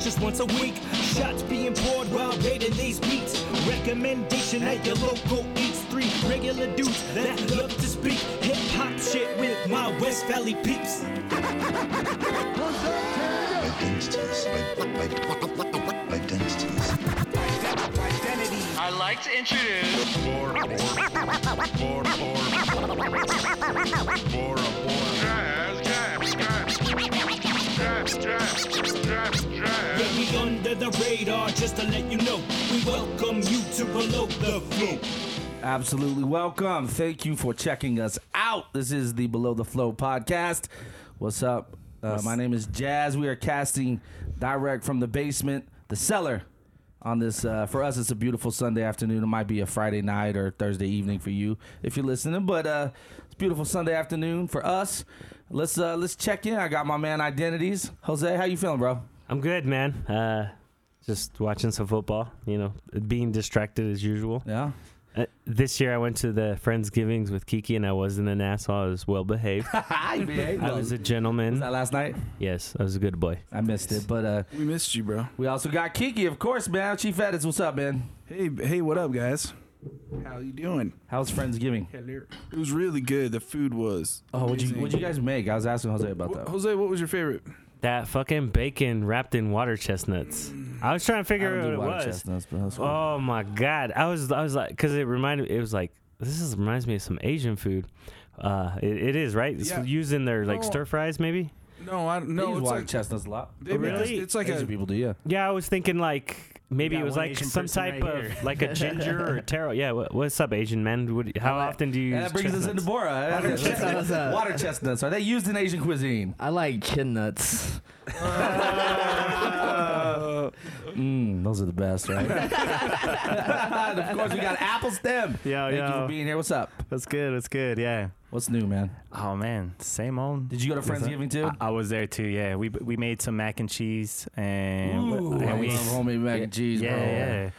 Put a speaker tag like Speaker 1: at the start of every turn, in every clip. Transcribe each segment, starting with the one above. Speaker 1: just once a week. Shots being poured while raiding these beats. Recommendation at your local eats. Three regular dudes that love to speak hip hop shit with my West Valley peeps.
Speaker 2: Identities. Identities.
Speaker 3: I'd like to introduce
Speaker 1: Yeah, we under the radar just to let you know. We welcome you to below the flow.
Speaker 4: Absolutely welcome. Thank you for checking us out. This is the Below the Flow podcast. What's up? Uh, my name is Jazz. We are casting direct from the basement, the cellar. On this, uh, for us, it's a beautiful Sunday afternoon. It might be a Friday night or Thursday evening for you if you're listening, but uh, it's a beautiful Sunday afternoon for us. Let's uh, let's check in. I got my man identities. Jose, how you feeling, bro?
Speaker 5: I'm good, man. Uh, just watching some football, you know, being distracted as usual.
Speaker 4: Yeah,
Speaker 5: Uh, this year I went to the Friendsgivings with Kiki and I wasn't an asshole. I was well behaved.
Speaker 4: you behaved.
Speaker 5: I was a gentleman.
Speaker 4: that last night.
Speaker 5: Yes, I was a good boy.
Speaker 4: I missed it, but uh,
Speaker 6: We missed you, bro.
Speaker 4: we also got Kiki, of course, man. Chief Edits, what's up, man?
Speaker 6: Hey, hey, what up, guys? How you doing?
Speaker 4: How's Friendsgiving?
Speaker 6: It was really good. The food was.
Speaker 4: Oh, what'd you,
Speaker 6: amazing.
Speaker 4: what'd you guys make? I was asking Jose about
Speaker 6: Wh-
Speaker 4: that.
Speaker 6: Jose, what was your favorite?
Speaker 5: That fucking bacon wrapped in water chestnuts. I was trying to
Speaker 4: I
Speaker 5: figure
Speaker 4: don't
Speaker 5: out
Speaker 4: do
Speaker 5: what it
Speaker 4: water
Speaker 5: was.
Speaker 4: chestnuts, but that's cool.
Speaker 5: Oh my god! I was I was like, because it reminded me. It was like this is reminds me of some Asian food. Uh, it, it is right. It's
Speaker 6: Yeah.
Speaker 5: used in their like
Speaker 6: Oh.
Speaker 5: stir fries, maybe.
Speaker 6: No, I don't
Speaker 4: They
Speaker 6: know.
Speaker 4: use
Speaker 6: It's
Speaker 4: water
Speaker 6: like,
Speaker 4: chestnuts a lot.
Speaker 6: they make
Speaker 5: Really?
Speaker 6: this- It's like
Speaker 4: Asian
Speaker 6: a.
Speaker 4: people do, yeah.
Speaker 5: Yeah, I was thinking like maybe
Speaker 7: got
Speaker 5: it was
Speaker 7: one
Speaker 5: like
Speaker 7: Asian
Speaker 5: some
Speaker 7: person
Speaker 5: type
Speaker 7: right
Speaker 5: of
Speaker 7: here.
Speaker 5: like a ginger or a taro. Yeah, what, what's up, Asian man? What, how often do you?
Speaker 4: And
Speaker 5: use
Speaker 4: that brings us
Speaker 5: chestnuts?
Speaker 4: into Bora. Water chestnuts. Water chestnuts. Are they used in Asian cuisine?
Speaker 7: I like chin nuts.
Speaker 4: Mm, those are the best, right? and of course, we got Apple Stem.
Speaker 7: Yo,
Speaker 4: Thank you
Speaker 7: yo.
Speaker 4: for being here. What's up?
Speaker 7: That's good. That's good. Yeah.
Speaker 4: What's new, man?
Speaker 7: Oh man, same old.
Speaker 4: Did you go to Friendsgiving too?
Speaker 7: I, I was there too. Yeah, we we made some mac and cheese and
Speaker 4: Ooh, I
Speaker 7: and we
Speaker 4: love homemade mac and cheese,
Speaker 7: yeah,
Speaker 4: bro.
Speaker 7: yeah.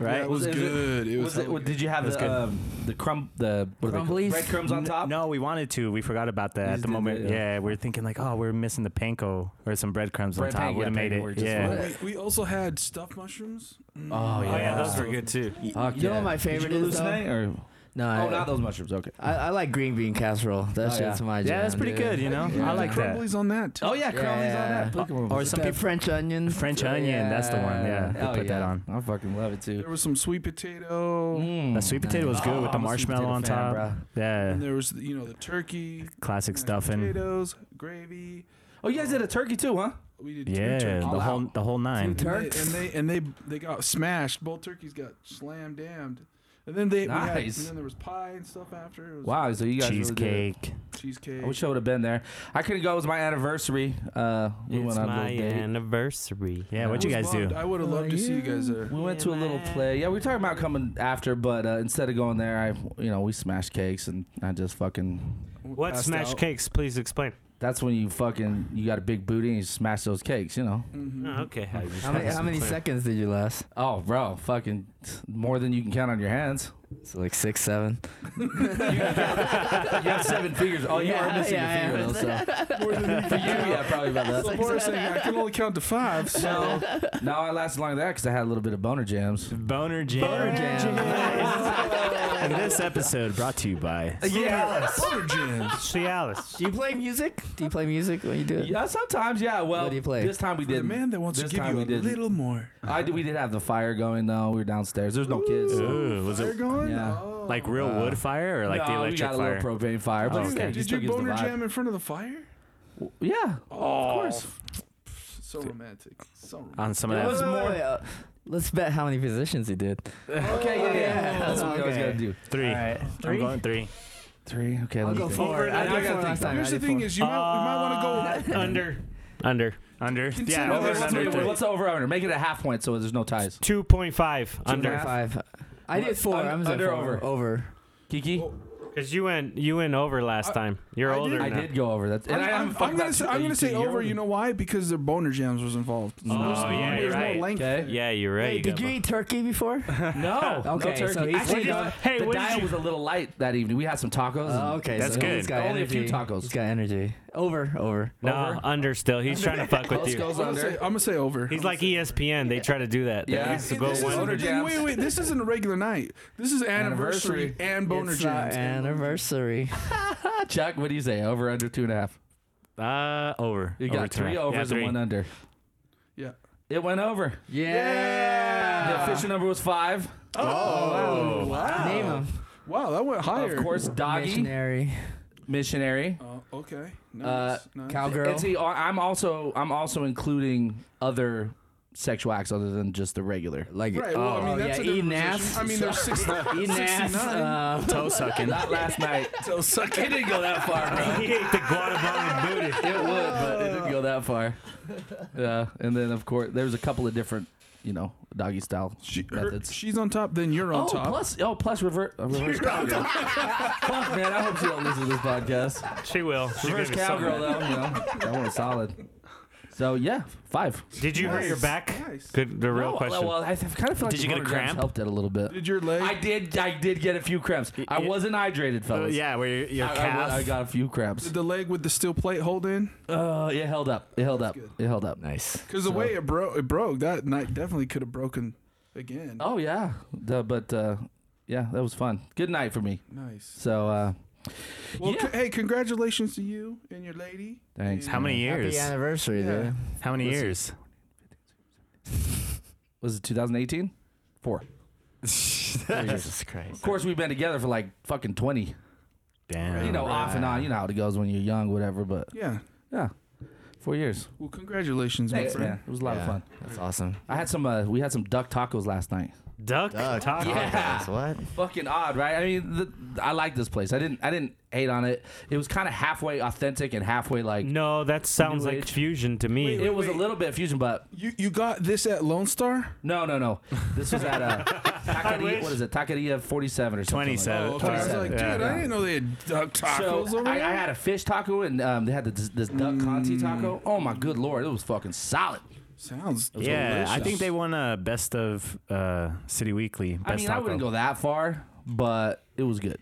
Speaker 6: Yeah,
Speaker 7: right.
Speaker 6: it was
Speaker 4: Was it-
Speaker 6: good. It was.
Speaker 4: Was it, did you have
Speaker 7: That's
Speaker 4: the,
Speaker 7: good.
Speaker 4: um, the crumb, the what are they called?
Speaker 8: Crumblies?
Speaker 4: breadcrumbs on top?
Speaker 7: No, we wanted to. We forgot about that
Speaker 4: You
Speaker 7: at
Speaker 4: just
Speaker 7: the
Speaker 4: did
Speaker 7: moment.
Speaker 4: that, yeah.
Speaker 7: yeah. we were thinking like, oh, we're missing the panko or some breadcrumbs
Speaker 4: Bread
Speaker 7: on top.
Speaker 4: panko,
Speaker 7: Would have
Speaker 4: yeah,
Speaker 7: made
Speaker 4: panko were
Speaker 7: it.
Speaker 4: just
Speaker 7: Yeah.
Speaker 4: fine.
Speaker 6: We also had stuffed mushrooms. Mm,
Speaker 4: Oh, yeah.
Speaker 5: Oh yeah, those were good too.
Speaker 4: Fuck
Speaker 8: You know
Speaker 4: yeah.
Speaker 8: what my
Speaker 4: Did you
Speaker 8: favorite is, though?
Speaker 4: hallucinate, or-
Speaker 8: No,
Speaker 4: Oh,
Speaker 8: I,
Speaker 4: not those mushrooms. Okay.
Speaker 8: I, I like green bean casserole. That
Speaker 4: Oh,
Speaker 8: shit's
Speaker 4: yeah.
Speaker 8: my jam.
Speaker 7: Yeah, that's pretty
Speaker 8: dude.
Speaker 7: good. You know, I like that.
Speaker 6: Crumblies on that.
Speaker 4: Oh yeah,
Speaker 8: Yeah.
Speaker 4: crumblies on that.
Speaker 7: Or
Speaker 4: Or
Speaker 7: some
Speaker 8: Pe-
Speaker 7: people
Speaker 8: French onion.
Speaker 7: French onion. That's the one. Yeah,
Speaker 4: Hell
Speaker 7: we put that
Speaker 4: yeah.
Speaker 7: on.
Speaker 4: I fucking love it
Speaker 6: There
Speaker 4: too.
Speaker 6: was some sweet potato.
Speaker 4: Mm.
Speaker 7: That sweet potato was good
Speaker 4: Oh,
Speaker 7: with the
Speaker 4: I'm a sweet
Speaker 7: marshmallow on
Speaker 4: potato
Speaker 7: top.
Speaker 4: fan,
Speaker 7: Yeah,
Speaker 6: And there was, you know, the turkey,
Speaker 7: classic
Speaker 6: mashed
Speaker 7: stuffing.
Speaker 6: potatoes, gravy.
Speaker 4: Oh, you guys did a turkey too, huh?
Speaker 6: We did
Speaker 7: Yeah,
Speaker 6: two turkeys.
Speaker 7: the whole the whole nine.
Speaker 8: Two
Speaker 6: And they, and
Speaker 8: Turks.
Speaker 6: they and they they got smashed. Both turkeys got slam damned. And then they we had-
Speaker 4: Nice.
Speaker 6: and then there was pie and stuff after. It was
Speaker 4: Wow, so you guys really did it.
Speaker 7: Cheesecake.
Speaker 6: cheesecake.
Speaker 4: I wish I would have been there. I couldn't go. It was my anniversary. Uh, we
Speaker 5: It's
Speaker 4: went on a
Speaker 5: my
Speaker 4: little date.
Speaker 5: anniversary.
Speaker 7: Yeah,
Speaker 4: I
Speaker 7: what'd you
Speaker 6: I
Speaker 7: guys
Speaker 6: was bummed.
Speaker 7: do?
Speaker 6: I would have loved to see you guys there.
Speaker 4: we went to a little play. Yeah, we were talking about coming after, but uh, instead of going there, I, you know, we smashed cakes and I just fucking.
Speaker 5: What
Speaker 6: Passed
Speaker 5: smash
Speaker 6: out.
Speaker 5: cakes? Please explain.
Speaker 4: That's when you fucking you got a big booty and you smash those cakes, you know.
Speaker 6: Mm-hmm.
Speaker 7: Uh,
Speaker 5: Oh, okay.
Speaker 8: How many, how many seconds did you last?
Speaker 4: Oh, bro, fucking more than you can count on your hands.
Speaker 8: So like six, seven.
Speaker 4: You have seven fingers. Oh, you are
Speaker 8: Yeah,
Speaker 4: missing
Speaker 8: yeah,
Speaker 4: a
Speaker 8: I
Speaker 4: finger
Speaker 8: am.
Speaker 4: though. So. For you, yeah, probably about that.
Speaker 6: So Boris saying I can only count to five. So
Speaker 4: No, no, I lasted longer than that because I had a little bit of boner jams.
Speaker 7: Boner jam.
Speaker 8: Boner jam.
Speaker 7: and this episode brought to you by.
Speaker 4: Yeah.
Speaker 6: Butter jams.
Speaker 5: Cialis.
Speaker 8: Do you play music? Do you play music when you do it?
Speaker 4: Yeah, sometimes, yeah. Well,
Speaker 8: What do you play?
Speaker 4: this time we
Speaker 6: The
Speaker 4: did.
Speaker 6: man that wants
Speaker 4: this
Speaker 6: to give
Speaker 4: time
Speaker 6: you
Speaker 4: we
Speaker 6: a
Speaker 4: didn't.
Speaker 6: little more.
Speaker 4: I did, we did have the fire going though. We were downstairs. There's no kids. so-
Speaker 7: Ooh, was
Speaker 6: They're
Speaker 7: it
Speaker 6: going.
Speaker 4: Yeah.
Speaker 6: Oh.
Speaker 7: like real wood fire or like the
Speaker 4: No, Uh, we
Speaker 7: electric
Speaker 4: got
Speaker 7: fire?
Speaker 4: a little propane fire. But
Speaker 7: Oh,
Speaker 4: still,
Speaker 7: okay.
Speaker 4: it
Speaker 6: Did
Speaker 4: still
Speaker 6: you
Speaker 4: gives the
Speaker 6: boner
Speaker 4: vibe. Oh.
Speaker 6: jam in front of the fire? Oh,
Speaker 4: Yeah, of course.
Speaker 6: So romantic. So romantic.
Speaker 7: on some
Speaker 8: Wait,
Speaker 7: of
Speaker 8: wait,
Speaker 7: that.
Speaker 8: wait, wait, uh, Let's bet how many positions he did.
Speaker 4: Okay, yeah, yeah.
Speaker 8: yeah.
Speaker 4: That's what we always
Speaker 8: Okay.
Speaker 4: gotta do.
Speaker 7: Three.
Speaker 8: Three?
Speaker 7: I'm going three.
Speaker 4: Three. Okay,
Speaker 8: I'll
Speaker 4: let me
Speaker 8: go
Speaker 4: think.
Speaker 8: four. I
Speaker 4: I
Speaker 8: did
Speaker 4: gotta
Speaker 8: four
Speaker 4: think.
Speaker 8: last time. I
Speaker 6: Here's the
Speaker 8: did
Speaker 6: thing:
Speaker 8: four.
Speaker 6: is you might, you might want to
Speaker 4: Uh,
Speaker 6: go.
Speaker 5: under. Under.
Speaker 7: Under.
Speaker 6: Consider
Speaker 7: over
Speaker 6: this
Speaker 7: and
Speaker 4: What's,
Speaker 6: to
Speaker 7: under
Speaker 6: be
Speaker 4: the-
Speaker 7: three.
Speaker 4: what's the over under? Make it a half point so there's no ties.
Speaker 5: 2.5 under.
Speaker 8: five. I did four.
Speaker 4: Un-
Speaker 8: I'm gonna say
Speaker 4: under,
Speaker 8: four.
Speaker 4: over.
Speaker 8: Over.
Speaker 4: Kiki,
Speaker 5: Because you went you went over last time. You're
Speaker 6: I
Speaker 5: older
Speaker 4: I
Speaker 5: now.
Speaker 4: did go over. That's and
Speaker 6: I'm,
Speaker 4: I haven't
Speaker 6: I'm,
Speaker 4: fucking
Speaker 6: I'm gonna
Speaker 4: got
Speaker 6: say,
Speaker 4: two-
Speaker 6: I'm
Speaker 4: uh,
Speaker 6: gonna say
Speaker 4: two-
Speaker 6: over. You know why? Because their boner jams was involved.
Speaker 5: Oh, yeah, you're
Speaker 6: There's
Speaker 5: right.
Speaker 6: no length.
Speaker 4: Okay.
Speaker 5: Yeah, you're right.
Speaker 8: Hey,
Speaker 5: you
Speaker 8: did
Speaker 5: got
Speaker 8: you
Speaker 5: both.
Speaker 8: eat turkey before?
Speaker 4: No.
Speaker 8: Okay,
Speaker 4: no turkey.
Speaker 8: so he's-
Speaker 4: Actually,
Speaker 8: Actually,
Speaker 4: no,
Speaker 8: just-
Speaker 5: hey,
Speaker 4: the
Speaker 5: what did
Speaker 4: dial
Speaker 5: you-
Speaker 4: was a little light that evening. We had some tacos.
Speaker 8: Oh, okay,
Speaker 7: That's
Speaker 8: so
Speaker 7: good.
Speaker 8: He's got
Speaker 4: Only a
Speaker 8: energy.
Speaker 4: few tacos.
Speaker 8: He's got energy. Over, over.
Speaker 5: No, under still. He's trying to fuck with
Speaker 4: Let's
Speaker 5: you.
Speaker 4: go.
Speaker 6: I'm gonna, say, I'm gonna say over.
Speaker 5: He's like E ESPN. They try to do that. They
Speaker 4: Yeah.
Speaker 5: used to
Speaker 4: It-
Speaker 5: go
Speaker 6: This
Speaker 5: one-
Speaker 6: is,
Speaker 4: Boner
Speaker 6: then wait,
Speaker 4: jams.
Speaker 6: wait. This isn't a regular night. This is anniversary,
Speaker 4: Anniversary.
Speaker 6: and boner
Speaker 8: it's our
Speaker 6: jams.
Speaker 8: anniversary.
Speaker 4: Chuck, what do you say? Over under two and a half.
Speaker 5: Uh, over.
Speaker 4: You got
Speaker 5: Over
Speaker 4: three
Speaker 5: time.
Speaker 4: overs
Speaker 5: Yeah, three.
Speaker 4: and one under.
Speaker 6: yeah.
Speaker 4: It went over. The
Speaker 8: Yeah.
Speaker 4: official number was five.
Speaker 6: Oh wow.
Speaker 8: Name him.
Speaker 6: Wow, that went higher.
Speaker 4: Of course, doggy
Speaker 8: Missionary.
Speaker 4: missionary.
Speaker 6: Oh, okay. Nice.
Speaker 4: Uh,
Speaker 6: nice.
Speaker 8: Cowgirl.
Speaker 4: And see, I- I'm also I'm also including other sexual acts other than just the regular.
Speaker 8: Like
Speaker 6: Right. Well, I mean,
Speaker 8: oh,
Speaker 6: that's
Speaker 8: yeah,
Speaker 6: a different
Speaker 8: eating ass.
Speaker 6: position. I mean, there's six.
Speaker 8: Eating ass.
Speaker 6: 69.
Speaker 8: Uh,
Speaker 7: Toe sucking.
Speaker 4: Not last night.
Speaker 6: so suck
Speaker 4: It didn't go that far, bro.
Speaker 5: He ate the Guatemalan booty.
Speaker 4: It would, but it didn't go that far. Yeah, and then of course there's a couple of different, you know, doggy style
Speaker 6: She, her-
Speaker 4: methods.
Speaker 6: she's on top, then you're on
Speaker 4: oh,
Speaker 6: top.
Speaker 4: plus oh, plus revert uh, reverse cowgirl. Fuck, man, I hope she don't listen to this podcast.
Speaker 5: She will. She
Speaker 4: Reverse
Speaker 5: gave me some.
Speaker 4: cowgirl though, you know, that one's solid. So yeah, five.
Speaker 5: Did you hurt your
Speaker 6: Nice.
Speaker 5: back?
Speaker 6: Nice.
Speaker 5: Good. The real
Speaker 4: No,
Speaker 5: question.
Speaker 4: Well, I kind of feel like
Speaker 7: Did
Speaker 4: the
Speaker 7: you get a
Speaker 4: Wonder Jams
Speaker 7: cramp?
Speaker 4: Helped it a little bit.
Speaker 6: Did your leg?
Speaker 4: I did. I did get a few cramps. I
Speaker 7: y-
Speaker 4: wasn't hydrated,
Speaker 7: Uh,
Speaker 4: fellas.
Speaker 7: yeah, where your, your
Speaker 4: I,
Speaker 7: calf.
Speaker 4: I, I got a few
Speaker 6: did
Speaker 4: cramps.
Speaker 6: the leg with the steel plate hold in?
Speaker 4: Uh, it held up. It held up. It held up.
Speaker 7: nice.
Speaker 6: Because the way it broke, it broke. That night definitely could have broken again.
Speaker 4: Oh yeah, The- but uh, yeah, that was fun. Good night for me.
Speaker 6: Nice.
Speaker 4: So uh,
Speaker 6: Well,
Speaker 4: Yeah.
Speaker 6: c- hey, congratulations to you and your lady.
Speaker 4: thanks.
Speaker 7: How many years?
Speaker 8: happy anniversary,
Speaker 6: Yeah.
Speaker 8: dude.
Speaker 7: How many
Speaker 4: Listen.
Speaker 7: years?
Speaker 4: Was it 2018? Four.
Speaker 7: Jesus
Speaker 4: Of
Speaker 7: Christ.
Speaker 4: course, we've been together for like fucking 20.
Speaker 7: Damn.
Speaker 4: You know, off and on. You know how it goes when you're young, whatever. But
Speaker 6: Yeah.
Speaker 4: yeah, four years.
Speaker 6: Well, congratulations,
Speaker 4: Thanks,
Speaker 6: my friend.
Speaker 4: man. It was a lot
Speaker 7: Yeah.
Speaker 4: of fun.
Speaker 8: That's awesome.
Speaker 4: I had some. Uh, we had some duck tacos last night.
Speaker 5: Duck.
Speaker 7: Duck.
Speaker 5: Taco.
Speaker 7: Yeah.
Speaker 8: What?
Speaker 4: fucking odd, right? I mean, the, I like this place. I didn't, I didn't hate on it. It was kind of halfway authentic and halfway like
Speaker 5: No, that sounds
Speaker 4: New
Speaker 5: like
Speaker 4: age.
Speaker 5: fusion to me.
Speaker 4: it was a
Speaker 6: wait.
Speaker 4: little bit fusion, but
Speaker 6: You you got this at Lone Star?
Speaker 4: no, no, no. This was at uh taqueria,
Speaker 5: wish.
Speaker 4: what is it? Taqueria forty seven or something. like that.
Speaker 7: 27.
Speaker 6: okay. I was Oh, like, dude,
Speaker 7: Yeah.
Speaker 6: I didn't know they had duck tacos
Speaker 4: So
Speaker 6: over
Speaker 4: I, I
Speaker 6: there.
Speaker 4: had a fish taco and um, they had this, this duck conti taco. Oh my good lord, it was fucking solid.
Speaker 6: Sounds.
Speaker 7: Yeah, I
Speaker 6: delicious.
Speaker 7: think they won a best of uh, City Weekly. Best
Speaker 4: I mean, I
Speaker 7: taco.
Speaker 4: wouldn't go that far, but it was good.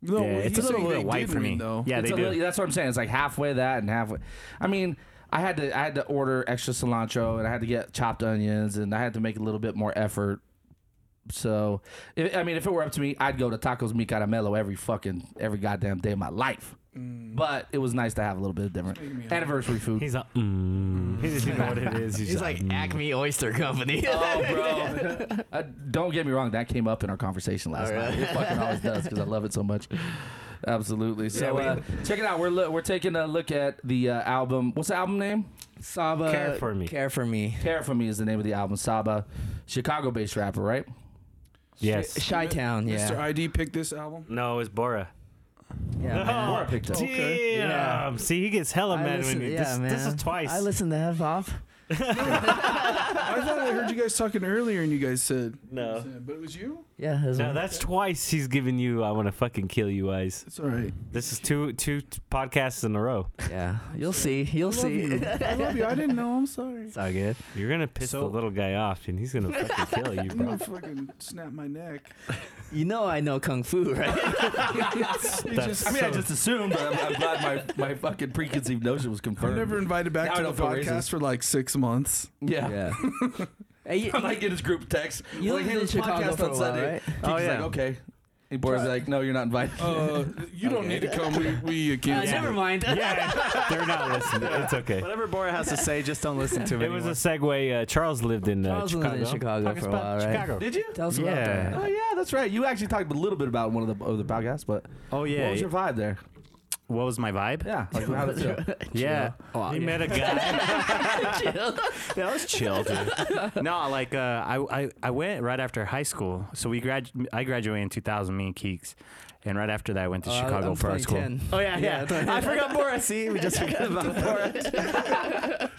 Speaker 6: No,
Speaker 7: Yeah,
Speaker 6: he's
Speaker 7: it's a
Speaker 6: saying
Speaker 7: little
Speaker 6: they
Speaker 7: bit white
Speaker 6: did
Speaker 7: for
Speaker 6: win,
Speaker 7: me.
Speaker 6: Though.
Speaker 7: Yeah,
Speaker 4: It's
Speaker 7: they
Speaker 4: a
Speaker 7: do.
Speaker 4: little- that's what I'm saying. It's like halfway that and halfway. I mean, I had to I had to order extra cilantro and I had to get chopped onions and I had to make a little bit more effort. So, if, I mean, if it were up to me, I'd go to Tacos Mi Caramelo every fucking every goddamn day of my life. But it was nice to have a little bit of different
Speaker 6: Mm. making me hungry.
Speaker 4: anniversary food.
Speaker 5: He's a. Mm. He doesn't even know what it is. He's,
Speaker 8: He's
Speaker 5: like,
Speaker 8: like Acme Oyster Company.
Speaker 4: Oh, bro! Uh, don't get me wrong. That came up in our conversation last night. It fucking always does because I love it so much. Absolutely. So uh, check it out. We're lo- we're taking a look at the uh, album. What's the album name?
Speaker 8: Saba.
Speaker 5: Care for me.
Speaker 8: Care for me.
Speaker 4: Care for Me is the name of the album. Saba, Chicago-based rapper, right?
Speaker 5: yes.
Speaker 8: Chi Town. Yeah.
Speaker 6: Mr. ID picked this album.
Speaker 5: no, it's Bora.
Speaker 8: Yeah. Oh. man.
Speaker 7: Oh,
Speaker 4: Bora picked up.
Speaker 6: Okay.
Speaker 5: Damn.
Speaker 8: Yeah.
Speaker 5: See, he gets hella
Speaker 8: I
Speaker 5: mad
Speaker 8: listen-
Speaker 5: when you.
Speaker 8: yeah,
Speaker 5: this, this
Speaker 8: man.
Speaker 5: is twice.
Speaker 8: I listen to hip hop.
Speaker 6: I thought I heard you guys talking earlier, and you guys said
Speaker 7: Uh-huh.
Speaker 5: No.
Speaker 6: but it was you.
Speaker 8: Yeah. His
Speaker 5: No, that's twice he's giving you. I want to fucking kill you eyes.
Speaker 6: It's all right.
Speaker 5: This is two two t- podcasts in a row.
Speaker 8: yeah. You'll see. You'll
Speaker 6: I love
Speaker 8: see.
Speaker 6: you. I love you. I didn't know. I'm sorry.
Speaker 8: It's all good.
Speaker 5: You're gonna piss the little guy off, and he's gonna fucking kill you,
Speaker 6: I'm
Speaker 5: bro.
Speaker 6: gonna fucking snap my neck.
Speaker 8: You know I know kung fu, right?
Speaker 6: They
Speaker 5: That's-
Speaker 6: just,
Speaker 4: I mean, I just assumed, but I'm, I'm glad my, my fucking preconceived notion was confirmed.
Speaker 6: I'm never invited back
Speaker 4: Now I
Speaker 6: to the
Speaker 4: don't feel
Speaker 6: podcast
Speaker 4: racist.
Speaker 6: for like six months.
Speaker 4: yeah.
Speaker 8: hey, you,
Speaker 4: I like in his group text.
Speaker 8: You
Speaker 4: We're like,
Speaker 8: lived
Speaker 4: hey,
Speaker 8: in
Speaker 4: this
Speaker 8: Chicago
Speaker 4: podcast
Speaker 8: for a
Speaker 4: on
Speaker 8: while,
Speaker 4: Sunday.
Speaker 8: right?
Speaker 4: Keith's
Speaker 7: Oh, yeah.
Speaker 4: like, okay. And Bora's like, no, you're not invited.
Speaker 6: Uh, you don't need to come. We we
Speaker 8: uh,
Speaker 6: accuse you.
Speaker 8: Never mind.
Speaker 5: Yeah, they're not listening. It's okay.
Speaker 7: Whatever Bora has to say, just don't listen to him.
Speaker 5: It was a segue. Uh, Charles lived in uh,
Speaker 8: Charles
Speaker 5: Chicago.
Speaker 8: lived in Chicago
Speaker 5: Talking
Speaker 8: for a
Speaker 5: about
Speaker 8: while, right?
Speaker 5: Chicago.
Speaker 4: Did you?
Speaker 8: Tell us about that.
Speaker 7: yeah.
Speaker 4: Oh, yeah, that's right. You actually talked a little bit about one of the, of the podcasts, but
Speaker 7: Oh yeah.
Speaker 4: what was your vibe there?
Speaker 7: what was my vibe?
Speaker 4: Yeah. Like, how did it feel?
Speaker 7: Yeah.
Speaker 5: He met a guy.
Speaker 7: That was chill, dude. no, like uh, I, I I went right after high school. So we grad I graduated in 2000, me and Keeks. And right after that, I went to
Speaker 8: Uh,
Speaker 7: Chicago
Speaker 8: I'm
Speaker 7: for our school.
Speaker 8: 2010.
Speaker 7: Oh yeah, yeah. I forgot Bora. See, we just forgot about Bora.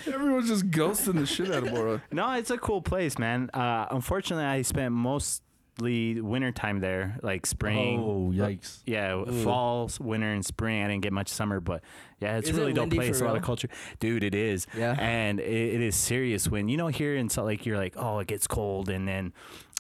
Speaker 6: Everyone's just ghosting the shit out of Bora.
Speaker 7: No, it's a cool place, man. Uh, unfortunately, I spent mostly winter time there, like spring.
Speaker 4: Oh, yikes.
Speaker 7: Yeah,
Speaker 8: Mm.
Speaker 7: fall, s- winter, and spring. I didn't get much summer, but yeah, it's
Speaker 8: Is
Speaker 7: a
Speaker 8: it
Speaker 7: really dope
Speaker 8: windy
Speaker 7: place.
Speaker 8: for
Speaker 7: A lot of
Speaker 8: real?
Speaker 7: culture, dude. It is.
Speaker 8: Yeah.
Speaker 7: and it, it is serious when you know here in Salt Lake, you're like, oh, it gets cold, and then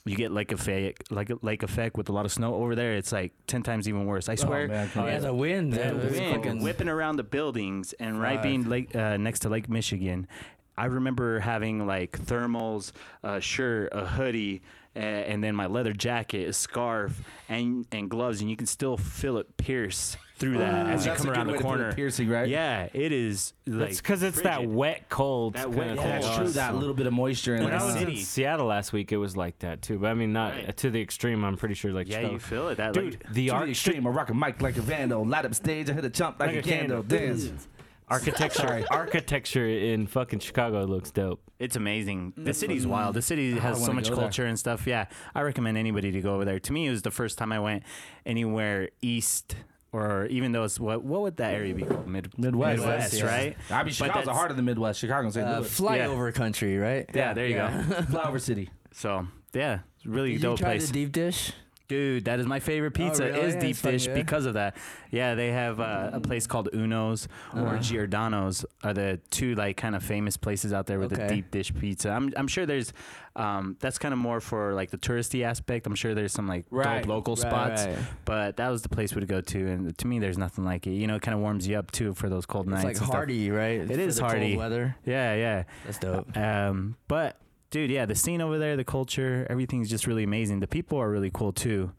Speaker 7: you get lake effect, like a lake effect with a lot of snow over there. It's like ten times even worse.
Speaker 8: Oh,
Speaker 7: I swear.
Speaker 4: man, come
Speaker 8: yeah,
Speaker 4: on.
Speaker 8: the wind.
Speaker 7: the
Speaker 8: That was
Speaker 7: wind
Speaker 8: fucking-
Speaker 7: whipping around the buildings and right being lake, uh, next to Lake Michigan. I remember having like thermals, a shirt, a hoodie, a- and then my leather jacket, a scarf, and and gloves, and you can still feel it pierce through that as you
Speaker 4: That's
Speaker 7: come
Speaker 4: a good
Speaker 7: around
Speaker 4: way
Speaker 7: the
Speaker 4: to put it,
Speaker 7: corner.
Speaker 4: piercing, right?
Speaker 7: Yeah, it is. Like,
Speaker 5: That's because it's that
Speaker 7: frigid.
Speaker 5: wet cold.
Speaker 7: That
Speaker 5: kinda
Speaker 7: wet
Speaker 5: cold.
Speaker 7: cold.
Speaker 4: That's true. That little bit of moisture in
Speaker 7: When
Speaker 5: When
Speaker 4: there.
Speaker 5: I was
Speaker 7: city.
Speaker 5: in Seattle last week, it was like that too. But I mean, not
Speaker 7: Right.
Speaker 5: to the extreme. I'm pretty sure, like
Speaker 7: Yeah,
Speaker 5: Chicago.
Speaker 7: you feel it. That
Speaker 5: dude.
Speaker 7: like,
Speaker 5: the
Speaker 4: To the
Speaker 5: arch-
Speaker 4: extreme, I rock a mic like a vandal, light up stage, I hit a chump like, a candle, dance.
Speaker 5: architecture,
Speaker 4: Sorry.
Speaker 5: architecture in fucking Chicago looks dope.
Speaker 7: It's amazing. The city's wild. The city has so
Speaker 4: wanna
Speaker 7: much
Speaker 4: go there.
Speaker 7: culture and stuff. Yeah, I recommend anybody to go over there. To me, it was the first time I went anywhere east, or even though it's what what would that area be called? Mid-
Speaker 4: Midwest,
Speaker 7: Midwest,
Speaker 4: yeah.
Speaker 7: right?
Speaker 4: I mean,
Speaker 7: But
Speaker 4: Chicago's the
Speaker 7: that's-
Speaker 4: heart of the Midwest. Chicago's St.
Speaker 8: uh,
Speaker 4: Louis.
Speaker 8: flyover country, right?
Speaker 7: Yeah, there you go.
Speaker 4: Flower City.
Speaker 7: So yeah, it's a really
Speaker 8: Did you
Speaker 7: dope
Speaker 8: try
Speaker 7: place,
Speaker 8: the deep dish?
Speaker 7: dude. That is my favorite pizza.
Speaker 8: Oh, really?
Speaker 7: Is
Speaker 8: Yeah,
Speaker 7: deep
Speaker 8: it's funny,
Speaker 7: dish
Speaker 8: yeah. Mm.
Speaker 7: because of that. Yeah, they have uh, a place called Uno's
Speaker 8: Uh-huh.
Speaker 7: or Giordano's are the two like kind of famous places out there with the
Speaker 8: Okay.
Speaker 7: deep dish pizza. I'm I'm sure there's um, that's kind of more for like the touristy aspect. I'm sure there's some like
Speaker 4: Right,
Speaker 7: dope local
Speaker 8: right,
Speaker 7: spots,
Speaker 8: right.
Speaker 7: but that was the place we'd go to. And to me, there's nothing like it. You know, it kind of warms you up too for those cold
Speaker 8: It's
Speaker 7: nights.
Speaker 8: like
Speaker 7: and stuff.
Speaker 8: hardy, right?
Speaker 7: It is
Speaker 8: the cold
Speaker 7: hardy.
Speaker 8: weather.
Speaker 7: Yeah, yeah.
Speaker 8: That's dope.
Speaker 7: Um, but dude, yeah, the scene over there, the culture, everything's just really amazing. The people are really cool too.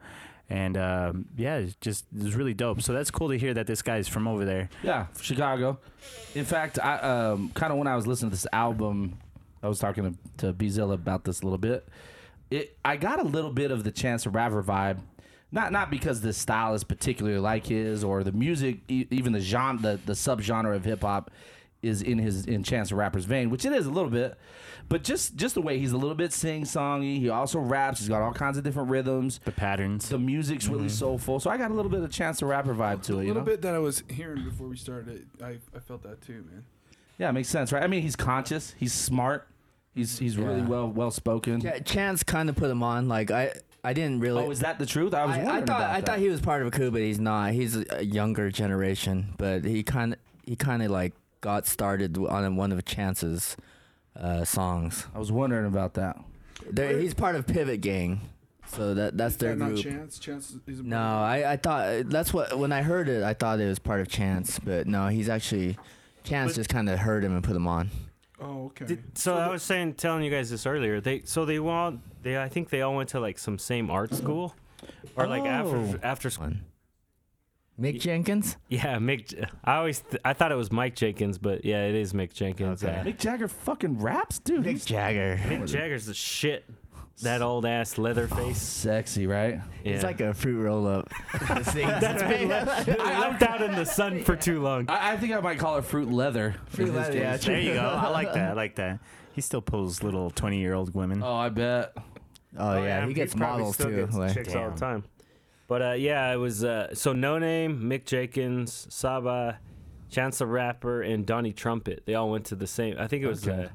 Speaker 7: And um, yeah, it's just it's really dope. So that's cool to hear that this guy's from over there.
Speaker 4: Yeah, Chicago. In fact, I um, kind of when I was listening to this album, I was talking to, to Bezilla about this a little bit. It, I got a little bit of the Chance the Rapper vibe, not not because the style is particularly like his or the music, e- even the genre, the, the subgenre of hip hop is in his in Chance the Rapper's vein, which it is a little bit, but just just the way he's a little bit sing songy. He also raps. He's got all kinds of different rhythms.
Speaker 7: The patterns.
Speaker 4: The music's really soulful, so I got a little bit of Chance the Rapper vibe to it.
Speaker 6: Mm-hmm. A
Speaker 4: you
Speaker 6: little
Speaker 4: know?
Speaker 6: bit that I was hearing before we started, I, I felt that too, man.
Speaker 4: Yeah, it makes sense, right? I mean, he's conscious, he's smart, he's he's really well well spoken.
Speaker 8: Yeah, Chance kind of put him on. Like I, I didn't really.
Speaker 4: Oh, is that the truth? I was
Speaker 8: I, I
Speaker 4: wondering
Speaker 8: thought
Speaker 4: about
Speaker 8: I
Speaker 4: that.
Speaker 8: thought he was part of a coup, but he's not. He's a younger generation, but he kind of he kind of like got started on one of Chance's uh, songs.
Speaker 4: I was wondering about that.
Speaker 8: There, he's part of Pivot Gang, so that that's
Speaker 6: Is
Speaker 8: their
Speaker 6: that not
Speaker 8: group.
Speaker 6: Chance? Chance is a
Speaker 8: No, I, I thought that's what when I heard it, I thought it was part of Chance, but no, he's actually Chance just kind of heard him and put him on.
Speaker 6: Oh, okay.
Speaker 5: So I was saying, telling you guys this earlier. They so they all they I think they all went to like some same art school, or like
Speaker 4: Oh.
Speaker 5: after after school.
Speaker 8: One. Mick Jenkins.
Speaker 5: Yeah, Mick. J- I always th- I thought it was Mike Jenkins, but yeah, it is Mick Jenkins. Uh, yeah.
Speaker 4: Mick Jagger fucking raps, dude. He's
Speaker 8: Jagger.
Speaker 5: Mick Jagger's the shit. That old ass leather face.
Speaker 4: sexy, right?
Speaker 5: Yeah.
Speaker 8: It's like a fruit roll up.
Speaker 5: That's been left, been left out in the sun for too long.
Speaker 4: I, I think I might call it fruit leather. in his
Speaker 8: leather, yeah,
Speaker 4: case.
Speaker 7: there you go. I like that. I like that. He still pulls little twenty-year-old women.
Speaker 4: Oh, I bet.
Speaker 8: Oh, yeah, he gets
Speaker 5: probably
Speaker 8: models
Speaker 5: still
Speaker 8: too.
Speaker 5: gets
Speaker 8: like-
Speaker 5: chicks all the time. But uh, yeah, it was uh, so No Name, Mick Jenkins, Saba, Chance the Rapper, and Donnie Trumpet. They all went to the same. I think it was the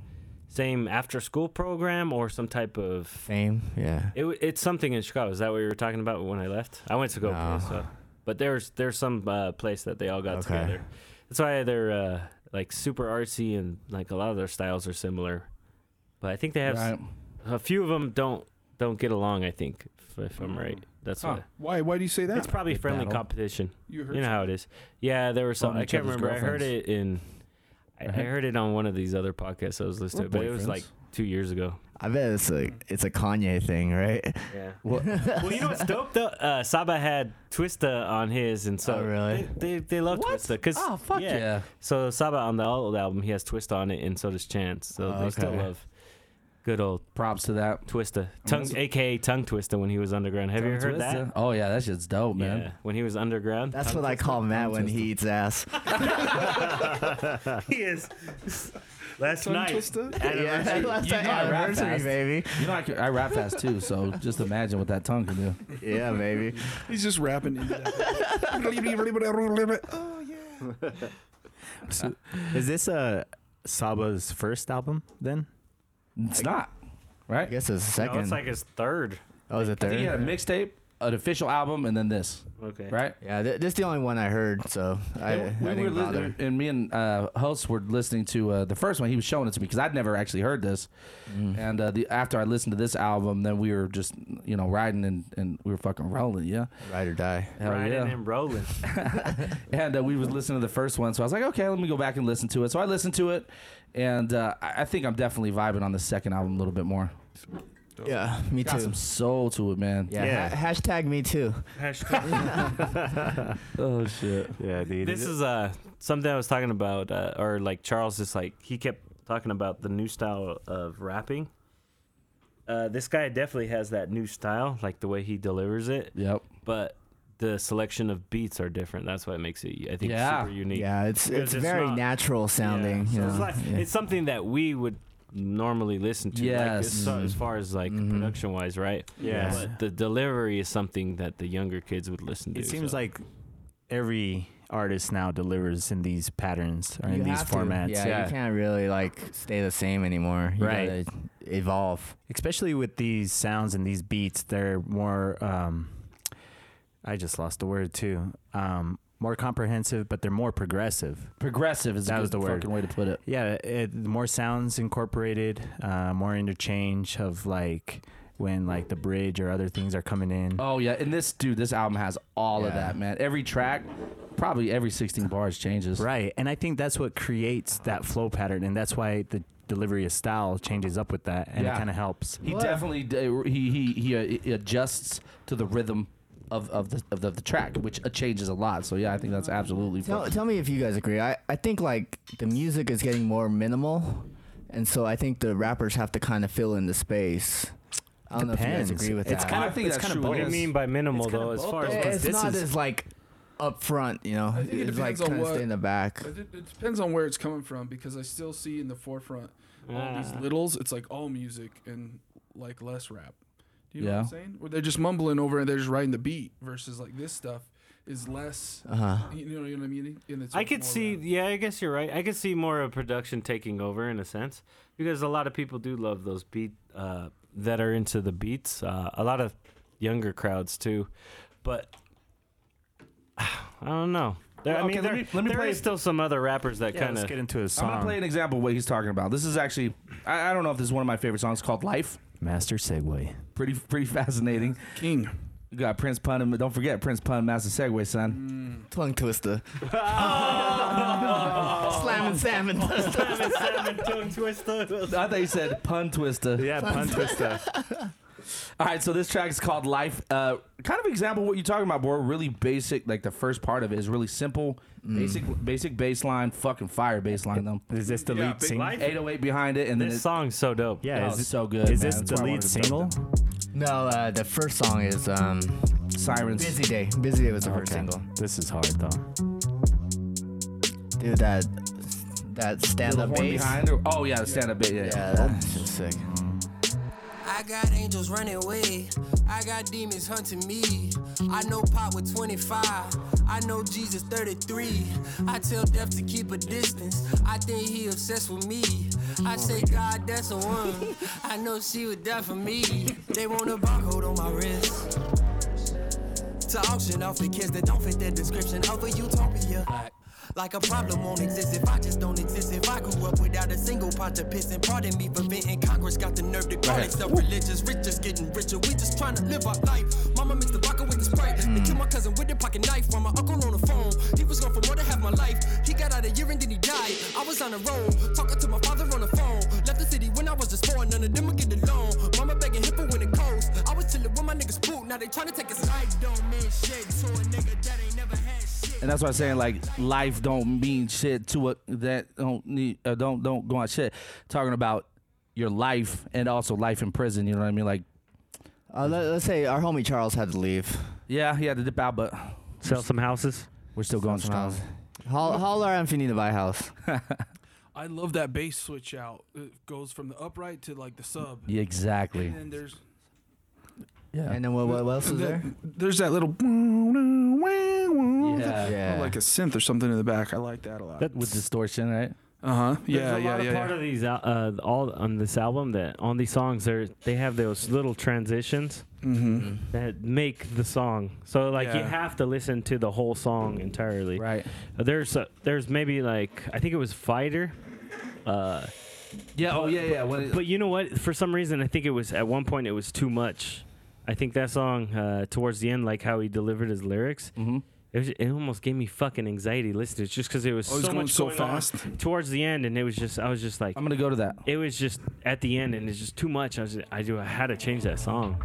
Speaker 5: same after school program or some type of.
Speaker 8: Fame, yeah.
Speaker 5: It, wa- it's something in Chicago. Is that what you were talking about when I left? I went to go
Speaker 8: No.
Speaker 5: play, so. But there's there's some uh, place that they all got
Speaker 8: Okay.
Speaker 5: together. That's why they're uh, like super artsy and like a lot of their styles are similar. But I think they have s-
Speaker 4: Right.
Speaker 5: a few of them don't don't get along. I think if, if I'm right, that's
Speaker 4: Huh.
Speaker 5: why.
Speaker 6: Why? Why do you say that?
Speaker 5: It's probably friendly
Speaker 4: battle.
Speaker 5: competition.
Speaker 6: you heard
Speaker 5: You know how it is. Yeah, there were some.
Speaker 4: Bone
Speaker 5: I
Speaker 4: each
Speaker 5: can't
Speaker 4: other's
Speaker 5: remember. I heard
Speaker 4: girlfriends.
Speaker 5: it in. I, I heard it on one of these other podcasts I was listening to,
Speaker 4: Or
Speaker 5: but it was
Speaker 4: boyfriends.
Speaker 5: like two years ago.
Speaker 8: I bet it's a it's a Kanye thing, right?
Speaker 5: Yeah. well, you know what's dope though? Uh, Saba had Twista on his, and so
Speaker 8: Oh, really?
Speaker 5: they they, they love Twista because
Speaker 4: Oh, fuck yeah.
Speaker 5: So Saba on the old album, he has Twista on it, and so does Chance. So
Speaker 8: Oh,
Speaker 5: they still
Speaker 8: okay.
Speaker 5: love good old
Speaker 4: Props to that.
Speaker 5: Twista, tongue,
Speaker 4: that's-
Speaker 5: aka Tongue Twista, when he was underground. Have you
Speaker 4: Tongue
Speaker 5: heard that?
Speaker 4: twister. Oh yeah, that shit's dope, man.
Speaker 5: Yeah, when he was underground.
Speaker 8: That's what I call Matt when he eats ass.
Speaker 5: he is. Last
Speaker 6: Tongue
Speaker 5: night.
Speaker 6: twister?
Speaker 8: yeah, last
Speaker 4: you
Speaker 8: time
Speaker 4: know I rap
Speaker 8: anniversary,
Speaker 4: fast.
Speaker 8: baby.
Speaker 4: You know I, can, I rap fast too, so just imagine what that tongue can do.
Speaker 8: Yeah, baby.
Speaker 6: He's just rapping. Into that. oh yeah.
Speaker 7: So, is this uh, Saba's first album then?
Speaker 4: It's not
Speaker 8: I
Speaker 4: right.
Speaker 8: guess it's the
Speaker 5: No,
Speaker 8: second.
Speaker 5: it's like his third.
Speaker 8: oh, is it
Speaker 4: I think he uh,
Speaker 8: third?
Speaker 4: had a mixtape an official album and then this,
Speaker 5: Okay.
Speaker 4: right?
Speaker 8: Yeah, th- this is the only one I heard, so I,
Speaker 4: Yeah,
Speaker 8: I
Speaker 4: we were
Speaker 8: didn't bother.
Speaker 4: listening, and me and uh, host were listening to uh, the first one. He was showing it to me because I'd never actually heard this. And uh, the after I listened to this album, then we were just you know riding and, and we were fucking rolling, yeah,
Speaker 8: Ride or die.
Speaker 4: hell
Speaker 5: Riding
Speaker 4: Oh, yeah.
Speaker 5: and rolling.
Speaker 4: And uh, we was listening to the first one, so I was like, okay, let me go back and listen to it. So I listened to it, and uh, I I think I'm definitely vibing on the second album a little bit more.
Speaker 8: Yeah, me
Speaker 4: Got
Speaker 8: too.
Speaker 4: some soul to it, man.
Speaker 8: Yeah,
Speaker 7: Yeah.
Speaker 8: ha- hashtag me too.
Speaker 4: Oh shit.
Speaker 7: Yeah, dude.
Speaker 5: this is uh something I was talking about, uh, or like Charles just like he kept talking about the new style of rapping. Uh, this guy definitely has that new style, like the way he delivers it,
Speaker 4: Yep.
Speaker 5: but the selection of beats are different. That's what makes it, I think,
Speaker 4: Yeah.
Speaker 5: super unique.
Speaker 8: Yeah, it's
Speaker 5: Because
Speaker 8: it's,
Speaker 5: it's
Speaker 8: very
Speaker 5: not-
Speaker 8: natural sounding.
Speaker 5: Yeah. So
Speaker 8: you
Speaker 5: it's,
Speaker 8: know?
Speaker 5: like, it's something that we would normally listen to. Like
Speaker 4: Yes.
Speaker 5: as, so- as far as like production wise, right?
Speaker 7: Yes.
Speaker 5: But the delivery is something that the younger kids would listen to.
Speaker 7: It seems
Speaker 5: so-
Speaker 7: like every artist now delivers in these patterns or in
Speaker 8: You
Speaker 7: these
Speaker 8: have to.
Speaker 7: formats.
Speaker 8: Yeah, you can't really like stay the same anymore. You
Speaker 7: Right.
Speaker 8: gotta Evolve.
Speaker 7: Especially with these sounds and these beats, they're more. Um, I just lost the word too. Um, more comprehensive, but they're more progressive.
Speaker 4: Progressive is
Speaker 7: That
Speaker 4: a
Speaker 7: was
Speaker 4: good
Speaker 7: the word.
Speaker 4: fucking way to put it.
Speaker 7: Yeah, it, more sounds incorporated, uh, more interchange of like when like the bridge or other things are coming in.
Speaker 4: Oh yeah, and this dude, this album has all of
Speaker 8: Yeah.
Speaker 4: that, man. Every track, probably every 16 bars changes.
Speaker 7: Right, and I think that's what creates that flow pattern, and that's why the delivery of style changes up with that, and
Speaker 4: Yeah.
Speaker 7: it kind of helps.
Speaker 4: He definitely d- he he he, uh, he adjusts to the rhythm of of the of the, of the track, which uh, changes a lot. So yeah, I think that's absolutely.
Speaker 8: Tell,
Speaker 4: fucking-
Speaker 8: tell me if you guys agree. I, I think like the music is getting more minimal, and so I think the rappers have to kind of fill in the space. I don't know if you
Speaker 7: Depends.
Speaker 8: guys agree with
Speaker 7: It's
Speaker 8: that.
Speaker 7: kind
Speaker 4: I
Speaker 7: of-
Speaker 4: think
Speaker 7: it's
Speaker 4: that's
Speaker 7: kind
Speaker 4: true.
Speaker 7: of
Speaker 5: What do you
Speaker 4: Yes.
Speaker 5: mean by minimal
Speaker 7: It's kinda
Speaker 5: though? As
Speaker 7: both
Speaker 5: far
Speaker 7: though.
Speaker 5: as
Speaker 8: Yeah,
Speaker 7: because
Speaker 8: it's
Speaker 7: this
Speaker 8: not
Speaker 7: is-
Speaker 8: as like up front, you know.
Speaker 6: think it
Speaker 8: it's like
Speaker 6: depends on
Speaker 8: kind of
Speaker 6: what-
Speaker 8: stay in the back.
Speaker 6: It, it depends on where it's coming from because I still see in the forefront all these
Speaker 5: Ah.
Speaker 6: littles. It's like all music and like less rap. Do you know
Speaker 4: Yeah.
Speaker 6: what I'm saying? Where they're just mumbling over and they're just riding the beat versus like this stuff is less.
Speaker 8: Uh-huh.
Speaker 6: You know, you know what I mean? And it's
Speaker 5: I
Speaker 6: like
Speaker 5: could
Speaker 6: more
Speaker 5: see,
Speaker 6: rap.
Speaker 5: yeah, I guess you're right. I could see more of production taking over in a sense because a lot of people do love those beat uh, that are into the beats. Uh, a lot of younger crowds too, but I don't know. There, I
Speaker 4: Well,
Speaker 5: mean,
Speaker 4: okay, let
Speaker 5: there,
Speaker 4: me- let me
Speaker 5: there
Speaker 4: play-
Speaker 5: is still some other rappers that
Speaker 7: Yeah,
Speaker 5: kind
Speaker 7: let's
Speaker 5: of
Speaker 7: get into a
Speaker 4: I'm gonna
Speaker 7: song.
Speaker 4: play an example of what he's talking about. This is actually I, I don't know if this is one of my favorite songs called Life.
Speaker 7: Master segue.
Speaker 4: Pretty pretty fascinating.
Speaker 6: King.
Speaker 4: You got Prince Pun and don't forget Prince Pun Master Segway, son.
Speaker 8: Tongue twister. Slamming salmon.
Speaker 4: I thought you said Pun Twister.
Speaker 7: Yeah, pun twister.
Speaker 4: All right, so this track is called Life. Uh, kind of example of what you're talking about, bro. Really basic. Like the first part of it is really simple,
Speaker 5: Mm.
Speaker 4: basic, basic bass line, fucking fire bass line. Them
Speaker 7: Is this the
Speaker 6: Yeah,
Speaker 7: lead
Speaker 6: big
Speaker 7: single?
Speaker 5: life.
Speaker 4: 808 behind it, and then
Speaker 5: This
Speaker 4: it,
Speaker 5: song's so dope.
Speaker 7: Yeah,
Speaker 4: Oh,
Speaker 7: is
Speaker 4: it's
Speaker 7: it-
Speaker 4: so good,
Speaker 7: Is
Speaker 4: man.
Speaker 7: this
Speaker 4: That's
Speaker 7: the
Speaker 4: why I
Speaker 7: lead
Speaker 4: wanted to play
Speaker 7: single?
Speaker 8: no, uh, the first song is um,
Speaker 4: sirens.
Speaker 8: Busy Day. Busy Day was the first
Speaker 7: Okay.
Speaker 8: single.
Speaker 7: This is hard though.
Speaker 8: Dude, that that stand
Speaker 4: The
Speaker 8: up
Speaker 4: horn
Speaker 8: bass.
Speaker 4: behind, or, oh yeah, the stand up bit. Yeah,
Speaker 8: Yeah, that's just sick.
Speaker 2: I got angels running away. I got demons hunting me. I know Pop with 25. I know Jesus 33. I tell death to keep a distance. I think he obsessed with me. I say, God, that's a one. I know she would die for me. They want a barcode on my wrist. To auction off the kids that don't fit that description of a utopia. Like a problem won't exist if I just don't exist. If I grew up without a single pot to piss, and pardon me for venting, Congress got the nerve to call itself religious. Rich just getting richer. We just trying to live our life. Mama mixed the vodka with the sprite. They killed my cousin with the pocket knife. While my uncle on the phone, he was gone for more than half my life. He got out a year and then he died. I was on the road talking to my father on the phone. Left the city when I was just four. None of them would get along. Mama begging him for when it cold. I was chilling with my niggas pool. Now they trying to take a side. Don't mean shit to a nigga that ain't never had shit.
Speaker 4: And that's why I'm saying like life don't mean shit to a that don't need uh, don't don't go on shit. Talking about your life and also life in prison. You know what I mean? Like
Speaker 8: Uh, let, us say our homie Charles had to leave.
Speaker 4: yeah, he had to dip out, but
Speaker 5: sell some houses.
Speaker 4: we're still going strong.
Speaker 8: Holl- holler at him if you need E to buy a house.
Speaker 6: I love that bass switch out. It goes from the upright to like the sub.
Speaker 4: Yeah, exactly.
Speaker 6: And then there's
Speaker 4: Yeah.
Speaker 8: And then what, what else is there?
Speaker 6: there's that little
Speaker 4: yeah.
Speaker 6: like a synth or something in the back. I like that a lot.
Speaker 8: That-
Speaker 4: With distortion, right?
Speaker 6: Uh huh. Yeah,
Speaker 5: There's a
Speaker 6: yeah,
Speaker 5: lot
Speaker 6: yeah.
Speaker 5: of part
Speaker 6: yeah.
Speaker 5: of these al- uh, all on this album that on these songs they they have those little transitions
Speaker 6: mm-hmm.
Speaker 5: that make the song. So like you
Speaker 6: Yeah.
Speaker 5: have to listen to the whole song entirely.
Speaker 6: Right.
Speaker 5: Uh, There's a, there's maybe like I think it was Fighter. Uh,
Speaker 4: Yeah. Oh yeah. Yeah. When it-
Speaker 5: but you know what? For some reason, I think it was at one point it was too much. I think that song uh, towards the end, like how he delivered his lyrics,
Speaker 7: Mm-hmm.
Speaker 4: Mhm.
Speaker 5: it, was, it almost gave me fucking anxiety listening. It's just because it was
Speaker 6: Oh, it was
Speaker 5: so
Speaker 6: going
Speaker 5: much
Speaker 6: so
Speaker 5: going on
Speaker 6: fast?
Speaker 5: towards the end, and it was just I was just like
Speaker 4: I'm gonna go to that.
Speaker 5: it was just at the end, and it's just too much. I was I do I had to change that song.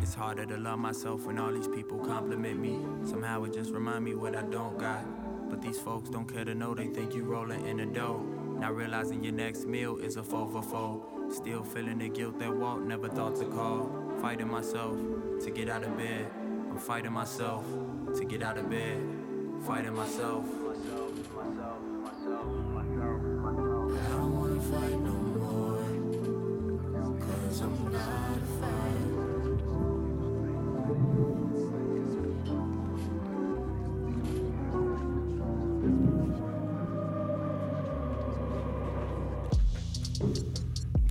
Speaker 2: It's harder to love myself when all these people compliment me. Somehow it just remind me what I don't got. But these folks don't care to know they think you rolling in the dough. Not realizing your next meal is a foe for foe. Still feeling the guilt that Walt never thought to call. Fighting myself to get out of bed. I'm fighting myself to get out of bed. Fighting myself. I don't wanna fight no more. Cause I'm not fighting.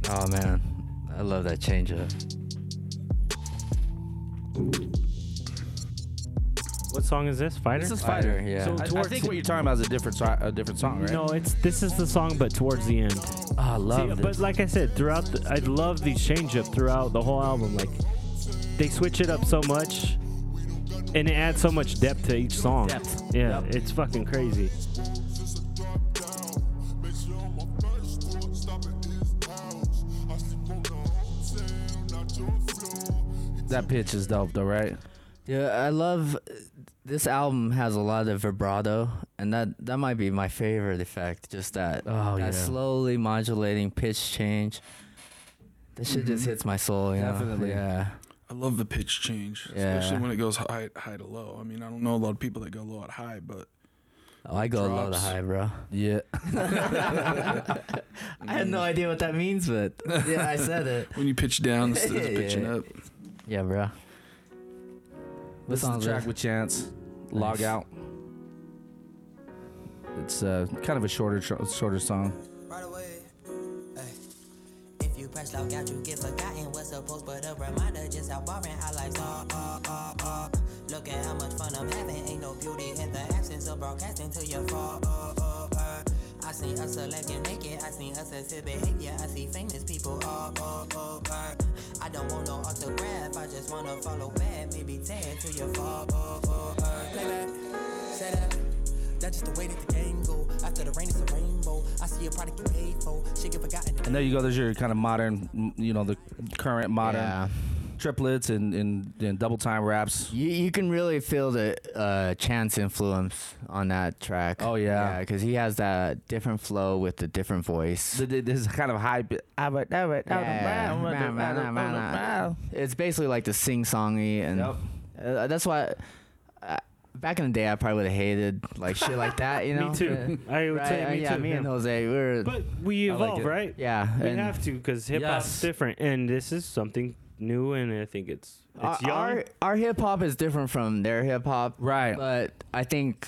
Speaker 8: Oh man, I love that change up.
Speaker 5: What song is this? Fighter.
Speaker 4: This is
Speaker 8: Fighter,
Speaker 4: fighter.
Speaker 8: yeah.
Speaker 4: So
Speaker 8: I- I
Speaker 4: I, think what you're talking about is a different so- a different song, right?
Speaker 5: no, it's this is the song, but towards the end.
Speaker 8: Oh,
Speaker 4: Ah,
Speaker 8: I love
Speaker 5: See,
Speaker 8: this.
Speaker 5: but like I said, throughout, the, I love these change up throughout the whole album. Like they switch it up so much, and it adds so much depth to each song.
Speaker 4: Depth.
Speaker 5: Yeah,
Speaker 4: Yep.
Speaker 5: it's fucking crazy.
Speaker 4: That pitch is dope though, right?
Speaker 8: Yeah, I love uh, this album has a lot of vibrato, and that that might be my favorite effect. Just that,
Speaker 4: Oh,
Speaker 8: that
Speaker 4: yeah.
Speaker 8: slowly modulating pitch change. That shit just hits my soul. You know?
Speaker 4: Mm-hmm. Definitely.
Speaker 8: Yeah.
Speaker 6: I love the pitch change, especially
Speaker 8: Yeah.
Speaker 6: when it goes high, high to low. I mean, I don't know a lot of people that go low at high, but
Speaker 8: Oh, I go low to
Speaker 6: Drops.
Speaker 8: high, bro.
Speaker 4: Yeah.
Speaker 8: I had
Speaker 4: Mm.
Speaker 8: no idea what that means, but yeah, I said it.
Speaker 6: when you pitch down instead of
Speaker 8: Yeah.
Speaker 6: pitching up,
Speaker 8: Yeah, bro. What
Speaker 4: This is the
Speaker 8: song's
Speaker 4: track
Speaker 8: that?
Speaker 4: with Chance. Log
Speaker 8: Nice.
Speaker 4: out. It's uh, kind of a shorter shorter song.
Speaker 2: Right away.
Speaker 9: If you press log out, you get forgotten what's supposed, but a reminder just how boring our lives are. Uh, are, are, are. Look at how much fun I'm having. Ain't no beauty in the absence of broadcasting till you fall. uh, uh, uh. I seen us selecting naked. I seen us exhibit behavior. I see famous people uh, all over. uh. I don't want no autograph. I just wanna follow back. Maybe tan till you fall over. uh, Play back. Say that. That's just the way that the game go. After the rain, it's a rainbow. I see a product you paid for. Shit get forgotten.
Speaker 4: And there you go. There's your kind of modern, m- you know, the current modern
Speaker 8: Yeah.
Speaker 4: triplets and, and, and double time raps.
Speaker 8: You you can really feel the uh, Chance influence on that track.
Speaker 4: Oh, yeah.
Speaker 8: because he has that different flow with the different voice.
Speaker 4: Th- th- This is kind of high. bi-
Speaker 8: Yeah. It's basically like the sing songy, and
Speaker 4: Yep.
Speaker 8: uh, that's why. Uh, back in the day, I probably would have hated like shit like that. You know,
Speaker 5: me too. I would
Speaker 8: Right?
Speaker 5: say
Speaker 8: Uh,
Speaker 5: me
Speaker 8: yeah,
Speaker 5: too.
Speaker 8: me
Speaker 5: yeah.
Speaker 8: and Jose, we were
Speaker 5: but we
Speaker 4: I like
Speaker 5: evolve,
Speaker 4: it.
Speaker 5: right?
Speaker 8: yeah.
Speaker 5: We
Speaker 8: and
Speaker 5: have to because hip hop's
Speaker 4: Yes.
Speaker 5: different, and this is something new, and I think it's
Speaker 8: our
Speaker 5: it's young.
Speaker 8: our, our hip hop is different from their hip hop,
Speaker 4: Right.
Speaker 8: But I think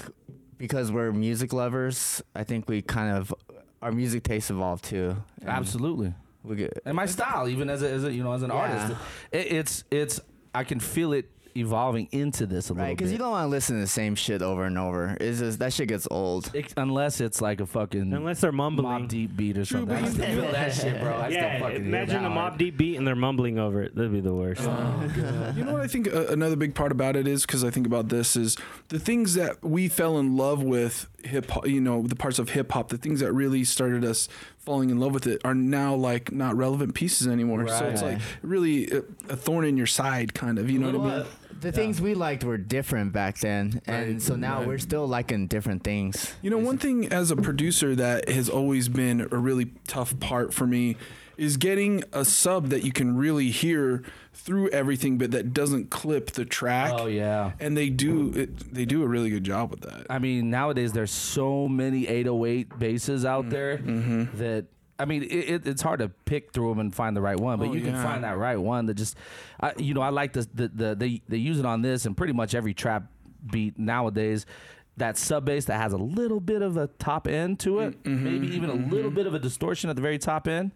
Speaker 8: because we're music lovers, I think we kind of our music tastes evolved too. And
Speaker 4: Absolutely.
Speaker 8: we get,
Speaker 4: and my style even as a, as a you know as an
Speaker 8: Yeah.
Speaker 4: artist it, it's it's i can feel it evolving into this a
Speaker 8: right
Speaker 4: little bit
Speaker 8: because you don't want to listen to the same shit over and over. It's just that shit gets old.
Speaker 4: It- unless it's like a fucking
Speaker 5: Unless they're
Speaker 4: mob
Speaker 5: mumbling.
Speaker 4: deep beat or something I still feel that shit bro i
Speaker 5: yeah,
Speaker 4: still fucking hear
Speaker 5: imagine
Speaker 4: that
Speaker 5: a mob deep beat and they're mumbling over it. That'd be the worst.
Speaker 6: You know what I think uh, another big part about it is because I think about this is the things that we fell in love with hip hop. You know, the parts of hip hop, the things that really started us falling in love with it are now like not relevant pieces anymore. So it's like really a, a thorn in your side, kind of. You know what I
Speaker 8: Well,
Speaker 6: mean?
Speaker 8: The things we liked were different back then, and so now we're still liking different things.
Speaker 6: You know, one thing as a producer that has always been a really tough part for me is getting a sub that you can really hear through everything, but that doesn't clip the track.
Speaker 4: Oh, yeah.
Speaker 6: and they do it, they do a really good job with that. Mm,
Speaker 4: oh
Speaker 6: mm-hmm.
Speaker 4: I mean, nowadays there's so many 808 bases out there that I mean, it, it, it's hard to pick through them and find the right one, but
Speaker 6: Oh,
Speaker 4: you can
Speaker 6: yeah.
Speaker 4: find that right one that just, I, you know, I like the, the the they they use it on this and pretty much every trap beat nowadays. That sub bass that has a little bit of a top end to it,
Speaker 6: Mm, mm-hmm,
Speaker 4: maybe even a little bit of a distortion at the very top end.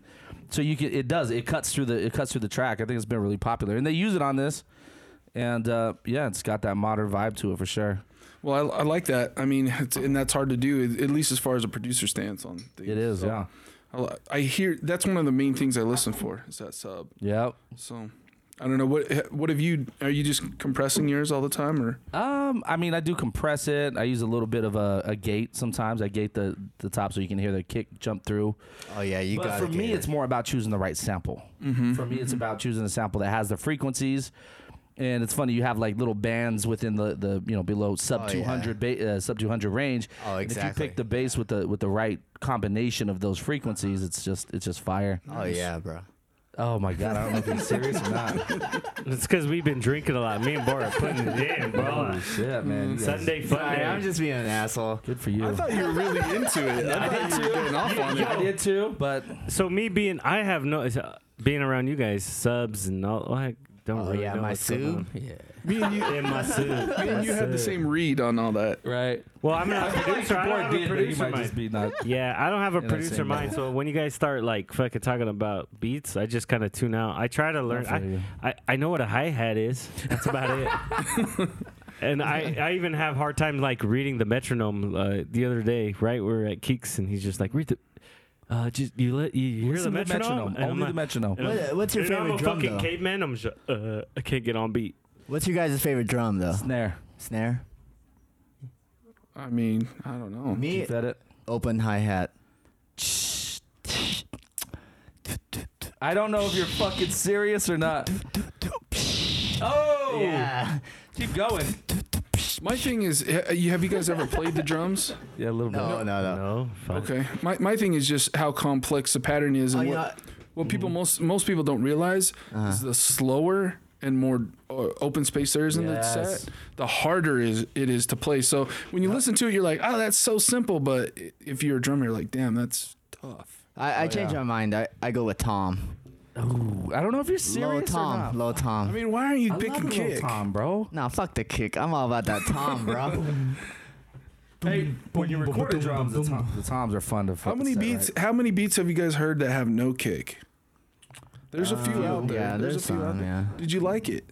Speaker 4: So you can it does it cuts through the it cuts through the track. I think it's been really popular, and they use it on this. And uh, yeah, it's got that modern vibe to it for sure.
Speaker 6: Well, I, I like that. I mean, it's, and that's hard to do, at- at least as far as a producer stance on things.
Speaker 4: It is,
Speaker 6: So,
Speaker 4: yeah,
Speaker 6: I, li- I hear that's one of the main things I listen for is that sub.
Speaker 4: yep.
Speaker 6: So I don't know what what have you? Are you just compressing yours all the time, or
Speaker 4: Um, I mean, I do compress it. I use a little bit of a, a gate sometimes. I gate the the top so you can hear the kick jump through.
Speaker 8: Oh yeah, you
Speaker 4: but
Speaker 8: got.
Speaker 4: for me, it's more about choosing the right sample. For me, it's about choosing a sample that has the frequencies. And it's funny you have like little bands within the, the you know below sub
Speaker 8: Oh, yeah.
Speaker 4: 200 ba- uh, sub 200 range.
Speaker 8: Oh,
Speaker 4: And if you
Speaker 8: exactly.
Speaker 4: pick the bass with the with the right combination of those frequencies, it's just it's just fire.
Speaker 8: Oh yeah, bro.
Speaker 4: Oh my god, I don't know if it's serious or not.
Speaker 5: It's because we've been drinking a lot. Me and Bora putting it in, bro.
Speaker 4: Yeah, man. you guys-
Speaker 5: Sunday fun
Speaker 8: Sorry,
Speaker 5: day.
Speaker 8: I'm just being an asshole.
Speaker 4: Good Mm-hmm. for you.
Speaker 6: I thought you were really into it. I thought you were getting off on
Speaker 4: I
Speaker 6: it.
Speaker 4: did too, but
Speaker 5: so me being, I have no uh, being around you guys, subs and all. I don't
Speaker 8: Oh
Speaker 5: really
Speaker 8: yeah,
Speaker 5: know
Speaker 8: my
Speaker 5: what's going
Speaker 8: soup.
Speaker 5: on.
Speaker 8: Yeah.
Speaker 6: Me and you,
Speaker 5: Yeah, my soup.
Speaker 6: me and you
Speaker 5: My
Speaker 6: had the
Speaker 5: soup.
Speaker 6: same read on all that.
Speaker 4: right.
Speaker 5: Well, I'm not a producer. I don't have a
Speaker 4: You
Speaker 5: producer
Speaker 4: might
Speaker 5: mind.
Speaker 4: just be not.
Speaker 5: Yeah, I don't have a
Speaker 4: Yeah, that's
Speaker 5: producer
Speaker 4: same
Speaker 5: mind. So when you guys start like fucking talking about beats, I just kind of tune out. I try to learn.
Speaker 4: feel you.
Speaker 5: I, I I know what a hi hat is. That's about it. And I, I even have hard time like reading the metronome. Uh, the other day, right, we are at Keeks, and he's just like read the. Uh, just you let you hear
Speaker 4: Listen
Speaker 5: the
Speaker 4: to the
Speaker 5: metronome.
Speaker 4: metronome.
Speaker 5: And I'm
Speaker 4: Only the
Speaker 5: like-
Speaker 4: metronome.
Speaker 5: and I'm-
Speaker 8: What- what's your
Speaker 5: and I'm
Speaker 8: favorite
Speaker 5: a
Speaker 8: drum,
Speaker 5: fucking
Speaker 8: though?
Speaker 5: caveman. I'm just, uh, I can't get on beat.
Speaker 8: What's your guys' favorite drum though?
Speaker 4: Snare.
Speaker 8: Snare.
Speaker 6: I mean, I don't know.
Speaker 8: Me.
Speaker 4: Is that it?
Speaker 8: Open hi hat.
Speaker 4: I don't know if you're fucking serious or not. Oh!
Speaker 8: Yeah.
Speaker 4: Keep going.
Speaker 6: My thing is, ha- you- have you guys ever played the drums?
Speaker 4: Yeah, a little
Speaker 8: No, no, no.
Speaker 5: No, fuck.
Speaker 6: Okay. My, my thing is just how complex the pattern is,
Speaker 8: Oh,
Speaker 6: and
Speaker 8: you know,
Speaker 6: what what people
Speaker 8: Mm-hmm.
Speaker 6: most most people don't realize
Speaker 8: Uh-huh.
Speaker 6: is the slower and more uh, open space there is in
Speaker 4: Yes.
Speaker 6: the set, the harder is it is to play. So when you listen to it, you're like, oh, that's so simple. But i- if you're a drummer, you're like, damn, that's tough.
Speaker 4: Oh,
Speaker 8: I, I changed my mind. I, I go with Tom.
Speaker 4: Ooh, I don't know if you're serious
Speaker 8: Low
Speaker 4: or not.
Speaker 8: Tom. Low Tom.
Speaker 6: I mean, why aren't you
Speaker 4: I love
Speaker 6: picking
Speaker 4: a little
Speaker 6: kick?
Speaker 4: Tom, bro.
Speaker 8: Nah, fuck the kick. I'm all about that Tom, bro.
Speaker 4: Hey, when you record drums, the, tom, the toms are fun to.
Speaker 6: How
Speaker 4: fucking
Speaker 6: many
Speaker 4: set,
Speaker 6: beats?
Speaker 4: right?
Speaker 6: How many beats have you guys heard that have no kick? There's a few out there.
Speaker 8: Uh, yeah,
Speaker 6: there's,
Speaker 8: there's
Speaker 6: a few out
Speaker 8: some,
Speaker 6: there.
Speaker 8: yeah.
Speaker 6: Did you like it?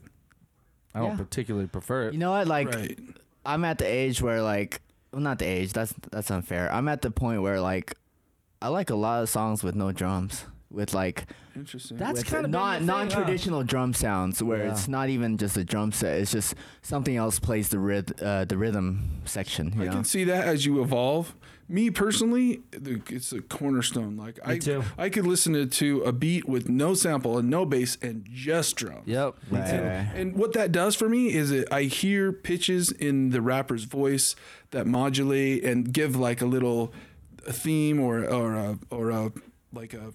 Speaker 4: I don't
Speaker 8: Yeah.
Speaker 4: particularly prefer it.
Speaker 8: You know what? Like,
Speaker 6: Right.
Speaker 8: I'm at the age where like, well, not the age. That's that's unfair. I'm at the point where like, I like a lot of songs with no drums, with like
Speaker 6: Interesting.
Speaker 4: That's
Speaker 8: with
Speaker 4: kind of
Speaker 8: non non-traditional drum sounds where
Speaker 4: Yeah.
Speaker 8: it's not even just a drum set. It's just something else plays the rhythm, uh, the rhythm section. You
Speaker 6: I
Speaker 8: know?
Speaker 6: can see that as you evolve. Me personally, the- it's a cornerstone. Like I,
Speaker 4: too.
Speaker 6: I could listen to, to a beat with no sample and no bass and just drums.
Speaker 4: Yep.
Speaker 8: Right, right.
Speaker 6: And what that does for me is it, I hear pitches in the rapper's voice that modulate and give like a little theme or or a, or a like a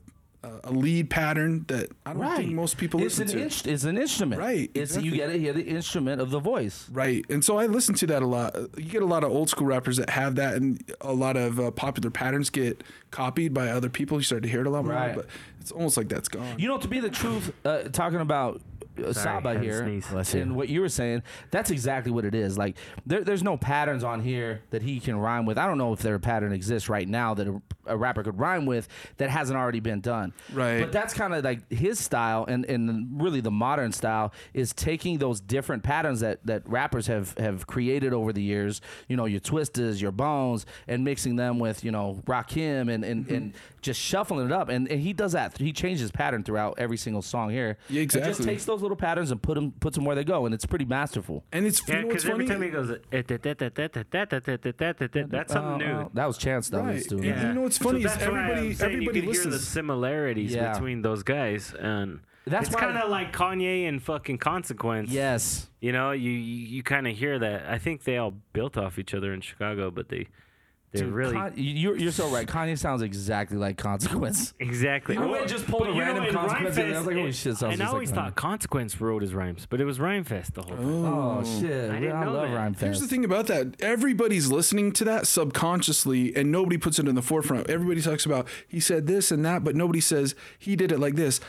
Speaker 6: a lead pattern that I don't
Speaker 4: Right.
Speaker 6: think most people
Speaker 4: it's
Speaker 6: listen
Speaker 4: an
Speaker 6: to.
Speaker 4: inst- it's an instrument.
Speaker 6: Right,
Speaker 4: It's you
Speaker 6: exactly.
Speaker 4: got to hear the instrument of the voice.
Speaker 6: Right. And so I listen to that a lot. You get a lot of old school rappers that have that, and a lot of uh, popular patterns get copied by other people. You start to hear it a lot more,
Speaker 4: Right.
Speaker 6: but it's almost like that's gone.
Speaker 4: You know, to be the truth, uh, talking about uh, Saba
Speaker 5: had to
Speaker 4: here
Speaker 5: sneeze. Bless
Speaker 4: and what you were saying, that's exactly what it is. Like, there, there's no patterns on here that he can rhyme with. I don't know if there a pattern exists right now that a, a rapper could rhyme with that hasn't already been done.
Speaker 6: Right.
Speaker 4: But that's kind of like his style, and, and really the modern style is taking those different patterns that, that rappers have, have created over the years, you know, your twisters, your bones, and mixing them with, you know, Rakim and, and, and just shuffling it up. And, and he does that. He changes pattern throughout every single song here.
Speaker 6: Yeah,
Speaker 4: It just
Speaker 6: exactly.
Speaker 4: takes those little patterns and put them puts them where they go, and it's pretty masterful.
Speaker 6: and it's you
Speaker 5: Yeah,
Speaker 6: know what's
Speaker 5: because every
Speaker 6: funny?
Speaker 5: time he goes, "Eh, da, da, da, da, da, da, da, da, da, da, da, da," that's something
Speaker 4: Uh,
Speaker 5: new.
Speaker 4: uh, that was Chance though.
Speaker 6: Right.
Speaker 4: Was doing
Speaker 6: Yeah.
Speaker 4: that.
Speaker 6: You know what's funny is
Speaker 5: that's why I'm
Speaker 6: everybody-
Speaker 5: saying
Speaker 6: everybody
Speaker 5: you can hear the
Speaker 6: listens.
Speaker 5: similarities
Speaker 4: Yeah.
Speaker 5: between those guys, and
Speaker 4: That's
Speaker 5: it's
Speaker 4: why-
Speaker 5: kind of like Kanye and fucking Consequence.
Speaker 4: Yes.
Speaker 5: you know, you you, you kind of hear that. I think they all built off each other in Chicago, but they They really
Speaker 4: Con- you're, you're so right. Kanye sounds exactly like Consequence.
Speaker 5: exactly.
Speaker 4: I went just pulled
Speaker 5: But
Speaker 4: a
Speaker 5: you know,
Speaker 4: random
Speaker 5: in
Speaker 4: Consequence. and I
Speaker 5: Rhymefest,
Speaker 4: was like, holy
Speaker 5: it-
Speaker 4: shit, sounds
Speaker 5: And I
Speaker 4: just
Speaker 5: always
Speaker 4: like Kanye.
Speaker 5: thought Consequence wrote his rhymes, but it was Rhymefest the whole time.
Speaker 4: Oh shit!
Speaker 5: I
Speaker 4: I,
Speaker 5: didn't
Speaker 4: I
Speaker 5: know
Speaker 4: love
Speaker 5: that.
Speaker 4: Rhyme
Speaker 6: Here's the
Speaker 4: Fest.
Speaker 6: thing about that. Everybody's listening to that subconsciously and nobody puts it in the forefront. Everybody talks about he said this and that, but nobody says he did it like this.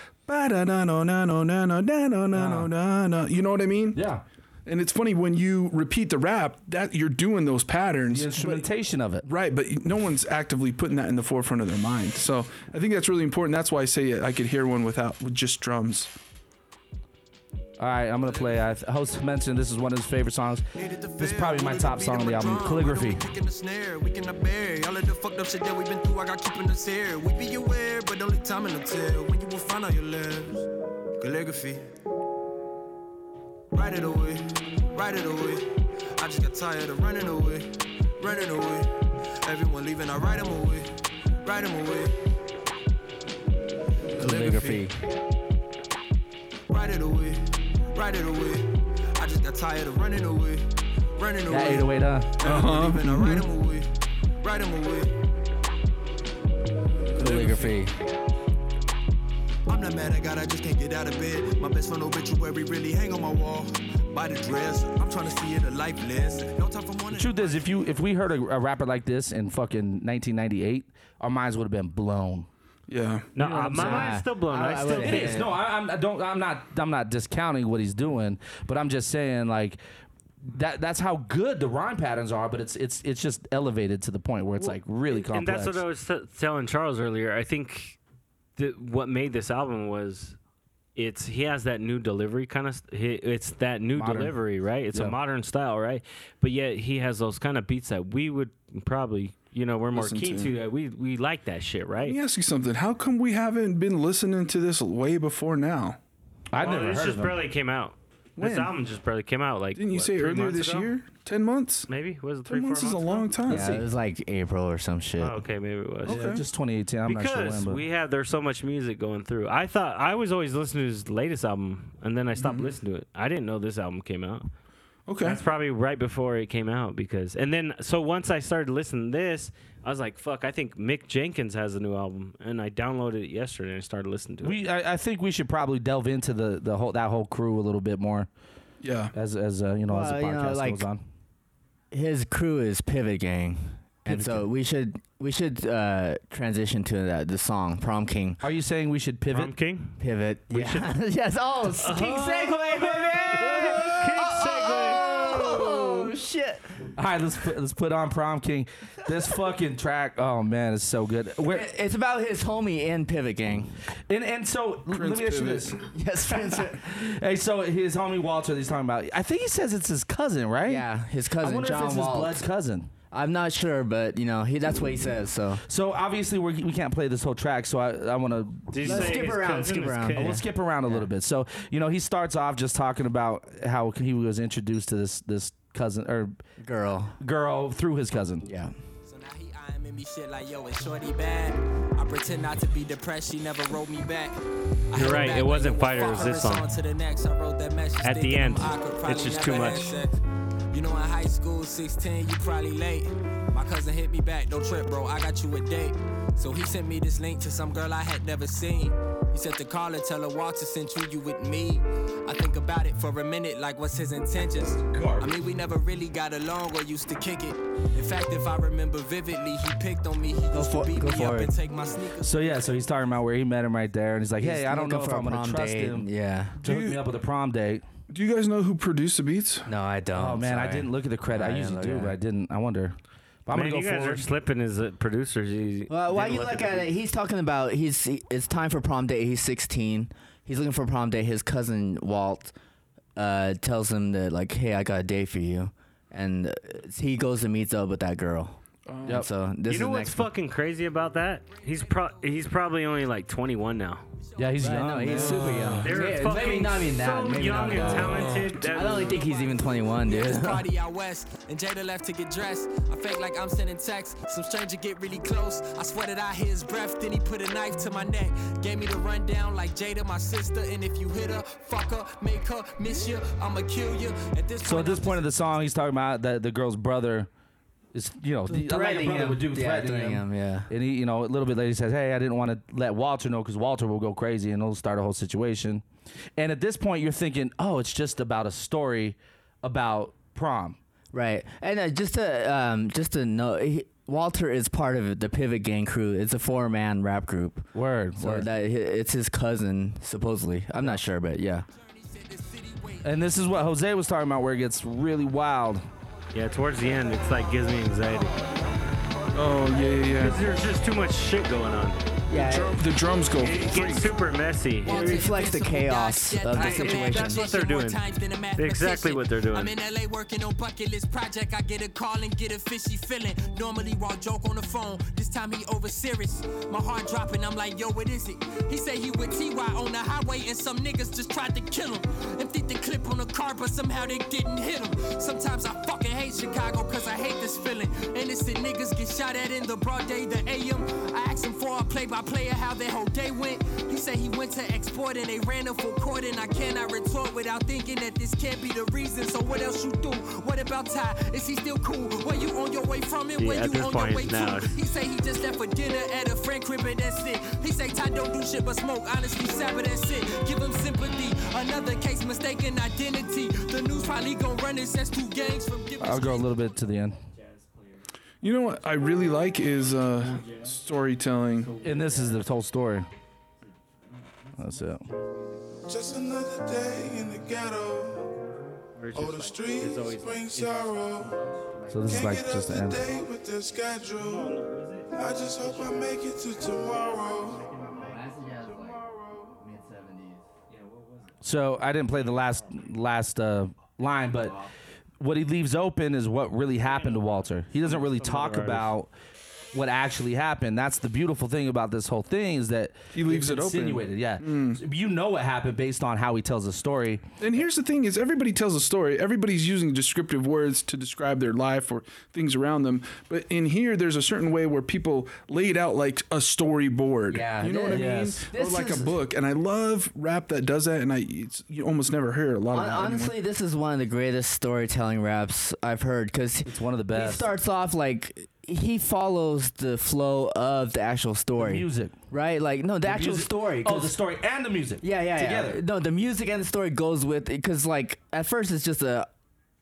Speaker 6: Ba-da-na-no-na-no-na-no-na-no-na-no-na-no. You know what I mean?
Speaker 4: Yeah,
Speaker 6: And it's funny when you repeat the rap that you're doing those patterns.
Speaker 4: the instrumentation of it.
Speaker 6: Right, but no one's actively putting that in the forefront of their mind. So I think that's really important. That's why I say I could hear one without with just drums.
Speaker 4: All right, I'm gonna play. I host mentioned this is one of his favorite songs. This is probably my top song on the album,
Speaker 2: Uh,
Speaker 4: Calligraphy.
Speaker 2: Kicking the snare, we cannot bear all of the fucked up shit that we've been through. I got keeping us here. We be aware, but only time will tell when you will find out your lips. Calligraphy, write it away, write it away. I just got tired of running away, running away. Everyone leaving, I write 'em away, write 'em away.
Speaker 8: Calligraphy.
Speaker 2: Write it away, write it away. I just got tired of running away, running
Speaker 4: That
Speaker 2: away.
Speaker 4: 808, huh?
Speaker 2: Uh-huh. I write 'em away, write 'em away.
Speaker 8: Calligraphy.
Speaker 2: I'm not mad at God, I just can't get out of bed. My best friend obituary really hang on my wall. By the dress, I'm trying to see it a life lesson. No time for one.
Speaker 4: Truth is, if you if we heard a, a rapper like this in fucking 1998, our minds would have been blown.
Speaker 6: Yeah.
Speaker 5: No,
Speaker 4: what
Speaker 5: uh,
Speaker 4: I'm
Speaker 5: my
Speaker 4: saying?
Speaker 5: mind's still blown.
Speaker 8: I-
Speaker 5: I,
Speaker 8: I
Speaker 5: still
Speaker 8: would-
Speaker 4: It is. No, I, I'm, I don't. I'm not. I'm not discounting what he's doing, but I'm just saying like that. That's how good the rhyme patterns are. But it's it's it's just elevated to the point where it's like really
Speaker 5: and
Speaker 4: complex.
Speaker 5: that's what I was t- telling Charles earlier. I think that what made this album was it's he has that new delivery kind of it's that new
Speaker 4: Modern.
Speaker 5: delivery, right? It's
Speaker 4: Yeah.
Speaker 5: a modern style, right? But yet he has those kind of beats that we would probably, you know, we're more
Speaker 6: Listen
Speaker 5: keen
Speaker 6: to.
Speaker 5: to. that we we like that shit, right?
Speaker 6: Let me ask you something. How come we haven't been listening to this way before now?
Speaker 4: I
Speaker 5: Well,
Speaker 4: never
Speaker 5: this
Speaker 4: heard
Speaker 5: just
Speaker 4: of him.
Speaker 5: barely came out. This
Speaker 6: When?
Speaker 5: album just barely came out. Like
Speaker 6: Didn't you
Speaker 5: what,
Speaker 6: say
Speaker 5: three
Speaker 6: earlier
Speaker 5: months
Speaker 6: this
Speaker 5: ago?
Speaker 6: year? Ten months?
Speaker 5: Maybe was it three,
Speaker 6: Ten
Speaker 5: four months?
Speaker 6: months is a
Speaker 5: ago?
Speaker 6: long time.
Speaker 8: Yeah, it was like April or some shit.
Speaker 5: Oh, okay, maybe it was.
Speaker 4: Yeah, just 2018. I'm not sure
Speaker 5: because
Speaker 4: when, but
Speaker 5: we have there's so much music going through. I thought I was always listening to his latest album, and then I stopped listening to it. I didn't know this album came out.
Speaker 6: Okay.
Speaker 5: That's probably right before it came out because, and then so once I started listening to this, I was like, "Fuck!" I think Mick Jenkins has a new album, and I downloaded it yesterday and I started listening to it.
Speaker 4: we I, I think we should probably delve into the the whole that whole crew a little bit more
Speaker 6: Yeah.
Speaker 4: as as uh, you know as the
Speaker 8: Well, you know,
Speaker 4: podcast
Speaker 8: like-
Speaker 4: goes on.
Speaker 8: His crew is Pivot Gang. and so we should we should uh, transition to that the song Prom King
Speaker 4: Are you saying we should pivot?
Speaker 5: Prom King.
Speaker 8: Pivot. yeah. yes. Oh, s- King Segway, baby. Oh, shit.
Speaker 4: All right, let's put, let's put on Prom King. This fucking track, oh man, it's so good. Where,
Speaker 8: It- It's about his homie in Pivot Gang.
Speaker 4: and and so l- let me ask you
Speaker 6: Pivot.
Speaker 4: this.
Speaker 8: Yes, Prince.
Speaker 4: Hey, so his homie Walter, that he's talking about. I think he says it's his cousin, right?
Speaker 8: yeah, his
Speaker 4: I
Speaker 8: cousin
Speaker 4: wonder if
Speaker 8: John
Speaker 4: it's his
Speaker 8: Wall.
Speaker 4: blood cousin.
Speaker 8: I'm not sure, but you know he, that's what he says. So
Speaker 4: So obviously we're, we can't play this whole track. So I I want to
Speaker 5: Did you
Speaker 8: Let's
Speaker 5: say
Speaker 8: skip
Speaker 5: his
Speaker 8: around,
Speaker 5: cousin
Speaker 8: skip
Speaker 5: is
Speaker 8: around.
Speaker 5: Kid?
Speaker 8: Yeah.
Speaker 4: We'll skip around a little bit. So, you know, he starts off just talking about how he was introduced to this this cousin or
Speaker 8: girl.
Speaker 4: girl through his cousin.
Speaker 8: Yeah.
Speaker 9: So now he eyeing me shit like, yo, it's shorty bad. I pretend not to be depressed, she never wrote me back. I hit her
Speaker 5: right,
Speaker 9: back
Speaker 5: it
Speaker 9: like
Speaker 5: wasn't Fighter, it
Speaker 9: fuck
Speaker 5: was
Speaker 9: her
Speaker 5: this
Speaker 9: and so
Speaker 5: song.
Speaker 9: on To the next, I wrote that message
Speaker 5: At the
Speaker 9: thinking
Speaker 5: end,
Speaker 9: I could
Speaker 5: it's
Speaker 9: probably
Speaker 5: just too
Speaker 9: never have
Speaker 5: much.
Speaker 9: sex. You know, in high school, 16, you probably late. My cousin hit me back, don't trip, bro, I got you a date. So he sent me this link to some girl I had never seen. He said to call her, tell her Walter sent you, you with me. I think about it for a minute, like what's his intentions? I mean, we never really got along or used to kick it. In fact, if I remember vividly, he picked on me. He used
Speaker 8: for-
Speaker 9: to beat
Speaker 8: go
Speaker 9: me up
Speaker 8: for it.
Speaker 9: and take my sneakers.
Speaker 4: So yeah, so he's talking about where he met him right there, and he's like, "Hey, I don't know
Speaker 8: Go
Speaker 4: if
Speaker 8: for a
Speaker 4: I'm gonna
Speaker 8: prom
Speaker 4: trust
Speaker 8: date.
Speaker 4: him
Speaker 8: Yeah.
Speaker 4: to hook me up with a prom date."
Speaker 6: Do you guys know who produced the beats?
Speaker 8: No, I don't.
Speaker 4: Oh man, I
Speaker 8: sorry.
Speaker 4: didn't look at the credit. I,
Speaker 8: I didn't
Speaker 4: usually
Speaker 8: look
Speaker 4: do,
Speaker 8: at
Speaker 4: but
Speaker 8: it.
Speaker 4: I didn't. I wonder. But I'm
Speaker 5: Man,
Speaker 4: gonna
Speaker 5: you
Speaker 4: go
Speaker 5: guys are
Speaker 4: forward.
Speaker 5: slipping as uh, producers. You
Speaker 8: Well, why
Speaker 5: didn't
Speaker 8: you
Speaker 5: look
Speaker 8: look at it? He's talking about he's he, it's time for prom date. He's 16. He's looking for prom date. His cousin Walt uh, tells him that like, hey, I got a date for you, and uh, he goes and meets up with that girl.
Speaker 4: Yep.
Speaker 8: So
Speaker 5: Um,
Speaker 8: this
Speaker 5: You know
Speaker 8: is
Speaker 5: what's
Speaker 8: next.
Speaker 5: fucking crazy about that? He's pro- he's probably only like 21 now.
Speaker 4: yeah, he's young.
Speaker 8: no, he's
Speaker 4: man.
Speaker 8: super young.
Speaker 5: They're
Speaker 8: Yeah,
Speaker 5: fucking
Speaker 8: maybe not even that.
Speaker 5: so
Speaker 8: maybe
Speaker 5: young
Speaker 8: not
Speaker 5: and
Speaker 8: that.
Speaker 5: talented.
Speaker 8: I
Speaker 5: that-
Speaker 8: don't even think he's even 21,
Speaker 9: This
Speaker 8: dude.
Speaker 9: party out west, and Jada left to get dressed. I fake like I'm sending texts. Some stranger get really close. I swear that I hear his breath. Then he put a knife to my neck. Gave me the rundown like Jada, my sister. And if you hit her, fuck her, make her miss you. I'ma kill you. At this
Speaker 4: So at this point of the song, he's talking about that the girl's brother is you know the, like a
Speaker 8: Threatening
Speaker 4: brother
Speaker 8: him.
Speaker 4: would do
Speaker 8: Yeah,
Speaker 4: threatening
Speaker 8: threatening
Speaker 4: him.
Speaker 8: him, yeah.
Speaker 4: and he you know a little bit later he says hey I didn't want to let Walter know because Walter will go crazy and it'll start a whole situation and at this point you're thinking oh it's just about a story about prom
Speaker 8: Right, and uh, just to um, just to know, he, Walter is part of the Pivot Gang crew. It's a four man rap group.
Speaker 4: word
Speaker 8: So
Speaker 4: word
Speaker 8: that it's his cousin supposedly. I'm not sure, but yeah.
Speaker 4: and this is what Jose was talking about where it gets really wild
Speaker 5: Yeah, towards the end, it's like gives me anxiety.
Speaker 6: Oh yeah, yeah, yeah.
Speaker 5: There's just too much shit going on.
Speaker 8: Yeah,
Speaker 6: Drum- the drums go.
Speaker 5: It gets super messy.
Speaker 8: it reflects the chaos of the situation.
Speaker 5: That's what they're doing. Exactly what they're doing.
Speaker 9: I'm in LA working on bucket list project. I get a call and get a fishy feeling. Normally raw joke on the phone. This time he over serious. My heart dropping. I'm like, yo, what is it? He said he with TY on the highway and some niggas just tried to kill him. Emptied the clip on the car, but somehow they didn't hit him. Sometimes I fucking hate Chicago cause I hate this feeling. Innocent niggas get shot at in the broad day, the AM. I asked him for a play by play of how their whole day went. He said he went to export and they ran him for court. And I cannot retort without thinking that this can't be the reason. So what else you do? What about Ty? Is he still cool? Were you on your way from it?
Speaker 5: Yeah,
Speaker 9: Were
Speaker 5: at
Speaker 9: you
Speaker 5: this
Speaker 9: on
Speaker 5: point,
Speaker 9: your way
Speaker 5: it's now.
Speaker 9: to? He say he just left for dinner at a friend crib and that's it. He say Ty don't do shit but smoke. Honestly, Sabbath, that's it. Give him sympathy. Another case, mistaken identity. The news probably gonna run it. That's two gangs from giving
Speaker 4: I'll go a little bit to the end
Speaker 6: You know what I really like is uh, storytelling.
Speaker 4: and this is the whole story that's it
Speaker 10: Just another day in the ghetto. Oh, the streets bring sorrow.
Speaker 4: so this is
Speaker 10: Can't
Speaker 4: like
Speaker 10: get up
Speaker 4: just the
Speaker 10: to
Speaker 4: end
Speaker 10: date with the schedule. I just hope I make it to tomorrow.
Speaker 4: So I didn't play the last last uh, line, but what he leaves open is what really happened to Walter. He doesn't really talk about what actually happened. That's the beautiful thing about this whole thing is that
Speaker 6: He leaves
Speaker 4: it's
Speaker 6: it open. Mm.
Speaker 4: insinuated, Yeah, you know what happened based on how he tells the story.
Speaker 6: And here's the thing: is everybody tells a story. Everybody's using descriptive words to describe their life or things around them. But in here, there's a certain way where people lay it out like a storyboard.
Speaker 8: Yeah.
Speaker 6: you know what I
Speaker 4: Yes.
Speaker 6: mean, or
Speaker 8: This
Speaker 6: like
Speaker 8: is-
Speaker 6: a book. And I love rap that does that. And I it's, you almost never hear a lot of
Speaker 8: Hon-
Speaker 6: that anymore.
Speaker 8: Honestly, this is one of the greatest storytelling raps I've heard because
Speaker 4: It's one of the
Speaker 8: he
Speaker 4: best.
Speaker 8: starts off like he follows the flow of the actual story,
Speaker 4: music.
Speaker 8: right? Like no, the, actual
Speaker 4: Music-
Speaker 8: story.
Speaker 4: Oh,
Speaker 8: 'cause-
Speaker 4: the story and the music.
Speaker 8: yeah, yeah, yeah.
Speaker 4: together.
Speaker 8: No, the music and the story goes with because like at first it's just a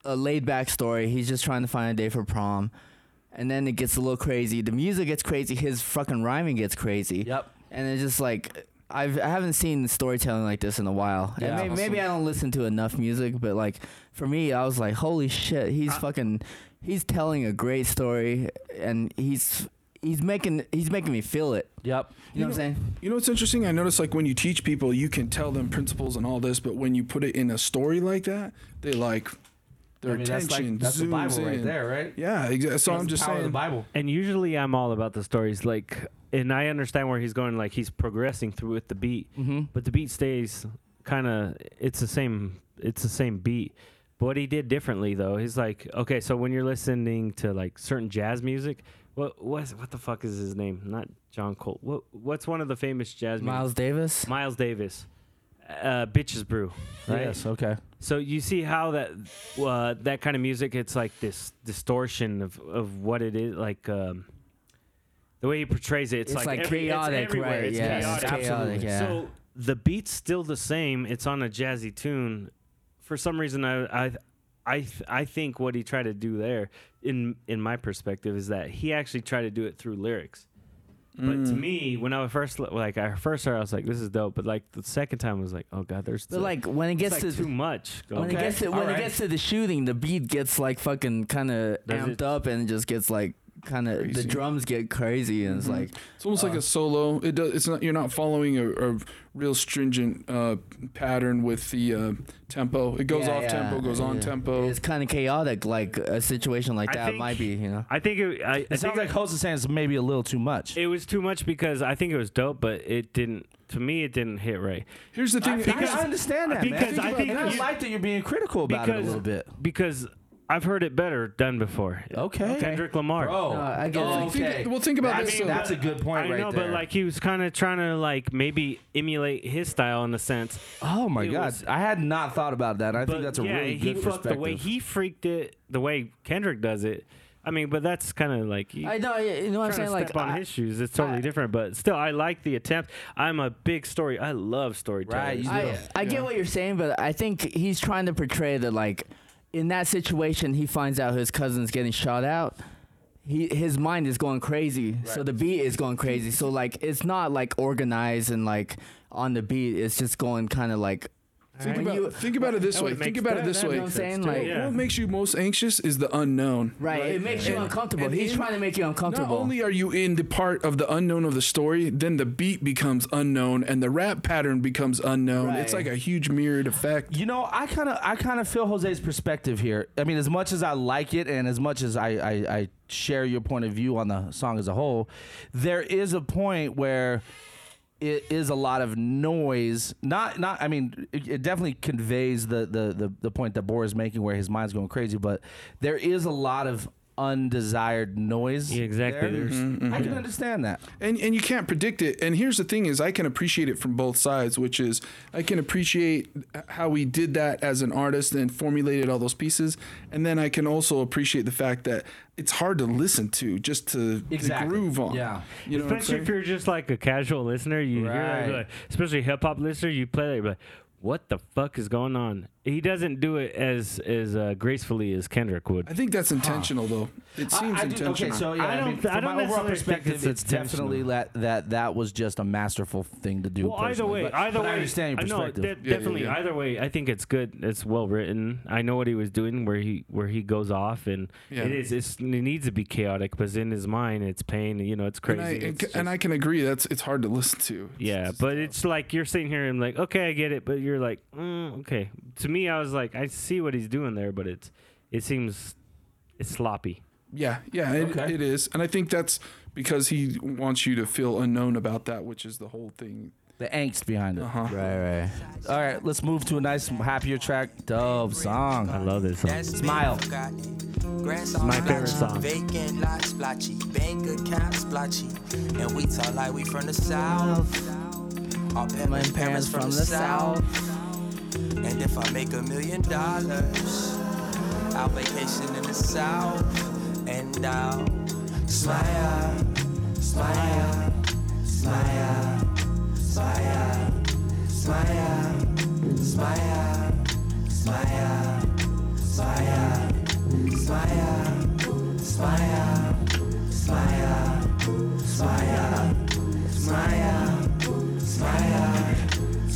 Speaker 8: a laid back story. He's just trying to find a day for prom, and then it gets a little crazy. The music gets crazy. His fucking rhyming gets crazy.
Speaker 4: Yep.
Speaker 8: And it's just like. I've, I haven't seen storytelling like this in a while.
Speaker 4: Yeah.
Speaker 8: and may- maybe I don't listen to enough music, but like for me, I was like, holy shit, he's
Speaker 4: Uh,
Speaker 8: fucking, he's telling a great story, and he's he's making he's making me feel it.
Speaker 4: Yep.
Speaker 8: You, know, what I'm saying?
Speaker 6: You know what's interesting? I notice like when you teach people, you can tell them principles and all this, but when you put it in a story like that, they like their
Speaker 4: I mean, that's
Speaker 6: attention
Speaker 4: like that's
Speaker 6: zooms
Speaker 4: the Bible
Speaker 6: in.
Speaker 4: right there, right?
Speaker 6: Yeah, exactly. So I'm
Speaker 4: That's
Speaker 6: just
Speaker 4: the power of
Speaker 6: saying.
Speaker 4: the Bible.
Speaker 5: and usually I'm all about the stories, like, and I understand where he's going, like he's progressing through with the beat,
Speaker 4: Mm-hmm.
Speaker 5: but the beat stays kind of. It's the same. It's the same beat. But what he did differently though, he's like, okay, so when you're listening to like certain jazz music, what what what the fuck is his name? Not John Cole. What what's one of the famous jazz music-
Speaker 8: Miles Davis.
Speaker 5: Miles Davis, uh, Bitches Brew, right?
Speaker 4: Yes. Okay.
Speaker 5: So you see how that uh, that kind of music, it's like this distortion of, of what it is, like um, the way he portrays it. It's,
Speaker 8: It's like
Speaker 5: every-
Speaker 8: chaotic,
Speaker 5: it's everywhere.
Speaker 8: right,
Speaker 5: It's
Speaker 8: yeah, it's
Speaker 5: chaotic.
Speaker 8: chaotic, Absolutely. yeah.
Speaker 5: So the beat's still the same. It's on a jazzy tune. For some reason, I I I, th- I think what he tried to do there, in in my perspective, is that he actually tried to do it through lyrics. But to me, when I was first li- like I first heard, I was like, "This is dope." But like the second time, I was like, "Oh god, there's
Speaker 8: But
Speaker 5: the-
Speaker 8: like when it
Speaker 5: it's
Speaker 8: gets
Speaker 5: like
Speaker 8: to
Speaker 5: too much."
Speaker 8: when it
Speaker 5: Okay.
Speaker 8: gets to when it gets to the shooting, the beat gets like fucking kind of
Speaker 5: Does
Speaker 8: amped
Speaker 5: it-
Speaker 8: up and just gets like kind of the
Speaker 6: Crazy.
Speaker 8: drums get crazy and it's like
Speaker 5: Mm-hmm.
Speaker 6: It's almost like a solo. It does. It's not. You're not following a, a real stringent uh, pattern with the uh, tempo. It goes
Speaker 8: yeah,
Speaker 6: off
Speaker 8: yeah,
Speaker 6: tempo, goes on
Speaker 8: yeah.
Speaker 6: tempo.
Speaker 8: It's kind of chaotic, like a situation like
Speaker 5: I
Speaker 8: that
Speaker 5: think-
Speaker 8: might be, you know.
Speaker 5: I think it, I, I
Speaker 4: It
Speaker 5: think
Speaker 4: sounds like Jose saying it's maybe a little too much.
Speaker 5: it was too much because I think it was dope, but it didn't. To me, it didn't hit right.
Speaker 6: Here's the thing.
Speaker 5: think
Speaker 4: I, I understand that
Speaker 5: Because
Speaker 4: man.
Speaker 5: I think
Speaker 4: and I
Speaker 5: you-
Speaker 4: like that you're being critical about it a
Speaker 5: Because-
Speaker 4: little bit.
Speaker 5: Because I've heard it better done before.
Speaker 4: Okay.
Speaker 5: Kendrick Lamar.
Speaker 4: Bro,
Speaker 8: I get it.
Speaker 6: Think- well, think about
Speaker 4: Oh, I
Speaker 6: this,
Speaker 4: mean,
Speaker 6: so-
Speaker 4: that's a good point
Speaker 5: I
Speaker 4: right
Speaker 5: know,
Speaker 4: there.
Speaker 5: but like he was kind of trying to like maybe emulate his style in a sense.
Speaker 4: oh my
Speaker 5: it
Speaker 4: god,
Speaker 5: was-
Speaker 4: I had not thought about that. I
Speaker 5: But
Speaker 4: think that's a
Speaker 5: yeah,
Speaker 4: really
Speaker 5: he
Speaker 4: good
Speaker 5: fucked
Speaker 4: perspective.
Speaker 5: the way he freaked it, the way Kendrick does it. I mean, but that's kind of like you
Speaker 8: I know, yeah, you know what I'm
Speaker 5: trying
Speaker 8: saying?
Speaker 5: to
Speaker 8: Like,
Speaker 5: step on
Speaker 8: I-
Speaker 5: his shoes. It's totally different, but still, I like the attempt. I'm a big story. I love storytelling.
Speaker 4: Right, you do.
Speaker 8: I, I get what you're saying, but I think he's trying to portray that like in that situation he finds out his cousin's getting shot out. He his mind is going crazy. So the beat is going crazy. So like it's not like organized and like on the beat. It's just going kind of like
Speaker 6: Think
Speaker 8: When
Speaker 6: about,
Speaker 8: you-
Speaker 6: think about it this
Speaker 5: That
Speaker 6: way.
Speaker 5: would
Speaker 6: Think
Speaker 5: make-
Speaker 6: about it
Speaker 5: that-
Speaker 6: this
Speaker 5: that
Speaker 6: way.
Speaker 8: makes sense, too.
Speaker 6: Like,
Speaker 5: Yeah.
Speaker 6: what makes you most anxious is the unknown.
Speaker 8: right. It makes you
Speaker 6: And-
Speaker 8: uncomfortable.
Speaker 6: and
Speaker 8: He's
Speaker 6: in-
Speaker 8: trying to make you
Speaker 6: Not
Speaker 8: uncomfortable.
Speaker 6: only are you in the part of the unknown of the story, then the beat becomes unknown and the rap pattern becomes unknown. It's
Speaker 8: Right.
Speaker 6: like a huge mirrored effect.
Speaker 4: You know, I kind of I kind of feel Jose's perspective here. I mean, as much as I like it and as much as I, I I share your point of view on the song as a whole, there is a point where it is a lot of noise. Not not I mean, it, it definitely conveys the, the the the point that Boris is making where his mind's going crazy, but there is a lot of undesired noise.
Speaker 5: Yeah, exactly.
Speaker 4: there.
Speaker 5: There's-
Speaker 4: I can understand that.
Speaker 6: and and you can't predict it and here's the thing is i can appreciate it from both sides which is i can appreciate how he did that as an artist and formulated all those pieces and then i can also appreciate the fact that it's hard to listen to just to,
Speaker 4: Exactly.
Speaker 6: to groove on
Speaker 4: Yeah.
Speaker 6: you know what I'm
Speaker 5: especially if
Speaker 6: saying?
Speaker 5: you're just like a casual listener, you hear that, you're
Speaker 4: Right.
Speaker 5: like, especially hip hop listener, you play that, you're like, what the fuck is going on? He doesn't do it as as uh, gracefully as Kendrick would.
Speaker 6: i think that's intentional though it seems
Speaker 4: I do,
Speaker 6: intentional
Speaker 4: okay, so yeah,
Speaker 5: I
Speaker 4: I,
Speaker 5: don't
Speaker 4: mean,
Speaker 5: th- I
Speaker 4: from
Speaker 5: don't
Speaker 4: my overall
Speaker 5: necessarily think
Speaker 4: perspective, it's,
Speaker 5: it's intentional.
Speaker 4: definitely that that that was just a masterful thing to do.
Speaker 5: Well, either
Speaker 4: personally,
Speaker 5: way,
Speaker 4: but-
Speaker 5: either
Speaker 4: but
Speaker 5: way,
Speaker 4: I understand your
Speaker 5: uh, no,
Speaker 4: perspective.
Speaker 5: de- definitely.
Speaker 6: yeah.
Speaker 5: Either way, I think it's good. It's well written. I know what he was doing, where he where he goes off, and
Speaker 6: Yeah.
Speaker 5: it is it's, it needs to be chaotic, but in his mind, it's pain. You know, it's
Speaker 6: and
Speaker 5: crazy.
Speaker 6: I, and,
Speaker 5: it's
Speaker 6: ca- and
Speaker 5: just-
Speaker 6: I can agree that's it's hard to listen to It's
Speaker 5: yeah,
Speaker 6: just-
Speaker 5: but it's like you're sitting here and like, okay, I get it, but you're like, mm, okay. To me, I was like, I see what he's doing there, but it's it seems it's sloppy.
Speaker 6: Yeah, yeah, it,
Speaker 4: Okay.
Speaker 6: it is, and I think that's because he wants you to feel unknown about that, which is the whole thing.
Speaker 4: the angst behind it.
Speaker 6: Huh?
Speaker 8: right, right.
Speaker 4: All right, let's move to a nice, happier track. Dove song.
Speaker 5: I love this song.
Speaker 4: Smile.
Speaker 5: My favorite song.
Speaker 2: Vacant lot splotchy, bank account splotchy, and we talk like we from the south. Our
Speaker 8: My
Speaker 2: parents, parents from the south. And if I make a million dollars, I'll vacation in the south, and I'll smile, smile, smile, smile, smile, smile, smile, smile, smile, smile, smile, smile, smile, smile,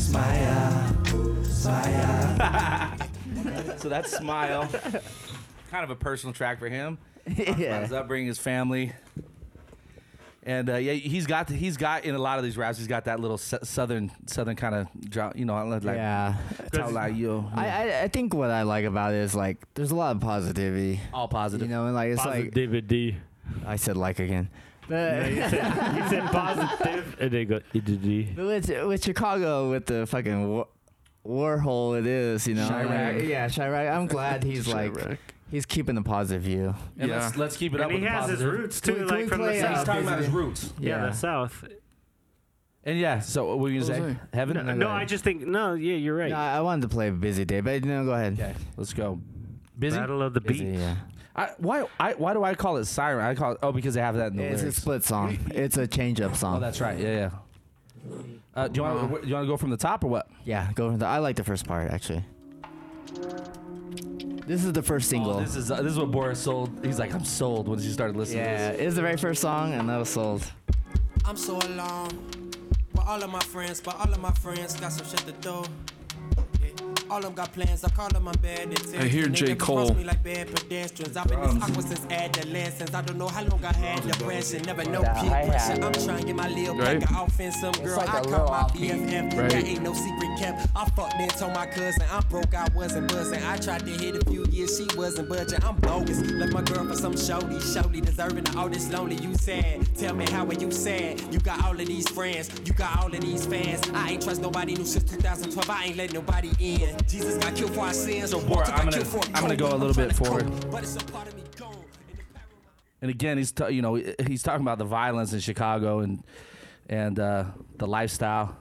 Speaker 2: smile, smile.
Speaker 4: So that's Smile. kind of a personal track for him. About his
Speaker 8: yeah.
Speaker 4: upbringing, his family. And uh, yeah, he's got he's got in a lot of these raps. He's got that little s- southern southern kind of drop. You know, I like
Speaker 8: yeah.
Speaker 4: tell like you.
Speaker 8: I, I I think what I like about it is like there's a lot of positivity.
Speaker 4: all positive.
Speaker 8: You know, and like it's like
Speaker 5: Positivity.
Speaker 8: I said like again.
Speaker 5: he said positive, and they go.
Speaker 4: "E
Speaker 5: "Ididi."
Speaker 8: But with, with Chicago, with the fucking war, Warhol, it is, you know.
Speaker 4: Chirac.
Speaker 8: Like, yeah, Chirac. I'm glad he's like, he's keeping the positive view.
Speaker 4: And
Speaker 6: Yeah.
Speaker 4: let's, let's keep it up.
Speaker 5: And he
Speaker 4: with the
Speaker 5: has his
Speaker 4: positive.
Speaker 5: roots
Speaker 8: Can
Speaker 5: too,
Speaker 8: we- can we
Speaker 5: like from the
Speaker 8: play, uh,
Speaker 5: south.
Speaker 4: He's talking about his roots.
Speaker 5: Yeah, the south.
Speaker 4: And yeah, so what were you gonna
Speaker 6: What was
Speaker 4: say? Heaven?
Speaker 5: No, no, I just think no. Yeah, you're right.
Speaker 8: No, I wanted to play Busy Day, but no, go ahead.
Speaker 4: Okay, let's go. Busy.
Speaker 5: Battle of the
Speaker 8: Busy,
Speaker 5: Beat.
Speaker 8: yeah.
Speaker 4: I, why? I, why do I call it siren? I call it oh because I have that in the
Speaker 8: It's a
Speaker 4: lyrics.
Speaker 8: split song. It's a change up song.
Speaker 4: Oh, that's right. Yeah, yeah. Uh, do you
Speaker 8: Uh-huh.
Speaker 4: want to? Do you want to go from the top or what?
Speaker 8: yeah, go from the. I like the first part actually. This is the first single.
Speaker 5: Oh,
Speaker 4: this is uh, this is what Boris sold. He's like, I'm sold when she started listening.
Speaker 8: yeah,
Speaker 4: to
Speaker 8: it's the very first song, and that was sold.
Speaker 2: I'm so alone. But all of my friends, but all of my friends got some shit to do. Yeah. All of them got plans. I call them my bad.
Speaker 6: I hear J. Cole.
Speaker 2: Me like bad pedestrians. I've been this awkward since Adolescence. I don't know how long I had depression. Never know peak pressure. I'm trying to get my little
Speaker 6: Right.
Speaker 2: back. I offend some girl.
Speaker 4: like
Speaker 2: I
Speaker 4: a
Speaker 2: call
Speaker 4: little
Speaker 2: my
Speaker 4: offbeat.
Speaker 2: BFF.
Speaker 6: Right.
Speaker 2: That ain't no secret kept. I fucked and told my cousin. I'm broke. I wasn't buzzing. I tried to hit a few years. She wasn't budging. I'm bogus. Left my girl for some shorty. Shorty deserving of all this lonely. You sad. Tell me how are you sad? You got all of these friends. You got all of these fans. I ain't trust nobody new since 2012. I ain't let nobody in. Jesus got killed for our sins. Or
Speaker 4: Boy,
Speaker 2: Walter got
Speaker 4: I'm gonna-
Speaker 2: killed for a
Speaker 4: I'm gonna
Speaker 2: cold.
Speaker 4: go a little
Speaker 2: trying
Speaker 4: bit
Speaker 2: to
Speaker 4: forward.
Speaker 2: cope, But it's a part of me gone. And the power-
Speaker 4: And again, he's t- you know he's talking about the violence in Chicago and and uh, the lifestyle,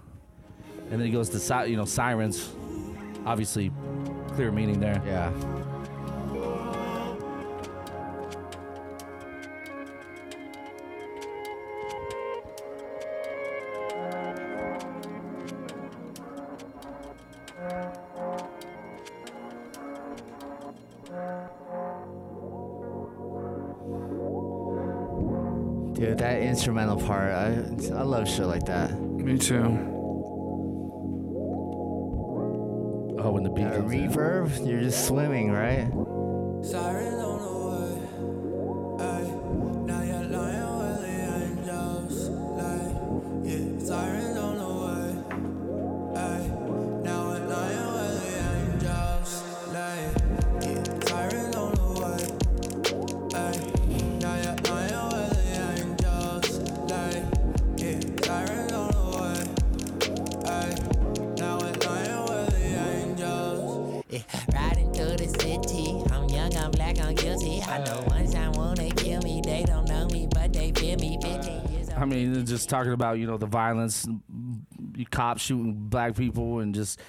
Speaker 4: and then he goes to si- you know sirens, obviously clear meaning there.
Speaker 8: Yeah. Dude, that instrumental part, I, I love shit like that.
Speaker 6: Me too.
Speaker 4: Oh, when the beat
Speaker 8: That
Speaker 4: comes in.
Speaker 8: reverb, you're just swimming, right?
Speaker 2: Siren on the way. Ay, now you're lying with the angels. Like, yeah, siren on the way. Ay, now we're lying with the angels. Like, yeah, siren on the way. Ay, now you're lying with the angels. Like, yeah, siren on the way. Ay, now we're lying with the angels.
Speaker 9: Yeah, Riding through the city, I'm young, I'm black, I'm guilty. I know one time wanna kill me, they don't know me, but they feel me. 15 years old.
Speaker 4: I mean, it's just talking about you know the violence, m- m- cops shooting black people, and just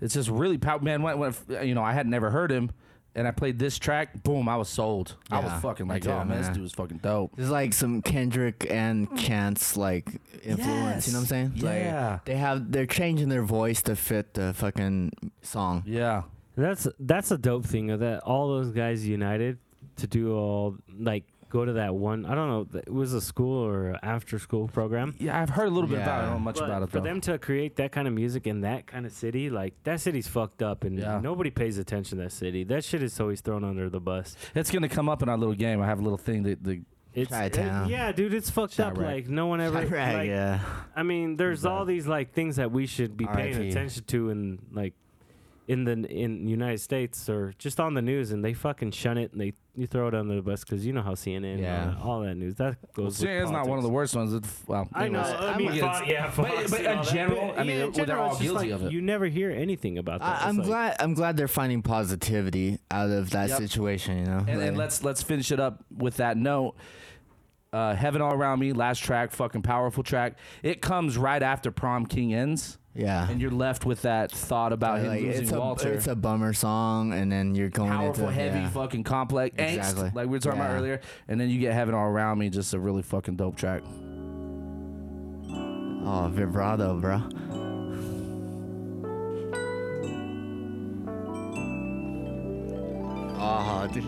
Speaker 4: it's just really pow- man. When, when you know I had never heard him, and I played this track, boom, I was sold. I was
Speaker 8: Yeah,
Speaker 4: fucking
Speaker 8: me
Speaker 4: like,
Speaker 8: too,
Speaker 4: oh man, this
Speaker 8: man.
Speaker 4: dude was fucking dope.
Speaker 8: There's like some Kendrick and Chance like influence. You know what I'm saying?
Speaker 4: Yeah.
Speaker 8: Like they have they're changing their voice to fit the fucking song.
Speaker 4: Yeah,
Speaker 5: That's that's a dope thing of that all those guys united to do all like go to that one. I don't know. th- It was a school or after school program.
Speaker 4: yeah, I've heard a little bit about it. I don't know
Speaker 8: Yeah.
Speaker 4: much
Speaker 5: But
Speaker 4: about it
Speaker 5: for
Speaker 4: though.
Speaker 5: them to create that kind of music in that kind of city, like that city's fucked up and
Speaker 4: Yeah.
Speaker 5: nobody pays attention to that city. That shit is always thrown under the bus.
Speaker 4: it's gonna come up in our little game. I have a little thing that the
Speaker 5: It's
Speaker 8: Chi
Speaker 5: it-
Speaker 8: Town.
Speaker 5: yeah, dude, it's fucked up.
Speaker 4: Chirac.
Speaker 5: Like no one ever.
Speaker 8: Chirac,
Speaker 5: like,
Speaker 8: yeah.
Speaker 5: I mean, there's all these like things that we should be paying
Speaker 8: R.I.P..
Speaker 5: attention to and like in the in United States or just on the news, and they fucking shun it and they you throw it under the bus because you know how CNN,
Speaker 8: Yeah.
Speaker 5: yeah, uh, all that news that goes. with
Speaker 4: It's not one of the
Speaker 5: politics.
Speaker 4: worst ones. It's, well,
Speaker 5: I know.
Speaker 4: anyways.
Speaker 5: I mean,
Speaker 4: Yeah,
Speaker 5: Fox,
Speaker 4: it's-
Speaker 5: yeah,
Speaker 4: but-
Speaker 5: Fox
Speaker 4: but
Speaker 5: and
Speaker 4: in
Speaker 5: all that.
Speaker 4: general, I
Speaker 5: yeah,
Speaker 4: mean,
Speaker 5: in
Speaker 4: well, they're
Speaker 5: general,
Speaker 4: all
Speaker 5: it's just
Speaker 4: guilty
Speaker 5: like,
Speaker 4: of it.
Speaker 5: You never hear anything about that.
Speaker 8: I, I'm
Speaker 5: It's like-
Speaker 8: glad I'm glad they're finding positivity out of that
Speaker 4: Yep.
Speaker 8: situation, you know.
Speaker 4: And,
Speaker 8: Like,
Speaker 4: and let's let's finish it up with that note. Uh, Heaven all around me, last track, fucking powerful track. It comes right after Prom King ends,
Speaker 8: yeah.
Speaker 4: and you're left with that thought about him
Speaker 8: Like,
Speaker 4: losing
Speaker 8: it's a
Speaker 4: Walter.
Speaker 8: it's a bummer song and then you're going
Speaker 4: powerful,
Speaker 8: into
Speaker 4: heavy,
Speaker 8: yeah.
Speaker 4: fucking complex, angst,
Speaker 8: Exactly.
Speaker 4: like we were talking about
Speaker 8: Yeah.
Speaker 4: earlier. And then you get Heaven all around me, just a really fucking dope track.
Speaker 8: Oh, vibrato, bro. Oh, dude.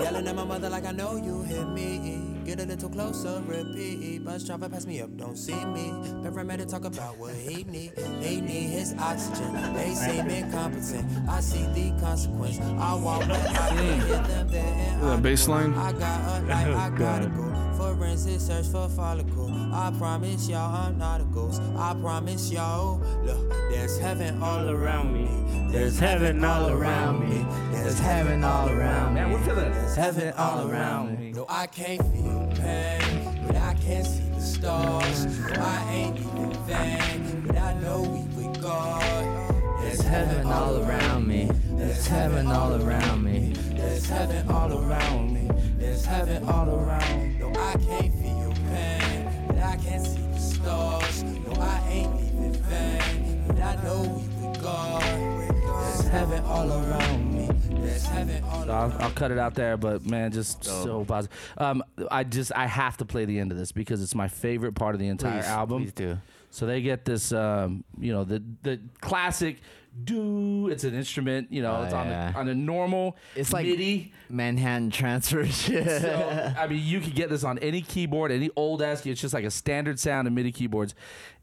Speaker 2: Yelling at my mother like I know you hear me. Get a little closer, repeat. Bus driver pass me up, don't see me. Paramedic talk about what he need. He need his oxygen. They seem incompetent. I see the consequence. I walk when I can hear them there. and
Speaker 6: That
Speaker 2: I
Speaker 6: bass line.
Speaker 2: I got a life, I gotta go. Forensic search for follicle. I promise y'all I'm not a ghost. I promise y'all, look, there's heaven all around me. There's heaven all around me. There's heaven all around me.
Speaker 4: Man, we're feeling
Speaker 2: There's heaven all around me. No, I can't feel pain, but I can see the stars. No, I ain't even vain, but I know we with God. There's heaven all around me. There's heaven all around me. There's heaven all around me. There's heaven all around me. No, I can't feel pain, but I can see the stars. No, I ain't even vain, but I know we with God. There's heaven all around me. There's heaven all around
Speaker 4: So I'll, I'll cut it out there, but man, just
Speaker 8: Oh.
Speaker 4: so positive. Um, I just I have to play the end of this because it's my favorite part of the entire album.
Speaker 8: please do.
Speaker 4: So they get this, um, you know, the the classic do. It's an instrument, you know,
Speaker 8: Oh,
Speaker 4: it's on
Speaker 8: yeah.
Speaker 4: the, on a normal.
Speaker 8: It's like
Speaker 4: MIDI.
Speaker 8: Manhattan transfer shit.
Speaker 4: So, I mean, you could get this on any keyboard, any old ass. It's just like a standard sound of MIDI keyboards,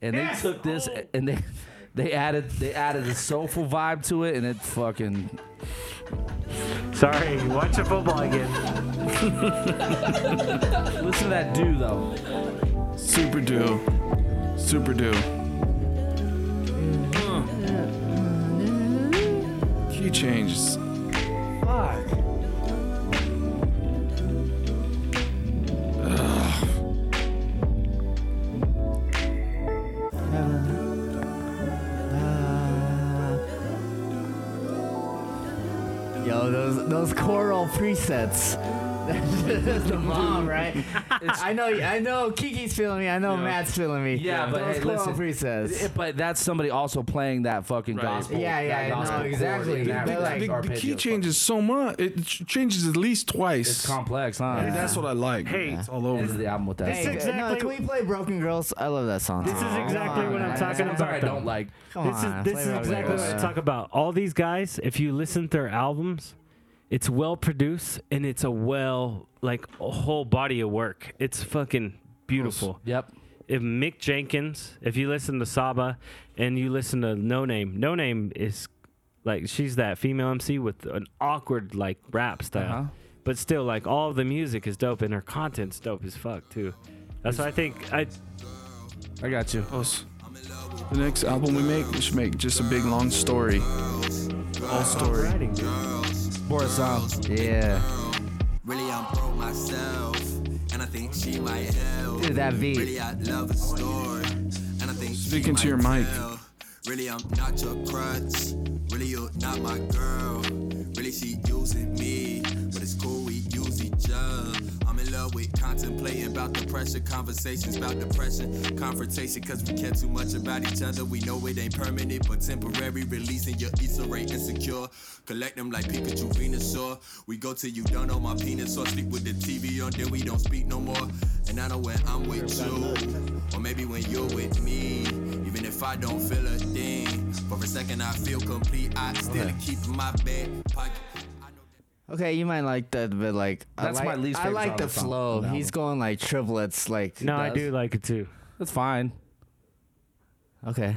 Speaker 4: and they took this
Speaker 8: Oh.
Speaker 4: and they they added they added a soulful vibe to it, and it fucking
Speaker 5: Sorry, watch a football again.
Speaker 4: listen to that do though.
Speaker 6: Super do. Super do. Key changes.
Speaker 8: Yo, those those choral presets. That's the mom, right? I know, I know. Kiki's feeling me. I know Matt's feeling me.
Speaker 4: Yeah, but
Speaker 8: those
Speaker 4: hey,
Speaker 8: choral
Speaker 4: listen,
Speaker 8: presets.
Speaker 4: It- Eh, but that's somebody also playing that fucking gospel.
Speaker 8: Yeah, yeah,
Speaker 4: that
Speaker 8: no,
Speaker 4: gospel chord
Speaker 8: exactly.
Speaker 4: in
Speaker 8: They're
Speaker 4: that
Speaker 8: like-
Speaker 6: The, the
Speaker 4: arpeggio.
Speaker 6: key changes so much. It ch- changes at least twice.
Speaker 4: It's complex, huh?
Speaker 6: Hey, That's what I like.
Speaker 5: Hey,
Speaker 6: it's all
Speaker 4: This is
Speaker 6: over.
Speaker 4: the album with that.
Speaker 8: Hey,
Speaker 5: It's
Speaker 8: good.
Speaker 5: exactly-
Speaker 8: no, can we play Broken Girls? I love that song.
Speaker 5: This is exactly what I'm talking
Speaker 4: Songs
Speaker 5: about.
Speaker 4: I
Speaker 5: though.
Speaker 4: don't like.
Speaker 8: Come
Speaker 5: This is
Speaker 8: on,
Speaker 5: this
Speaker 8: play
Speaker 5: is
Speaker 8: Broken
Speaker 5: exactly what I
Speaker 8: Girls.
Speaker 5: talk about. All these guys, if you listen to their albums, It's well produced and it's a well like a whole body of work. It's fucking beautiful.
Speaker 4: Yep.
Speaker 5: If Mick Jenkins, if you listen to Saba and you listen to No Name, No Name is like she's that female MC with an awkward like rap style.
Speaker 4: Uh-huh.
Speaker 5: But still like all the music is dope and her content's dope as fuck too. That's why I think I
Speaker 4: I got you.
Speaker 6: Close. The next album we make, we should make just a big long story. All story.
Speaker 5: writing dude.
Speaker 4: Boris Song. Yeah.
Speaker 11: Really, I'm broke myself, and I think she might help.
Speaker 8: Dude, that beat.
Speaker 11: Really, I love a story, and I think
Speaker 6: Speak into your mic.
Speaker 11: mic. Really, I'm not your crutch. Really, you're not my girl. Really, she using me, but it's cool we use each other. I'm in love with contemplating about the pressure, conversations about depression, confrontation, cause we care too much about each other. We know it ain't permanent, but temporary, releasing your Issa Rae insecure. Collect them like Pikachu Venusaur. We go till you don't know my penis or sleep with the TV on, then we don't speak no more. And I know when I'm with you, or maybe when you're with me, even if I don't feel a thing. For a second, I feel complete. I still keep my bed pocket. I know that-
Speaker 8: Okay, you might like that, but like I
Speaker 4: That's
Speaker 8: like-
Speaker 4: my least
Speaker 8: I
Speaker 4: favorite
Speaker 8: like
Speaker 4: song
Speaker 8: the
Speaker 4: on the song,
Speaker 8: flow.
Speaker 4: the
Speaker 8: He's going like triplets, like
Speaker 5: No, I
Speaker 8: that's-
Speaker 5: do like it too.
Speaker 4: That's fine.
Speaker 8: Okay.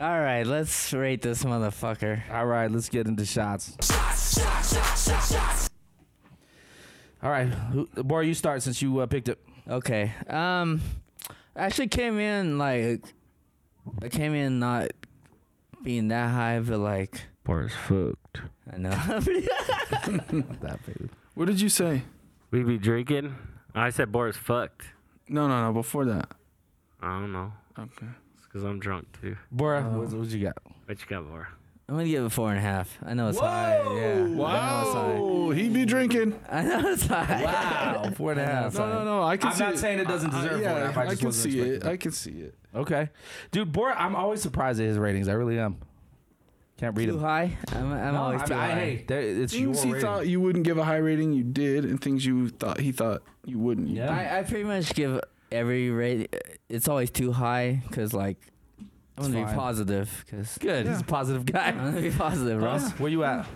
Speaker 8: All right, let's rate this motherfucker.
Speaker 4: All right, let's get into shots. All right, who, boy, you start since you uh, picked it.
Speaker 8: Okay. Um, I actually came in like I came in not being that high, but like
Speaker 5: Boris fucked.
Speaker 8: I know.
Speaker 6: What did you say?
Speaker 5: We be drinking. I said Boris fucked.
Speaker 6: No, no, no. Before that.
Speaker 5: I don't know.
Speaker 6: Okay.
Speaker 5: It's because I'm drunk too.
Speaker 4: Boy, what, what you got?
Speaker 5: What you got, Boris?
Speaker 8: I'm gonna give it four and a half. I know it's high. Yeah. Wow.
Speaker 6: Oh, he be drinking.
Speaker 8: I know it's high. Wow.
Speaker 4: Four and a half.
Speaker 6: No, no, no. I can
Speaker 4: I'm
Speaker 6: see
Speaker 4: not
Speaker 6: it.
Speaker 4: saying it doesn't
Speaker 6: I-
Speaker 4: deserve four and a half, I
Speaker 6: I,
Speaker 4: just
Speaker 6: can
Speaker 4: wasn't
Speaker 6: see it.
Speaker 4: expecting
Speaker 6: I can see it.
Speaker 4: Okay, dude, boy, I'm always surprised at his ratings. I really am. Can't read
Speaker 8: Too
Speaker 4: them.
Speaker 8: high. I'm, I'm
Speaker 4: No,
Speaker 8: always
Speaker 4: I
Speaker 8: too
Speaker 4: mean, I-
Speaker 8: high.
Speaker 4: hey, there- it's your
Speaker 6: Things he
Speaker 4: rating.
Speaker 6: Mm, thought you wouldn't give a high rating, you did, and things you thought he thought you wouldn't. you
Speaker 4: Yeah.
Speaker 8: I, I pretty much give every rate. It's always too high because like I'm
Speaker 4: It's
Speaker 8: gonna
Speaker 4: fine.
Speaker 8: be positive because
Speaker 4: Good. He's a positive
Speaker 8: I'm
Speaker 4: guy.
Speaker 8: gonna be positive, bro.
Speaker 4: Russ, where you at?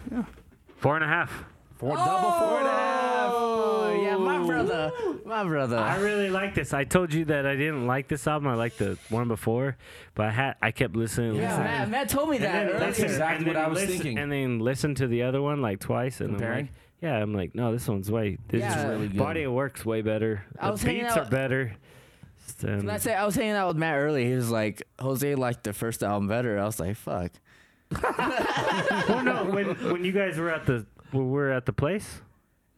Speaker 5: Four and a half.
Speaker 4: Four, double four and a half.
Speaker 8: Oh yeah, my brother, my brother.
Speaker 5: I really like this. I told you that I didn't like this album. I liked the one before, but I had I kept listening.
Speaker 8: yeah,
Speaker 5: listening.
Speaker 8: Matt, Matt told me
Speaker 5: And
Speaker 8: that.
Speaker 5: then
Speaker 8: earlier.
Speaker 4: that's
Speaker 5: listen-
Speaker 4: exactly
Speaker 5: and then
Speaker 4: what I was
Speaker 5: listen-
Speaker 4: thinking.
Speaker 5: And then listen to the other one like twice, and I'm
Speaker 4: Comparing?
Speaker 5: like, yeah, I'm like, no, this one's way. This
Speaker 8: Yeah.
Speaker 5: is
Speaker 8: Really
Speaker 4: good.
Speaker 5: Body of work's way better. The
Speaker 8: I was hanging
Speaker 5: beats
Speaker 8: out-
Speaker 5: are better. Just, um,
Speaker 8: And I say I was hanging out with Matt early. He was like, Jose liked the first album better. I was like, fuck.
Speaker 5: well, no, when when you guys were at the when we were at the place.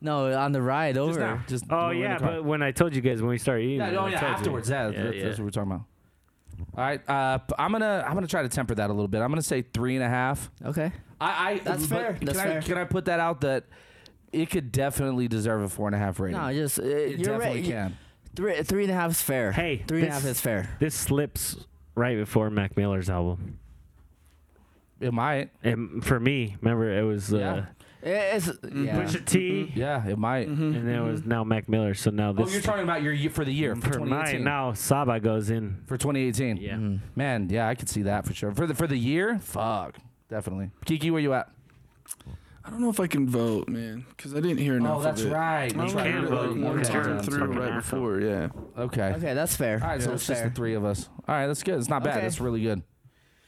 Speaker 8: No, on the ride over.
Speaker 4: now. Just
Speaker 5: Oh
Speaker 4: we're in the
Speaker 5: yeah,
Speaker 4: car.
Speaker 5: but when I told you guys when we started eating,
Speaker 4: Yeah,
Speaker 5: it,
Speaker 4: oh,
Speaker 5: I
Speaker 4: yeah,
Speaker 5: told you.
Speaker 4: afterwards. Yeah,
Speaker 5: Yeah,
Speaker 4: that-
Speaker 5: yeah.
Speaker 4: that's what we're talking about. All right, uh, p- I'm gonna I'm gonna try to temper that a little bit. I'm gonna say three and a half.
Speaker 8: Okay.
Speaker 4: I, I
Speaker 8: That's
Speaker 4: but
Speaker 8: fair.
Speaker 4: Can
Speaker 8: That's
Speaker 4: I,
Speaker 8: fair.
Speaker 4: Can I put that out that it could definitely deserve a four and a half rating?
Speaker 8: No, just uh,
Speaker 4: it
Speaker 8: you're
Speaker 4: definitely
Speaker 8: right.
Speaker 4: can.
Speaker 8: Three three and a half is fair.
Speaker 5: Hey,
Speaker 8: three and a
Speaker 5: this-
Speaker 8: half is fair.
Speaker 5: This slips right before Mac Miller's album.
Speaker 4: It might.
Speaker 5: And for me, remember it was uh,
Speaker 4: Yeah. Mm-hmm.
Speaker 8: It's yeah.
Speaker 5: Pusha T,
Speaker 4: Yeah, it might.
Speaker 8: Mm-hmm.
Speaker 5: and then it was now Mac Miller. So now
Speaker 4: Mm-hmm. Oh,
Speaker 5: this
Speaker 4: you're talking about your ye- for the year Mm-hmm. for
Speaker 5: for mine
Speaker 4: 2018.
Speaker 5: now Saba goes in.
Speaker 4: For 2018.
Speaker 5: Yeah,
Speaker 4: Man, yeah, I could see that for sure. For the for the year, fuck, definitely. Kiki, where you at?
Speaker 6: I don't know if I can vote, man, because I didn't
Speaker 5: Oh,
Speaker 6: hear enough. of it.
Speaker 4: Oh,
Speaker 6: I
Speaker 4: right.
Speaker 5: You
Speaker 6: only heard
Speaker 5: can
Speaker 6: it, like,
Speaker 5: vote.
Speaker 6: one
Speaker 5: Okay.
Speaker 6: time
Speaker 5: Yeah.
Speaker 6: through
Speaker 5: Fucking
Speaker 6: right
Speaker 5: asshole.
Speaker 6: before, yeah.
Speaker 4: Okay.
Speaker 8: Okay, that's fair.
Speaker 4: All right, so
Speaker 8: that's
Speaker 4: it's just the three of us. All right, that's good. It's not bad.
Speaker 8: Okay.
Speaker 4: That's really good.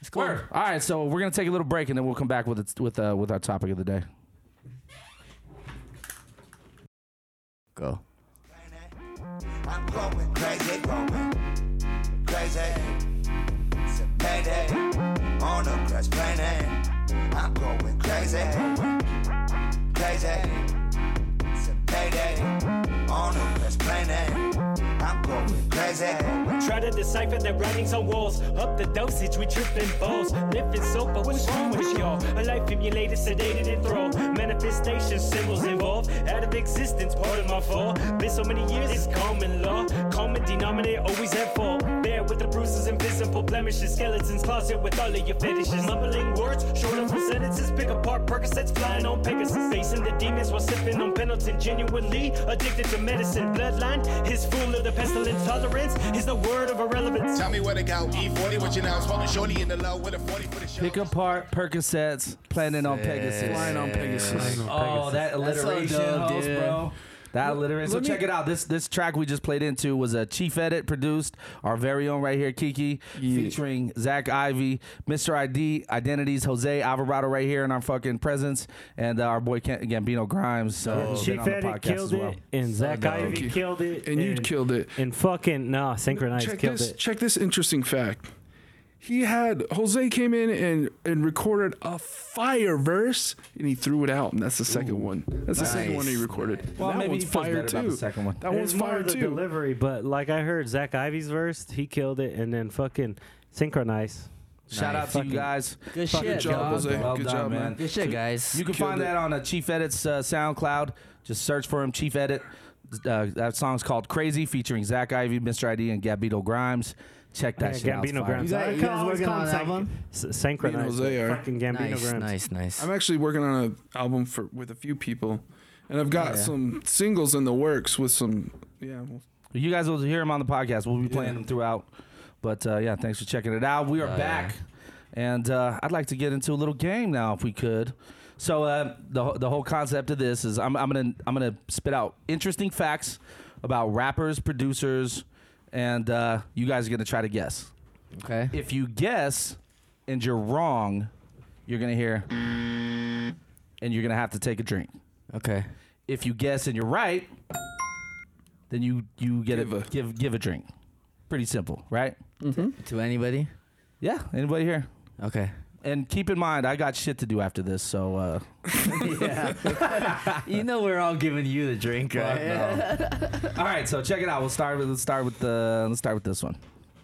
Speaker 8: It's cool.
Speaker 4: Word. All right, so we're gonna take a little break and then we'll come back with it, with uh, with our topic of the day.
Speaker 8: Go.
Speaker 11: I'm going crazy, going crazy. It's a payday on a crash planet. I'm going crazy, going crazy. It's a payday on a crash planet. I'm going crazy, going
Speaker 1: Try to decipher their writings on walls. Up the dosage, we tripping balls. Lifting soap, but what's wrong with y'all? A life emulated, sedated, and thrall. Manifestation symbols involved. Out of existence, part of my fall. Been so many years, it's common law. Common denominator, always at fault. Bear
Speaker 12: with the bruises, invisible blemishes, skeletons, closet with all of your fetishes. Mumbling words, short of sentences, pick apart Percocets, flying on Pegasus. Facing the demons while sipping on Pendleton, genuinely addicted to medicine. Bloodline, his fool of the pestilence, tolerance is the word of irrelevance.
Speaker 13: Tell me where to go, E40, what you know, I'm smoking shorty in the low with a 40 for the
Speaker 4: Pick apart Percocets, planning on Pegasus.
Speaker 6: Flying on Pegasus.
Speaker 4: Oh, that
Speaker 6: That's so
Speaker 4: alliteration,
Speaker 6: dope,
Speaker 4: host,
Speaker 6: dude.
Speaker 4: bro. That alliteration. So
Speaker 6: let me-
Speaker 4: check it out. This this track we just played into was a chief edit produced our very own right here, Kiki, featuring Zach Ivy, Mr. ID, Identities, Jose Alvarado right here in our fucking presence, and uh, our boy Ken, Gambino Grimes. So
Speaker 5: Chief
Speaker 4: been on the
Speaker 5: Eddie
Speaker 4: podcast
Speaker 5: killed
Speaker 4: as well.
Speaker 5: it, and Zach
Speaker 4: dope.
Speaker 5: Ivy killed it,
Speaker 6: And you killed it.
Speaker 5: and fucking no, synchronized
Speaker 6: check
Speaker 5: killed
Speaker 6: this,
Speaker 5: it.
Speaker 6: Check this interesting fact. He had Jose came in and and recorded a fire verse, and he threw it out, and that's the second one. That's the second
Speaker 5: Nice.
Speaker 6: one he recorded.
Speaker 5: Well,
Speaker 6: that
Speaker 5: maybe
Speaker 6: one's
Speaker 5: he feels
Speaker 6: fire
Speaker 5: better about
Speaker 6: too.
Speaker 5: the second
Speaker 4: one.
Speaker 6: That
Speaker 5: It
Speaker 6: one's
Speaker 5: was more
Speaker 6: fire
Speaker 5: of the
Speaker 6: too.
Speaker 5: Delivery, but like I heard Zach Ivy's verse, he killed it, and then fucking synchronize.
Speaker 4: Shout out to you guys.
Speaker 5: Good
Speaker 4: Fucking
Speaker 5: shit, dog.
Speaker 4: Well
Speaker 5: Good
Speaker 4: done,
Speaker 5: job,
Speaker 4: man.
Speaker 5: man. Good shit, guys.
Speaker 4: You can
Speaker 5: Killed
Speaker 4: find that
Speaker 5: it.
Speaker 4: on uh, Chief Edit's uh, SoundCloud. Just search for him, Chief Edit. Uh, that song's called "Crazy," featuring Zach Ivy, Mr. ID, and Gabito Grimes. Check that shit out. It's
Speaker 5: Gambino
Speaker 4: fire.
Speaker 5: Grimes. I call- I always call him syn- s- Synchronized.
Speaker 6: Jose are.
Speaker 5: Fucking Gambino Grimes.
Speaker 6: I'm actually working on an album for with a few people, and I've got
Speaker 4: Yeah.
Speaker 6: some singles in the works with some. Yeah, well,
Speaker 4: You guys will hear him on the podcast. We'll be playing them throughout. But uh, yeah, thanks for checking it out. We are
Speaker 6: Oh,
Speaker 4: back, and uh, I'd like to get into a little game now, if we could. So uh, the wh- the whole concept of this is I'm, I'm gonna I'm gonna spit out interesting facts about rappers, producers, and uh, you guys are gonna try to guess.
Speaker 8: Okay.
Speaker 4: If you guess and you're wrong, you're gonna hear, and you're gonna have to take a drink.
Speaker 8: Okay.
Speaker 4: If you guess and you're right, then you you get a, give give a drink. Pretty simple, right?
Speaker 8: To anybody?
Speaker 4: Yeah, anybody here?
Speaker 8: Okay.
Speaker 4: And keep in mind, I got shit to do after this, so uh,
Speaker 8: you know we're all giving you the drink, right?
Speaker 4: all right. So check it out. We'll start with let's start with the let's start with this one,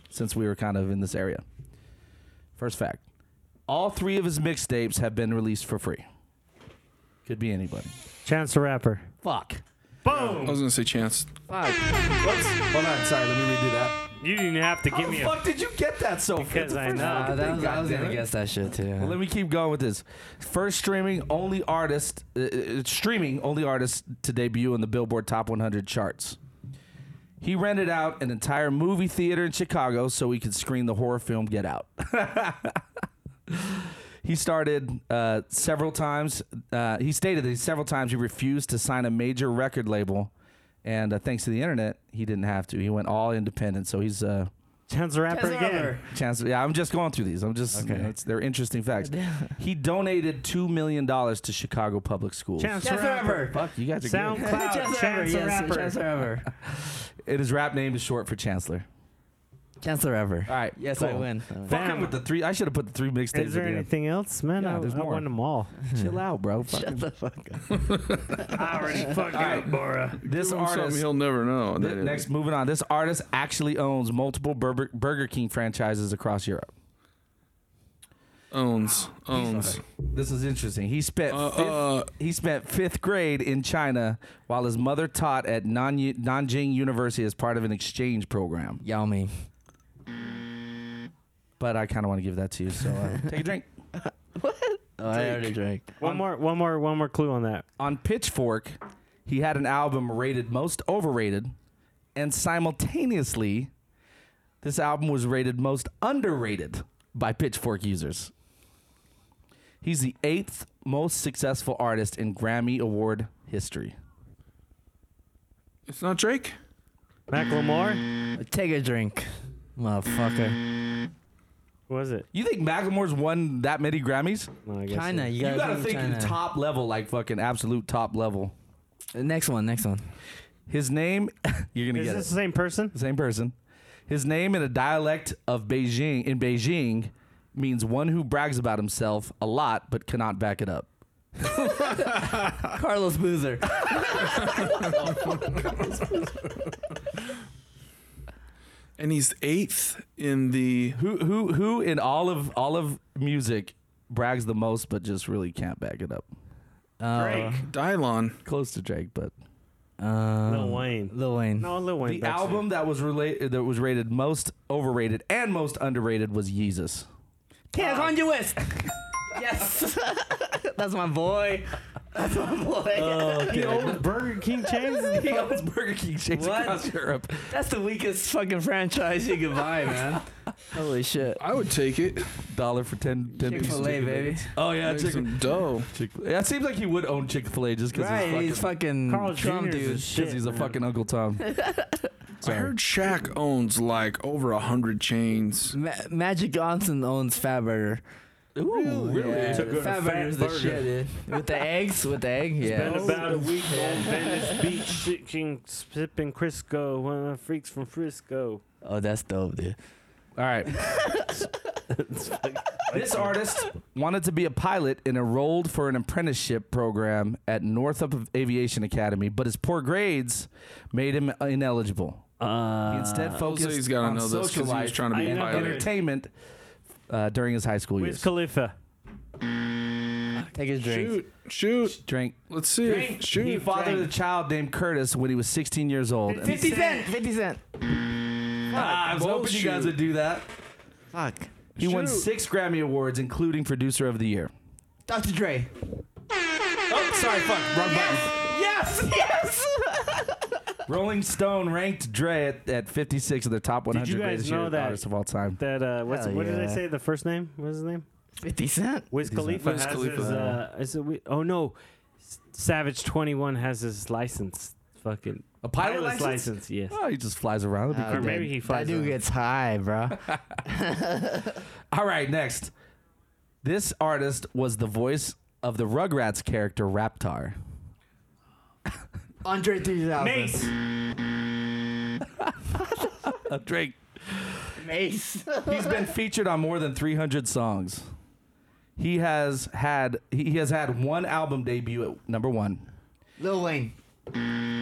Speaker 4: since we were kind of in this area. First fact: all three of his mixtapes have been released for free. Could be anybody.
Speaker 5: Chance the Rapper.
Speaker 4: Fuck.
Speaker 6: I was gonna say Chance.
Speaker 4: Hold on, sorry. Let me redo that.
Speaker 5: You didn't have to give
Speaker 4: How
Speaker 5: me.
Speaker 4: the fuck did you get that so fast?
Speaker 5: Because
Speaker 4: The
Speaker 5: I
Speaker 4: first
Speaker 5: know.
Speaker 4: fucking
Speaker 5: Nah, that
Speaker 4: thing,
Speaker 5: was- I was
Speaker 4: goddamn
Speaker 5: gonna
Speaker 4: it.
Speaker 5: guess
Speaker 8: that shit too.
Speaker 4: Well, let me keep going with this. First streaming only artist, uh, uh, streaming only artist to debut in the Billboard Top 100 charts. He rented out an entire movie theater in Chicago so he could screen the horror film Get Out. he started uh, several times. Uh, he stated that he several times he refused to sign a major record label, and uh, thanks to the internet, he didn't have to. He went all independent. So he's uh,
Speaker 5: Chance the Rapper Chance the again. Rapper.
Speaker 4: Chance, yeah, I'm just going through these. I'm just you know, it's, they're interesting facts. He donated two million dollars to Chicago public schools.
Speaker 5: Chance the Chance the Rapper. Rapper.
Speaker 4: Fuck, you guys are good.
Speaker 5: SoundCloud. Chance the Rapper, yes, Chance the
Speaker 8: Rapper.
Speaker 4: And his rap name is short for Chancellor.
Speaker 8: Chancellor Ever.
Speaker 4: All right.
Speaker 8: Yes, I
Speaker 4: cool.
Speaker 8: win.
Speaker 4: Fuck him with the three. I should have put the three mixtapes.
Speaker 5: Is there
Speaker 4: at the end.
Speaker 5: anything else, man?
Speaker 4: Yeah,
Speaker 5: I,
Speaker 4: there's
Speaker 5: I
Speaker 4: more.
Speaker 5: won them all.
Speaker 4: Chill out, bro. Shut
Speaker 8: the fuck up.
Speaker 5: I already fucked up, Bora.
Speaker 4: This
Speaker 6: Give him something
Speaker 4: artist.
Speaker 6: he'll never know.
Speaker 4: Th- next, moving on. This artist actually owns multiple Burger, Burger King franchises across Europe.
Speaker 6: owns owns.
Speaker 4: This is interesting. He spent
Speaker 6: Uh,
Speaker 4: fifth,
Speaker 6: uh,
Speaker 4: he spent fifth grade in China while his mother taught at Nan- Nanjing University as part of an exchange program.
Speaker 8: Yao Ming.
Speaker 4: But I kind of want to give that to you, so uh, take a drink.
Speaker 8: Oh, I already drank.
Speaker 5: One more, one more, one more clue on that.
Speaker 4: On Pitchfork, he had an album rated most overrated, and simultaneously, this album was rated most underrated by Pitchfork users. He's the eighth most successful artist in Grammy Award history.
Speaker 6: It's not Drake.
Speaker 5: Macklemore?
Speaker 8: Take a drink, motherfucker.
Speaker 5: What was it?
Speaker 4: You think Macklemore's won that many Grammys?
Speaker 8: guess China, so. you gotta
Speaker 4: think
Speaker 8: think China.
Speaker 4: top level, like fucking absolute top level.
Speaker 8: Uh, Next one, next one.
Speaker 4: His name, you're gonna
Speaker 5: Is
Speaker 4: get
Speaker 5: this
Speaker 4: it.
Speaker 5: the same person?
Speaker 4: Same person. His name in a dialect of Beijing in Beijing means one who brags about himself a lot but cannot back it up.
Speaker 8: Carlos Boozer.
Speaker 6: And he's eighth in the
Speaker 4: who who who in all of all of music brags the most but just really can't back it up.
Speaker 5: Drake.
Speaker 6: Dylon.
Speaker 4: Close to Drake, but
Speaker 8: Um,
Speaker 5: Lil Wayne.
Speaker 4: Uh,
Speaker 8: Lil Wayne.
Speaker 5: No, Lil Wayne.
Speaker 4: the album that was related that was rated most overrated overrated and most underrated was Yeezus.
Speaker 8: Can't on your West. yes. That's my boy. That's my boy.
Speaker 4: He owns
Speaker 8: Burger King chains.
Speaker 4: he owns Burger King chains across Europe.
Speaker 8: That's the weakest fucking franchise you could buy, man. Holy shit.
Speaker 6: I would take it.
Speaker 4: Dollar for 10, 10 pieces.
Speaker 8: Chick-fil-A, baby.
Speaker 4: Oh, yeah.
Speaker 6: Make
Speaker 4: Chick-
Speaker 6: some dough.
Speaker 4: yeah, it seems like he would own Chick fil A just because
Speaker 8: Right, he's
Speaker 4: he's fucking.
Speaker 8: fucking
Speaker 5: Carl Jr.'s
Speaker 8: Trump, dude.
Speaker 5: is shit,
Speaker 4: Because he's a
Speaker 5: man.
Speaker 4: fucking Uncle Tom.
Speaker 6: I heard Shaq owns like over a hundred chains.
Speaker 8: Ma- Magic Johnson owns Fatburger.
Speaker 4: Ooh, really?
Speaker 8: Fatburger's the shit, dude. With the eggs, with the egg, yeah. Oh,
Speaker 5: Been about a week on Venice Beach, sipping, sipping Crisco. One of my freaks from Frisco.
Speaker 8: Oh, that's dope, dude.
Speaker 4: All right. this artist wanted to be a pilot and enrolled for an apprenticeship program at Northrop Aviation Academy, but his poor grades made him ineligible.
Speaker 8: Uh,
Speaker 4: he instead focused
Speaker 6: Jose's gotta
Speaker 4: on
Speaker 6: know this 'cause he
Speaker 4: social
Speaker 6: was
Speaker 4: life
Speaker 6: trying to be a
Speaker 4: and
Speaker 6: pilot.
Speaker 4: entertainment uh, during his high school
Speaker 5: Wiz
Speaker 4: years.
Speaker 5: Khalifa.
Speaker 8: Take a drink.
Speaker 6: Shoot, shoot.
Speaker 4: Drink.
Speaker 6: Let's see. Shoot.
Speaker 4: He fathered a child named Curtis when he was 16 years old. And-
Speaker 8: 50 cent. 50 cent.
Speaker 4: Ah, I was hoping you guys would do that.
Speaker 8: Fuck.
Speaker 4: He won
Speaker 6: Shoot.
Speaker 4: six Grammy awards, including Producer of the Year.
Speaker 8: Dr. Dre.
Speaker 4: Oh, sorry, fuck, wrong button.
Speaker 8: Yes, yes.
Speaker 4: Rolling Stone ranked Dre at, at 56 of the top 100
Speaker 5: you guys
Speaker 4: greatest
Speaker 5: know
Speaker 4: year-
Speaker 5: that-
Speaker 4: artists of all time.
Speaker 5: That uh, what's
Speaker 8: Hell
Speaker 5: what did I
Speaker 8: yeah.
Speaker 5: say? The first name? What was his name?
Speaker 8: 50 cent.
Speaker 5: Wiz Khalifa
Speaker 6: Wiz
Speaker 5: has
Speaker 6: Khalifa.
Speaker 5: his. Uh, is it, Wi- oh no, S- Savage Twenty One has his license. Fucking
Speaker 4: A pilot
Speaker 5: pilot's
Speaker 4: license?
Speaker 5: license? Yes.
Speaker 4: Oh, he just flies around. It'd
Speaker 5: Or
Speaker 4: be cool.
Speaker 5: maybe he flies
Speaker 8: That dude
Speaker 5: around.
Speaker 8: gets high, bro.
Speaker 4: All right, next. This artist was the voice of the Rugrats character Raptar.
Speaker 8: Andre 3000.
Speaker 5: Mace.
Speaker 4: Uh, Drake.
Speaker 8: Mace.
Speaker 4: He's been featured on more than 300 songs. He has had he he has had one album debut at number one.
Speaker 8: Lil Wayne.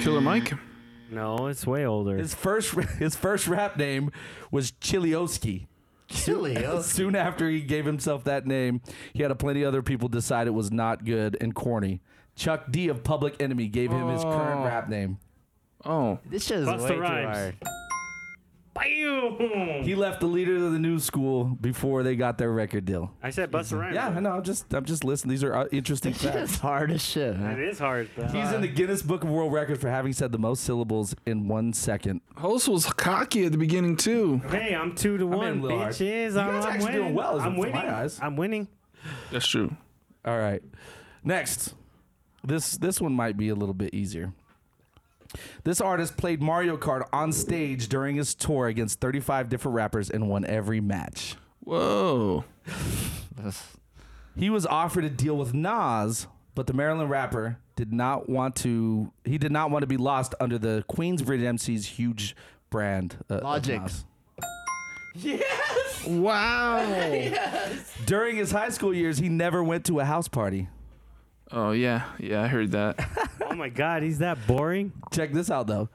Speaker 6: Killer Mike.
Speaker 5: No, it's way older.
Speaker 4: His first his first rap name was Chilioski.
Speaker 8: Chilios.
Speaker 4: Soon after he gave himself that name, he had a plenty other people decide it was not good and corny. Chuck D of Public Enemy gave him his current
Speaker 6: Oh.
Speaker 4: rap name.
Speaker 6: Oh,
Speaker 8: This shit is
Speaker 5: Busta
Speaker 8: way too
Speaker 5: Rhymes.
Speaker 8: hard.
Speaker 5: Bam!
Speaker 4: He left the leaders of the new school before they got their record deal.
Speaker 5: I said Busta Rhymes.
Speaker 4: Yeah, I know. I'm just I'm just listening. These are uh, interesting facts.
Speaker 8: It's hard as shit,
Speaker 5: It
Speaker 8: man.
Speaker 5: is hard. Though.
Speaker 4: He's in the Guinness Book of World Records for having said the most syllables in one second.
Speaker 6: Host was cocky at the beginning too.
Speaker 5: Hey, I'm two to one,
Speaker 4: Lil Hard.
Speaker 5: bitches.
Speaker 4: You
Speaker 5: I'm,
Speaker 4: guys
Speaker 5: I'm
Speaker 4: actually
Speaker 5: winning.
Speaker 4: doing well, is
Speaker 5: I'm
Speaker 4: it, to my
Speaker 5: winning.
Speaker 4: eyes?
Speaker 5: I'm winning.
Speaker 6: That's true.
Speaker 4: All right. Next. This this one might be a little bit easier. This artist played Mario Kart on stage during his tour against 35 different rappers and won every match.
Speaker 6: Whoa.
Speaker 4: He was offered a deal with Nas, but the Maryland rapper did not want to he did not want to be lost under the Queensbridge MC's huge brand uh, of
Speaker 8: Logic.
Speaker 4: Nas.
Speaker 6: Wow.
Speaker 4: During his high school years, he never went to a house party.
Speaker 6: oh yeah, yeah. I heard that.
Speaker 5: Oh my God, he's that boring.
Speaker 4: Check this out though.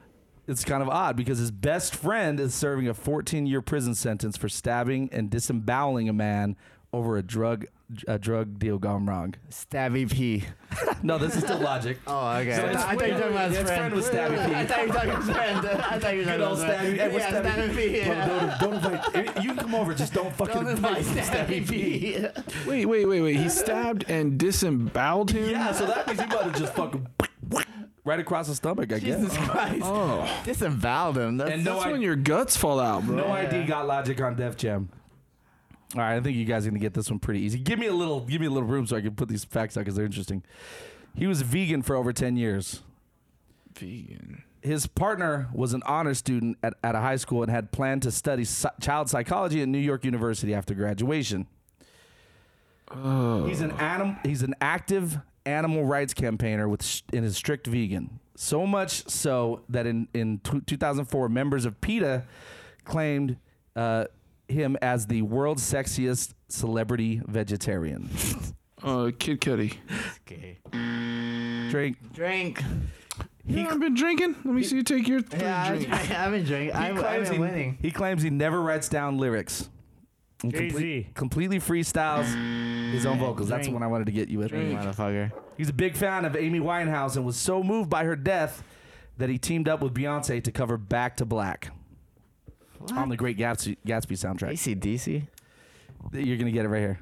Speaker 4: It's kind of odd because his best friend is serving a 14-year prison sentence for stabbing and disemboweling a man over a drug a drug deal gone wrong.
Speaker 8: Stabby P.
Speaker 4: No, this is still logic.
Speaker 8: Oh, okay. I,
Speaker 4: it's
Speaker 8: thought- I thought you were talking about
Speaker 4: Yeah,
Speaker 8: his
Speaker 4: it's friend
Speaker 8: friend.
Speaker 4: with Stabby P.
Speaker 8: I thought you were talking about his friend. I thought you were talking
Speaker 4: Good
Speaker 8: about
Speaker 4: old
Speaker 8: his
Speaker 4: Stabby.
Speaker 8: friend.
Speaker 4: Hey, we're
Speaker 8: Yeah, Stabby P. Yeah.
Speaker 4: Bro, don't, don't invite. eh, You can come over, just don't fucking
Speaker 8: Don't
Speaker 4: invite
Speaker 8: invite Stabby P.
Speaker 6: wait, wait, wait, wait. He stabbed and disemboweled him.
Speaker 4: Yeah, so that means you might have just fucking right across the stomach, I guess.
Speaker 8: Jesus Christ.
Speaker 6: Oh,
Speaker 8: Disemboweled him. That's
Speaker 4: And no,
Speaker 6: that's
Speaker 4: I,
Speaker 6: when your guts fall out, bro.
Speaker 4: no ID got logic on Def Jam. All right, I think you guys are gonna get this one pretty easy. Give me a little, give me a little room so I can put these facts out because they're interesting. He was vegan for over ten years.
Speaker 6: Vegan.
Speaker 4: His partner was an honor student at, at a high school and had planned to study psy- child psychology at New York University after graduation. He's an anim- He's an active animal rights campaigner with sh- and is strict vegan. So much so that in in tw 2004, members of PETA claimed uh, him as the world's sexiest celebrity vegetarian.
Speaker 6: Uh, Kid Cudi.
Speaker 8: okay.
Speaker 4: Drink.
Speaker 8: Drink.
Speaker 6: You know, I've been drinking. Let me see you take your third
Speaker 8: Yeah,
Speaker 6: drink.
Speaker 8: I, I, have been drinking.
Speaker 4: He
Speaker 8: I'm, I've
Speaker 4: claims
Speaker 8: been
Speaker 4: he-
Speaker 8: winning.
Speaker 4: He claims he never writes down lyrics. And
Speaker 5: Jay-Z.
Speaker 4: completely freestyles his own vocals. That's the
Speaker 8: Drink.
Speaker 4: one I wanted to get you with.
Speaker 8: Drink, motherfucker.
Speaker 4: He's a big fan of Amy Winehouse and was so moved by her death that he teamed up with Beyonce to cover Back to Black. on the Great Gatsby, Gatsby soundtrack.
Speaker 8: ACDC?
Speaker 4: You're going to get it right here.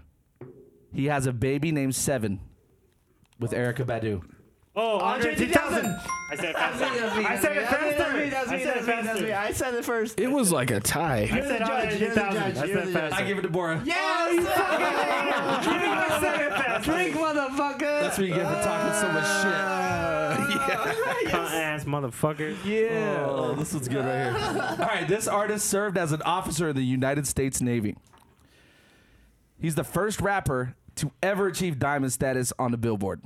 Speaker 4: He has a baby named Seven with Erica Badu.
Speaker 12: Oh, Andre
Speaker 4: 3000.
Speaker 12: I said it faster. I said it faster. I said it faster.
Speaker 8: I said it first.
Speaker 6: It was like a tie.
Speaker 12: I said Andre 3000. I said it faster.
Speaker 4: I give it to Bora.
Speaker 8: Yes!
Speaker 12: I said it faster.
Speaker 8: Drink, motherfucker!
Speaker 4: That's what you get for talking so much shit.
Speaker 5: Cunt ass motherfucker.
Speaker 4: Yeah. Oh, this one's good right here. All right, this artist served as an officer in the United States Navy. He's the first rapper to ever achieve diamond status on the Billboard.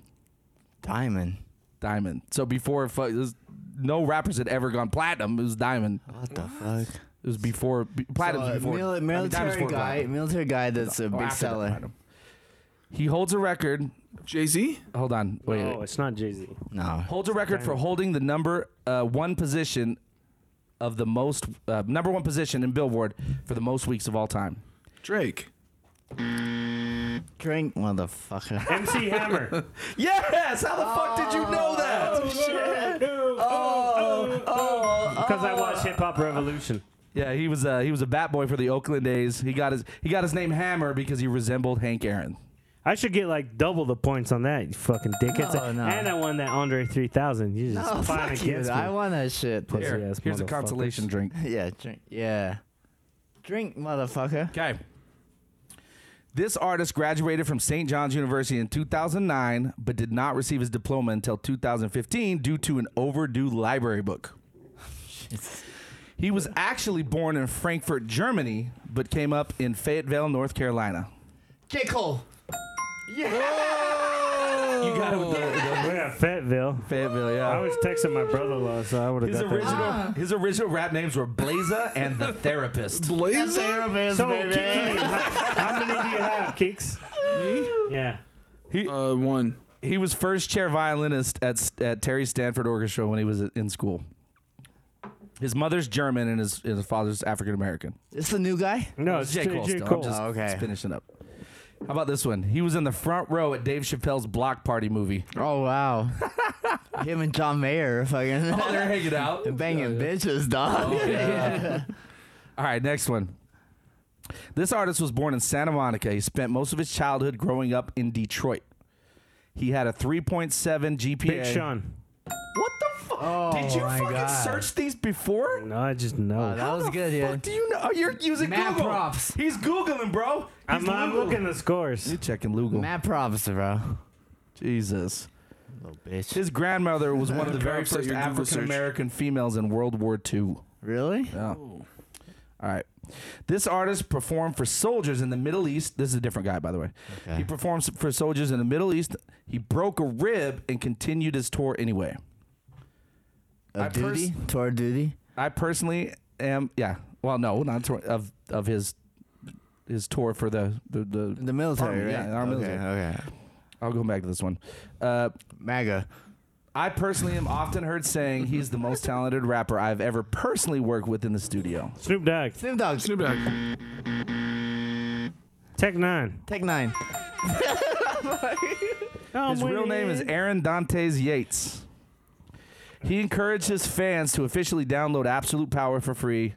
Speaker 8: Diamond.
Speaker 4: Diamond. So before, fu- there's no rappers had ever gone platinum. It was diamond.
Speaker 8: What the fuck?
Speaker 4: It was before b- platinum.
Speaker 8: So, uh,
Speaker 4: before
Speaker 8: mil-
Speaker 4: I mean, diamond's
Speaker 8: military
Speaker 4: before
Speaker 8: guy,
Speaker 4: platinum.
Speaker 8: military guy that's a
Speaker 4: Oh,
Speaker 8: big
Speaker 4: after the
Speaker 8: seller.
Speaker 4: platinum. He holds a record.
Speaker 6: Jay Z.
Speaker 4: Hold on. Wait. wait.
Speaker 5: No, Oh, it's not Jay Z.
Speaker 8: No,
Speaker 4: holds a record for holding the number uh, one position of the most uh, number one position in Billboard for the most weeks of all time.
Speaker 6: Drake.
Speaker 8: drink, motherfucker.
Speaker 5: MC Hammer.
Speaker 4: Yes! How the fuck did you know that?
Speaker 5: Because I
Speaker 4: Oh.
Speaker 5: watched Hip Hop Revolution.
Speaker 4: Yeah, he was uh, he was a bat boy for the Oakland A's. He got his he got his name Hammer because he resembled Hank Aaron.
Speaker 5: I should get like double the points on that, you fucking dickhead.
Speaker 8: No, no.
Speaker 5: And I won that Andre 3000. You just
Speaker 8: Oh,
Speaker 5: fine
Speaker 8: fuck you.
Speaker 5: against
Speaker 8: I
Speaker 5: me.
Speaker 8: want that shit.
Speaker 5: Pussy
Speaker 4: Here,
Speaker 5: ass
Speaker 4: here's a
Speaker 5: motherfuckers.
Speaker 4: consolation drink.
Speaker 8: yeah, drink. Yeah, drink, motherfucker.
Speaker 4: Okay. This artist graduated from St. John's University in 2009, but did not receive his diploma until 2015 due to an overdue library book. he was actually born in Frankfurt, Germany, but came up in Fayetteville, North Carolina.
Speaker 8: J Cole.
Speaker 4: You got it with the-
Speaker 5: We're at Fayetteville.
Speaker 4: Fayetteville, yeah.
Speaker 5: I was texting my brother-in-law, so I would have
Speaker 4: his
Speaker 5: got that.
Speaker 4: original, his original rap names were Blaza and the Therapist.
Speaker 6: Blazer.
Speaker 5: So, Keeks, how many do you have, Keeks? Yeah.
Speaker 6: Uh, one.
Speaker 4: He was first chair violinist at, at Terry Stanford Orchestra when he was in school. His mother's German and his, and his father's African American.
Speaker 8: This the new guy?
Speaker 5: No, it's J. Oh, Cole. J.
Speaker 4: still.
Speaker 5: Cole.
Speaker 4: I'm just
Speaker 8: Oh, okay.
Speaker 4: just finishing up. How about this one? He was in the front row at Dave Chappelle's Block Party movie.
Speaker 8: Oh wow. Him and John Mayer, fucking
Speaker 4: they're hanging out.
Speaker 8: banging bitches, dog.
Speaker 4: Oh, All right, next one. This artist was born in Santa Monica. He spent most of his childhood growing up in Detroit. He had a 3.7 GPA.
Speaker 5: Big Sean.
Speaker 4: What the fuck?
Speaker 8: Oh,
Speaker 4: Did you
Speaker 8: my
Speaker 4: fucking
Speaker 8: God.
Speaker 4: search these before?
Speaker 5: No, I just know.
Speaker 8: Wow, that was
Speaker 4: Fuck,
Speaker 8: good, yeah.
Speaker 4: do you know? Oh, you're using
Speaker 8: Mad
Speaker 4: Google.
Speaker 8: props.
Speaker 4: He's googling, bro. He's
Speaker 5: I'm, I'm
Speaker 4: Google.
Speaker 5: looking the scores.
Speaker 4: You're checking Google.
Speaker 8: Matt props, bro.
Speaker 4: Jesus.
Speaker 8: Little bitch.
Speaker 4: His grandmother was one of the very
Speaker 6: Props that
Speaker 4: first
Speaker 6: your Google
Speaker 4: African American females in World War II.
Speaker 8: Really?
Speaker 4: All right. This artist performed for soldiers in the Middle East. This is a different guy, by the way.
Speaker 8: Okay.
Speaker 4: He performs for soldiers in the Middle East. He broke a rib and continued his tour anyway. I
Speaker 8: A
Speaker 4: pers-
Speaker 8: duty? Tour duty?
Speaker 4: I personally am, yeah. Well, no, not tour, of of his his tour for the the the,
Speaker 8: The military,
Speaker 4: Army,
Speaker 8: right?
Speaker 4: yeah, our
Speaker 8: okay,
Speaker 4: military.
Speaker 8: okay.
Speaker 4: I'll go back to this one. Uh,
Speaker 8: MAGA.
Speaker 4: I personally am often heard saying he's the most talented rapper I've ever personally worked with in the studio.
Speaker 5: Snoop Dogg.
Speaker 8: Snoop Dogg.
Speaker 6: Snoop Dogg.
Speaker 5: Tech Nine.
Speaker 8: Tech Nine.
Speaker 5: Oh,
Speaker 4: His real name is Aaron Dantes Yates. He encouraged his fans to officially download Absolute Power for free,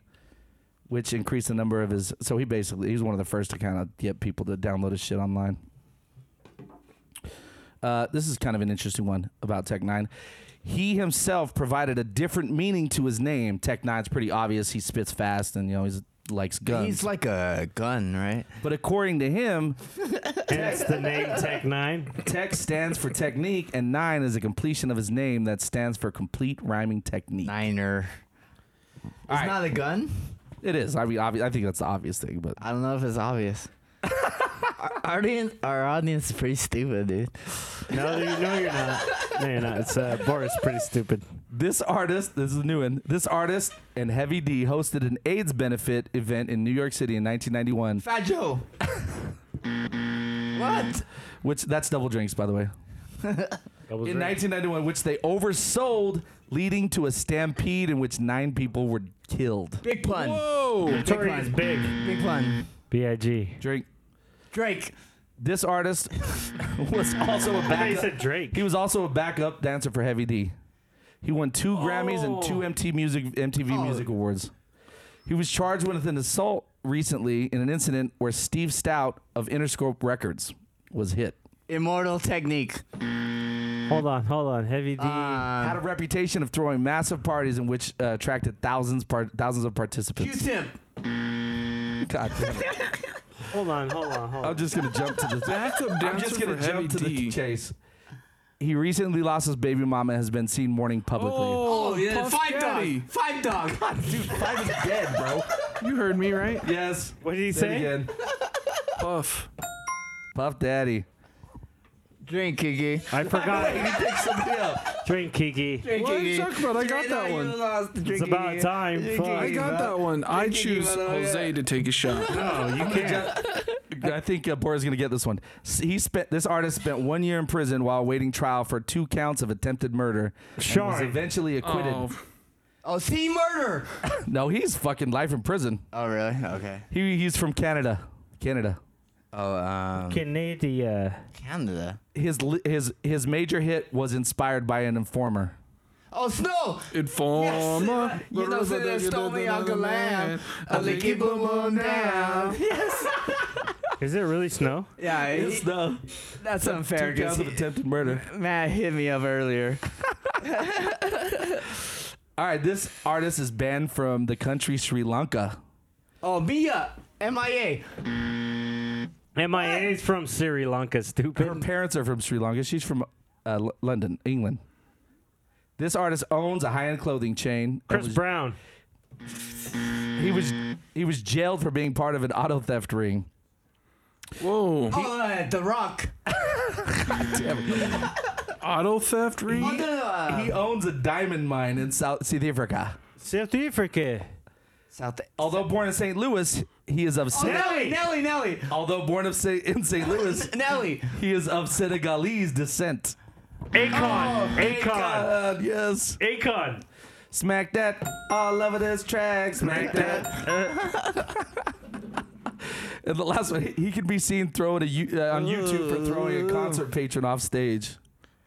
Speaker 4: which increased the number of his. So he basically he was one of the first to kind of get people to download his shit online. Uh, this is kind of an interesting one about Tech Nine. He himself provided a different meaning to his name. Tech Nine's pretty obvious. He spits fast, and you know he likes guns.
Speaker 8: He's like a gun, right?
Speaker 4: but according to him,
Speaker 5: Hence the name Tech Nine.
Speaker 4: Tech stands for technique, and nine is a completion of his name that stands for complete rhyming technique.
Speaker 8: Niner.
Speaker 4: All
Speaker 8: It's
Speaker 4: right.
Speaker 8: not a gun?
Speaker 4: It is. I mean, obvi- I think that's the obvious thing, but
Speaker 8: I don't know if it's obvious. our, audience, our audience is pretty stupid, dude.
Speaker 5: No, you- no, you're not. No, you're not. It's uh, Boris. Pretty stupid.
Speaker 4: this artist, this is a new one. This artist and Heavy D hosted an AIDS benefit event in New York City in 1991,
Speaker 8: Fat Joe. what?
Speaker 4: which that's double drinks, by the way. In 1991, which they oversold, leading to a stampede in which nine people were killed.
Speaker 8: Big pun.
Speaker 6: Whoa.
Speaker 5: Tory is big.
Speaker 8: Big pun.
Speaker 5: B I G.
Speaker 4: Drink.
Speaker 8: Drake.
Speaker 4: This artist was also a
Speaker 5: I thought you
Speaker 4: backup.
Speaker 5: said Drake.
Speaker 4: He was also a backup dancer for
Speaker 6: Oh.
Speaker 4: Heavy D. He won two Grammys and two MTV Music MTV Music Awards. He was charged with an assault recently in an incident where Steve Stout of Interscope Records was hit.
Speaker 8: Immortal technique.
Speaker 5: Hold on, hold on. Heavy D.
Speaker 8: Uh,
Speaker 4: had a reputation of throwing massive parties in which uh, attracted thousands par- thousands of participants.
Speaker 8: Q-tip.
Speaker 4: God damn it.
Speaker 5: hold on, hold on, hold on.
Speaker 4: I'm just gonna jump to the.
Speaker 6: That's a
Speaker 4: I'm just
Speaker 6: dancer
Speaker 4: gonna
Speaker 6: for Heavy
Speaker 4: jump to
Speaker 6: D.
Speaker 4: the chase. He recently lost his baby mama and has been seen mourning publicly.
Speaker 6: Oh, Puff
Speaker 8: Five
Speaker 6: Daddy.
Speaker 8: dog. Five dog.
Speaker 4: dude, Five is dead, bro.
Speaker 6: You heard me right.
Speaker 4: Yes.
Speaker 5: What did he
Speaker 4: Say
Speaker 5: say?
Speaker 4: it again.
Speaker 6: Puff.
Speaker 4: Puff Daddy.
Speaker 8: Drink, Kiki.
Speaker 5: I forgot.
Speaker 4: Pick somebody up.
Speaker 5: Drink, Kiki.
Speaker 8: Drink,
Speaker 6: What are
Speaker 8: Kiki.
Speaker 6: you talking about? I got that
Speaker 8: You
Speaker 6: one.
Speaker 8: lost. Drink,
Speaker 5: It's about
Speaker 8: Kiki.
Speaker 5: time.
Speaker 8: Drink,
Speaker 5: Fuck.
Speaker 6: I
Speaker 8: Kiki,
Speaker 6: got
Speaker 8: bro.
Speaker 6: that one. I
Speaker 8: Drink, Kiki,
Speaker 6: choose
Speaker 8: brother.
Speaker 6: Jose to take a shot.
Speaker 5: No, you can't.
Speaker 4: I think uh, Bora's gonna get this one. S- He spent this artist spent one year in prison while awaiting trial for two counts of attempted murder. And was
Speaker 5: Sure.
Speaker 4: eventually acquitted.
Speaker 6: Oh,
Speaker 8: Oh, see murder.
Speaker 4: No, he's fucking life in prison.
Speaker 8: Oh, really? Okay.
Speaker 4: He, he's from Canada. Canada.
Speaker 8: Oh, um,
Speaker 5: Canada.
Speaker 8: Canada.
Speaker 4: His li- his his major hit was inspired by an informer.
Speaker 8: Oh, snow.
Speaker 6: Informer.
Speaker 8: You know, say that stole me out the land. I lick it, boom, boom, down.
Speaker 5: Is it really snow?
Speaker 8: Yeah, he-
Speaker 4: No,
Speaker 8: that's unfair.
Speaker 4: two counts
Speaker 8: 'cause
Speaker 4: of attempted murder.
Speaker 8: he- Matt hit me up earlier.
Speaker 4: All right, this artist is banned from the country Sri Lanka.
Speaker 8: Oh, be up. MIA.
Speaker 5: MIA is from Sri Lanka,
Speaker 4: Her
Speaker 5: stupid.
Speaker 4: parents are from Sri Lanka. She's from uh, L- London, England. This artist owns a high-end clothing chain. and
Speaker 5: Chris
Speaker 4: was-
Speaker 5: Brown.
Speaker 4: He was he was jailed for being part of an auto theft ring.
Speaker 6: Whoa.
Speaker 8: Oh, uh, The Rock.
Speaker 6: Auto theft ring?
Speaker 8: Uh,
Speaker 4: He owns a diamond mine in South South Africa.
Speaker 5: South Africa.
Speaker 8: South.
Speaker 4: Although born in St. Louis, he is of
Speaker 8: Oh,
Speaker 4: Sen-
Speaker 8: Nelly, Nelly, Nelly.
Speaker 4: although born of Sa- in St. Louis,
Speaker 8: Nelly.
Speaker 4: he is of Senegalese descent.
Speaker 8: Oh,
Speaker 5: Akon. Akon.
Speaker 4: God, yes.
Speaker 5: Akon.
Speaker 4: Smack that. All over this track. Smack that. and the last one, he- he can be seen throwing a you- uh, on YouTube for throwing a concert patron off stage.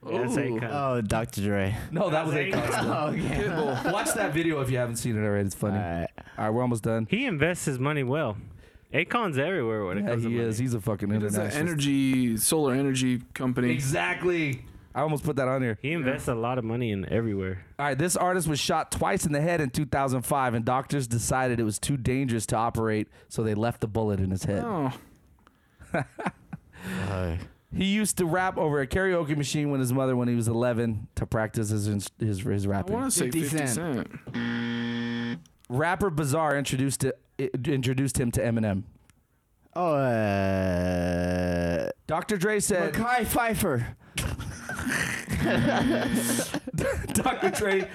Speaker 5: That's Akon.
Speaker 8: Oh, Dr. Dre.
Speaker 4: No, that was a concert.
Speaker 8: Oh, yeah.
Speaker 4: Watch that video if you haven't seen it already. It's funny. All
Speaker 8: right.
Speaker 4: All right, we're almost done.
Speaker 5: He invests his money well. Akon's everywhere when it
Speaker 4: Yeah,
Speaker 5: comes to
Speaker 4: he
Speaker 5: money.
Speaker 4: is. He's a fucking
Speaker 6: It's an
Speaker 4: international.
Speaker 6: energy, solar energy company.
Speaker 4: Exactly. I almost put that on here.
Speaker 8: Uh,
Speaker 5: He invests a lot of money in everywhere.
Speaker 4: All right, this artist was shot twice in the head in 2005, and doctors decided it was too dangerous to operate, so they left the bullet in his head.
Speaker 6: Oh.
Speaker 4: He used to rap over a karaoke machine with his mother when he was 11 to practice his his, his,
Speaker 6: I
Speaker 4: rapping.
Speaker 6: want to say
Speaker 8: 50
Speaker 6: 50 Cent.
Speaker 4: Rapper Bizarre introduced it, it- introduced him to Eminem.
Speaker 8: Oh, uh,
Speaker 4: Dr. Dre said.
Speaker 8: Mackay Pfeiffer.
Speaker 4: Dr. Dre.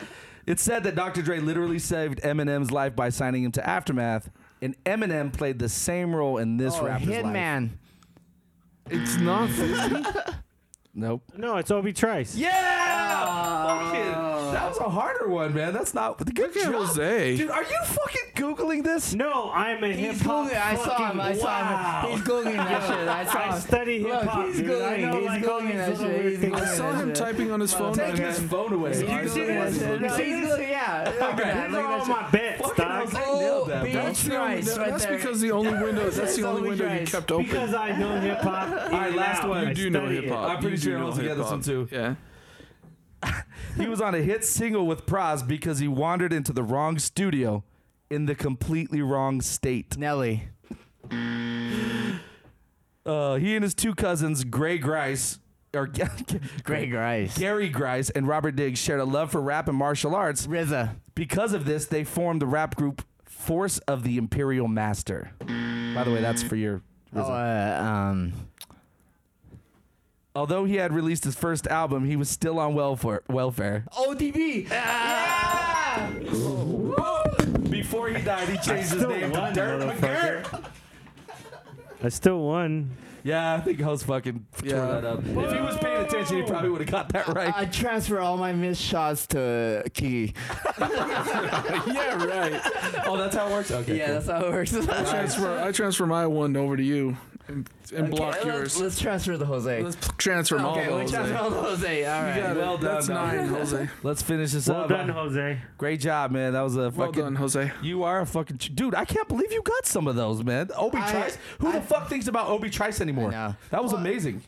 Speaker 4: It said that Dr. Dre literally saved Eminem's life by signing him to Aftermath, and Eminem played the same role in this
Speaker 8: oh,
Speaker 4: rapper's life.
Speaker 8: Hitman.
Speaker 6: It's not 50.
Speaker 4: Nope.
Speaker 5: No, it's Obi Trice.
Speaker 4: Yeah! Fucking- that was a harder one, man. That's not good
Speaker 6: at
Speaker 4: job.
Speaker 6: Jose.
Speaker 4: Dude, are you fucking Googling this?
Speaker 5: No, I'm a hip
Speaker 8: He's
Speaker 5: hop.
Speaker 8: Googling. I saw him. I saw him. He's Googling that shit. I saw him.
Speaker 5: I study
Speaker 8: Look,
Speaker 5: hip hop.
Speaker 8: he's
Speaker 5: dude. I
Speaker 8: Googling.
Speaker 5: know
Speaker 8: He's
Speaker 5: like all
Speaker 8: Googling
Speaker 5: these
Speaker 8: that
Speaker 5: little
Speaker 8: shit.
Speaker 5: weird
Speaker 8: He's
Speaker 5: things.
Speaker 6: I saw him typing on his phone.
Speaker 4: Take his phone away.
Speaker 5: you see this? You
Speaker 8: No,
Speaker 5: see
Speaker 8: he's
Speaker 5: this?
Speaker 8: Googling. Yeah. Look
Speaker 4: Okay.
Speaker 8: at that.
Speaker 5: These
Speaker 8: Look
Speaker 5: are all Oh, my
Speaker 8: at that.
Speaker 5: bets,
Speaker 4: Fucking
Speaker 5: dog.
Speaker 4: Jose nailed that,
Speaker 8: big
Speaker 4: bro.
Speaker 8: That's the only- Christ, right
Speaker 6: that's
Speaker 8: there.
Speaker 6: because the only window. That's the only
Speaker 8: only
Speaker 6: window you
Speaker 8: drives.
Speaker 6: kept open.
Speaker 5: Because I know hip hop. All
Speaker 4: right, last one.
Speaker 6: you do know hip hop.
Speaker 4: I'm pretty
Speaker 6: You do
Speaker 4: sure
Speaker 6: know
Speaker 4: Jose got this
Speaker 6: hip-hop.
Speaker 4: one too.
Speaker 6: Yeah.
Speaker 4: He was on a hit single with Praz because he wandered into the wrong studio in the completely wrong state.
Speaker 8: Nelly.
Speaker 4: Uh, he and his two cousins, Gray Grice, or
Speaker 8: Greg Rice.
Speaker 4: Gary Grice and Robert Diggs shared a love for rap and martial arts.
Speaker 8: RZA.
Speaker 4: Because of this, they formed the rap group Force of the Imperial Master. By the way, that's for your.
Speaker 8: Oh, uh, um,
Speaker 4: Although he had released his first album, he was still on welfare. Welfare.
Speaker 8: ODB.
Speaker 4: Before he died, he changed his
Speaker 5: still
Speaker 4: name to
Speaker 5: won,
Speaker 4: Dirt
Speaker 5: motherfucker.
Speaker 4: McGirt.
Speaker 5: I still won.
Speaker 4: Yeah, I think Host fucking tore
Speaker 6: Yeah.
Speaker 4: that up. If he was paying attention, he probably would have got that right.
Speaker 8: I transfer all my missed shots to Kiki.
Speaker 6: yeah, right.
Speaker 4: oh, that's how it works. Okay.
Speaker 8: Yeah,
Speaker 4: cool.
Speaker 8: that's how it works.
Speaker 6: I transfer, I transfer my one over to you. And, and block
Speaker 8: Okay,
Speaker 6: yours.
Speaker 8: Let's, let's transfer the Jose.
Speaker 6: Let's p- transfer them
Speaker 8: okay,
Speaker 6: all,
Speaker 8: we
Speaker 6: Jose.
Speaker 8: transfer all the Jose. All
Speaker 6: You
Speaker 8: right.
Speaker 6: got it.
Speaker 4: Well done,
Speaker 6: That's
Speaker 4: though.
Speaker 6: nine, Jose.
Speaker 4: Let's finish this
Speaker 5: Well
Speaker 4: up.
Speaker 5: done, Jose.
Speaker 4: Great job, man. That was a fucking.
Speaker 6: Well done, Jose.
Speaker 4: You are a fucking ch- dude. I can't believe you got some of those, man. Obi
Speaker 8: I-
Speaker 4: Trice. Who the fuck thinks about Obi Trice anymore?
Speaker 8: know.
Speaker 4: That was amazing.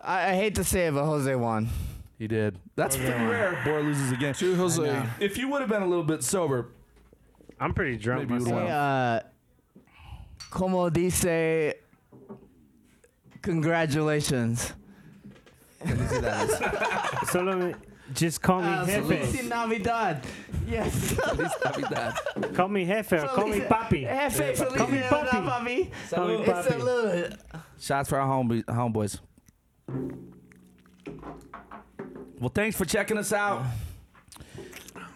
Speaker 8: I, I hate to say it, but Jose won.
Speaker 4: He did. That's pretty rare. Boy loses again.
Speaker 6: Two Jose.
Speaker 8: know.
Speaker 4: If you would have been a little bit sober,
Speaker 5: I'm pretty drunk.
Speaker 4: Maybe you
Speaker 5: myself.
Speaker 8: Hey, uh, como dice, congratulations.
Speaker 5: So let me just call me
Speaker 8: Uh, Feliz
Speaker 5: Jefe.
Speaker 8: Navidad. Yes.
Speaker 5: Call me Jefe or call me Papi.
Speaker 8: Jefe, Feliz
Speaker 5: Call me
Speaker 8: Navidad,
Speaker 5: papi.
Speaker 8: papi.
Speaker 5: Call me
Speaker 8: It's a
Speaker 5: Papi.
Speaker 8: little.
Speaker 4: Shots for our homeb- homeboys. Well, thanks for checking us out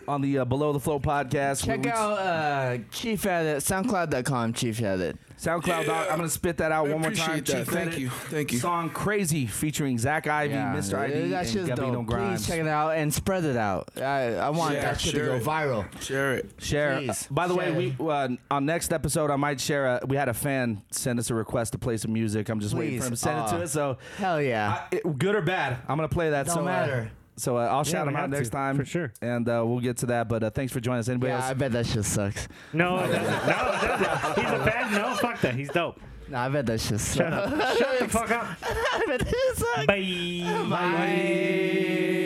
Speaker 4: on the uh, Below the Flow podcast.
Speaker 8: Check
Speaker 4: We- we-
Speaker 8: out uh, Chief Edit, SoundCloud.com, Chief Edit.
Speaker 4: SoundCloud. dog. I'm gonna spit that out
Speaker 6: I
Speaker 4: one more time.
Speaker 6: appreciate that.
Speaker 4: Chief
Speaker 6: Thank
Speaker 4: Edit.
Speaker 6: you. Thank you.
Speaker 4: Song "Crazy" featuring Zach Ivy, Mr. Ivy,
Speaker 8: that
Speaker 4: and
Speaker 8: shit's
Speaker 4: Gabino
Speaker 8: dope.
Speaker 4: Grimes.
Speaker 8: Please check it out and spread it out. I, I want
Speaker 6: Yeah,
Speaker 8: that shit to
Speaker 6: share
Speaker 8: go
Speaker 6: it.
Speaker 8: viral.
Speaker 6: Share it.
Speaker 4: Share.
Speaker 8: Please.
Speaker 4: uh, By the
Speaker 8: Share.
Speaker 4: way, we uh, on next episode, I might share. A, we had a fan send us a request to play some music. I'm just waiting
Speaker 8: Please.
Speaker 4: for him to send it to
Speaker 8: Aw.
Speaker 4: us. So,
Speaker 8: Hell yeah.
Speaker 4: I, it, good or bad, I'm gonna play that.
Speaker 8: Don't
Speaker 4: so, uh,
Speaker 8: matter.
Speaker 4: so uh, I'll shout
Speaker 5: we
Speaker 4: him out
Speaker 5: have
Speaker 4: next
Speaker 5: to,
Speaker 4: time
Speaker 5: for sure.
Speaker 4: and uh, we'll get to that. But uh, thanks for joining us. Anybody
Speaker 8: yeah, I
Speaker 4: else?
Speaker 8: bet that shit sucks.
Speaker 5: No, it doesn't. no, it doesn't. He's a fan. No, fuck that. He's dope.
Speaker 8: Nah, I bet that shit sucks.
Speaker 5: Shut the fuck up.
Speaker 8: I bet that shit sucks.
Speaker 5: Bye.
Speaker 8: Bye.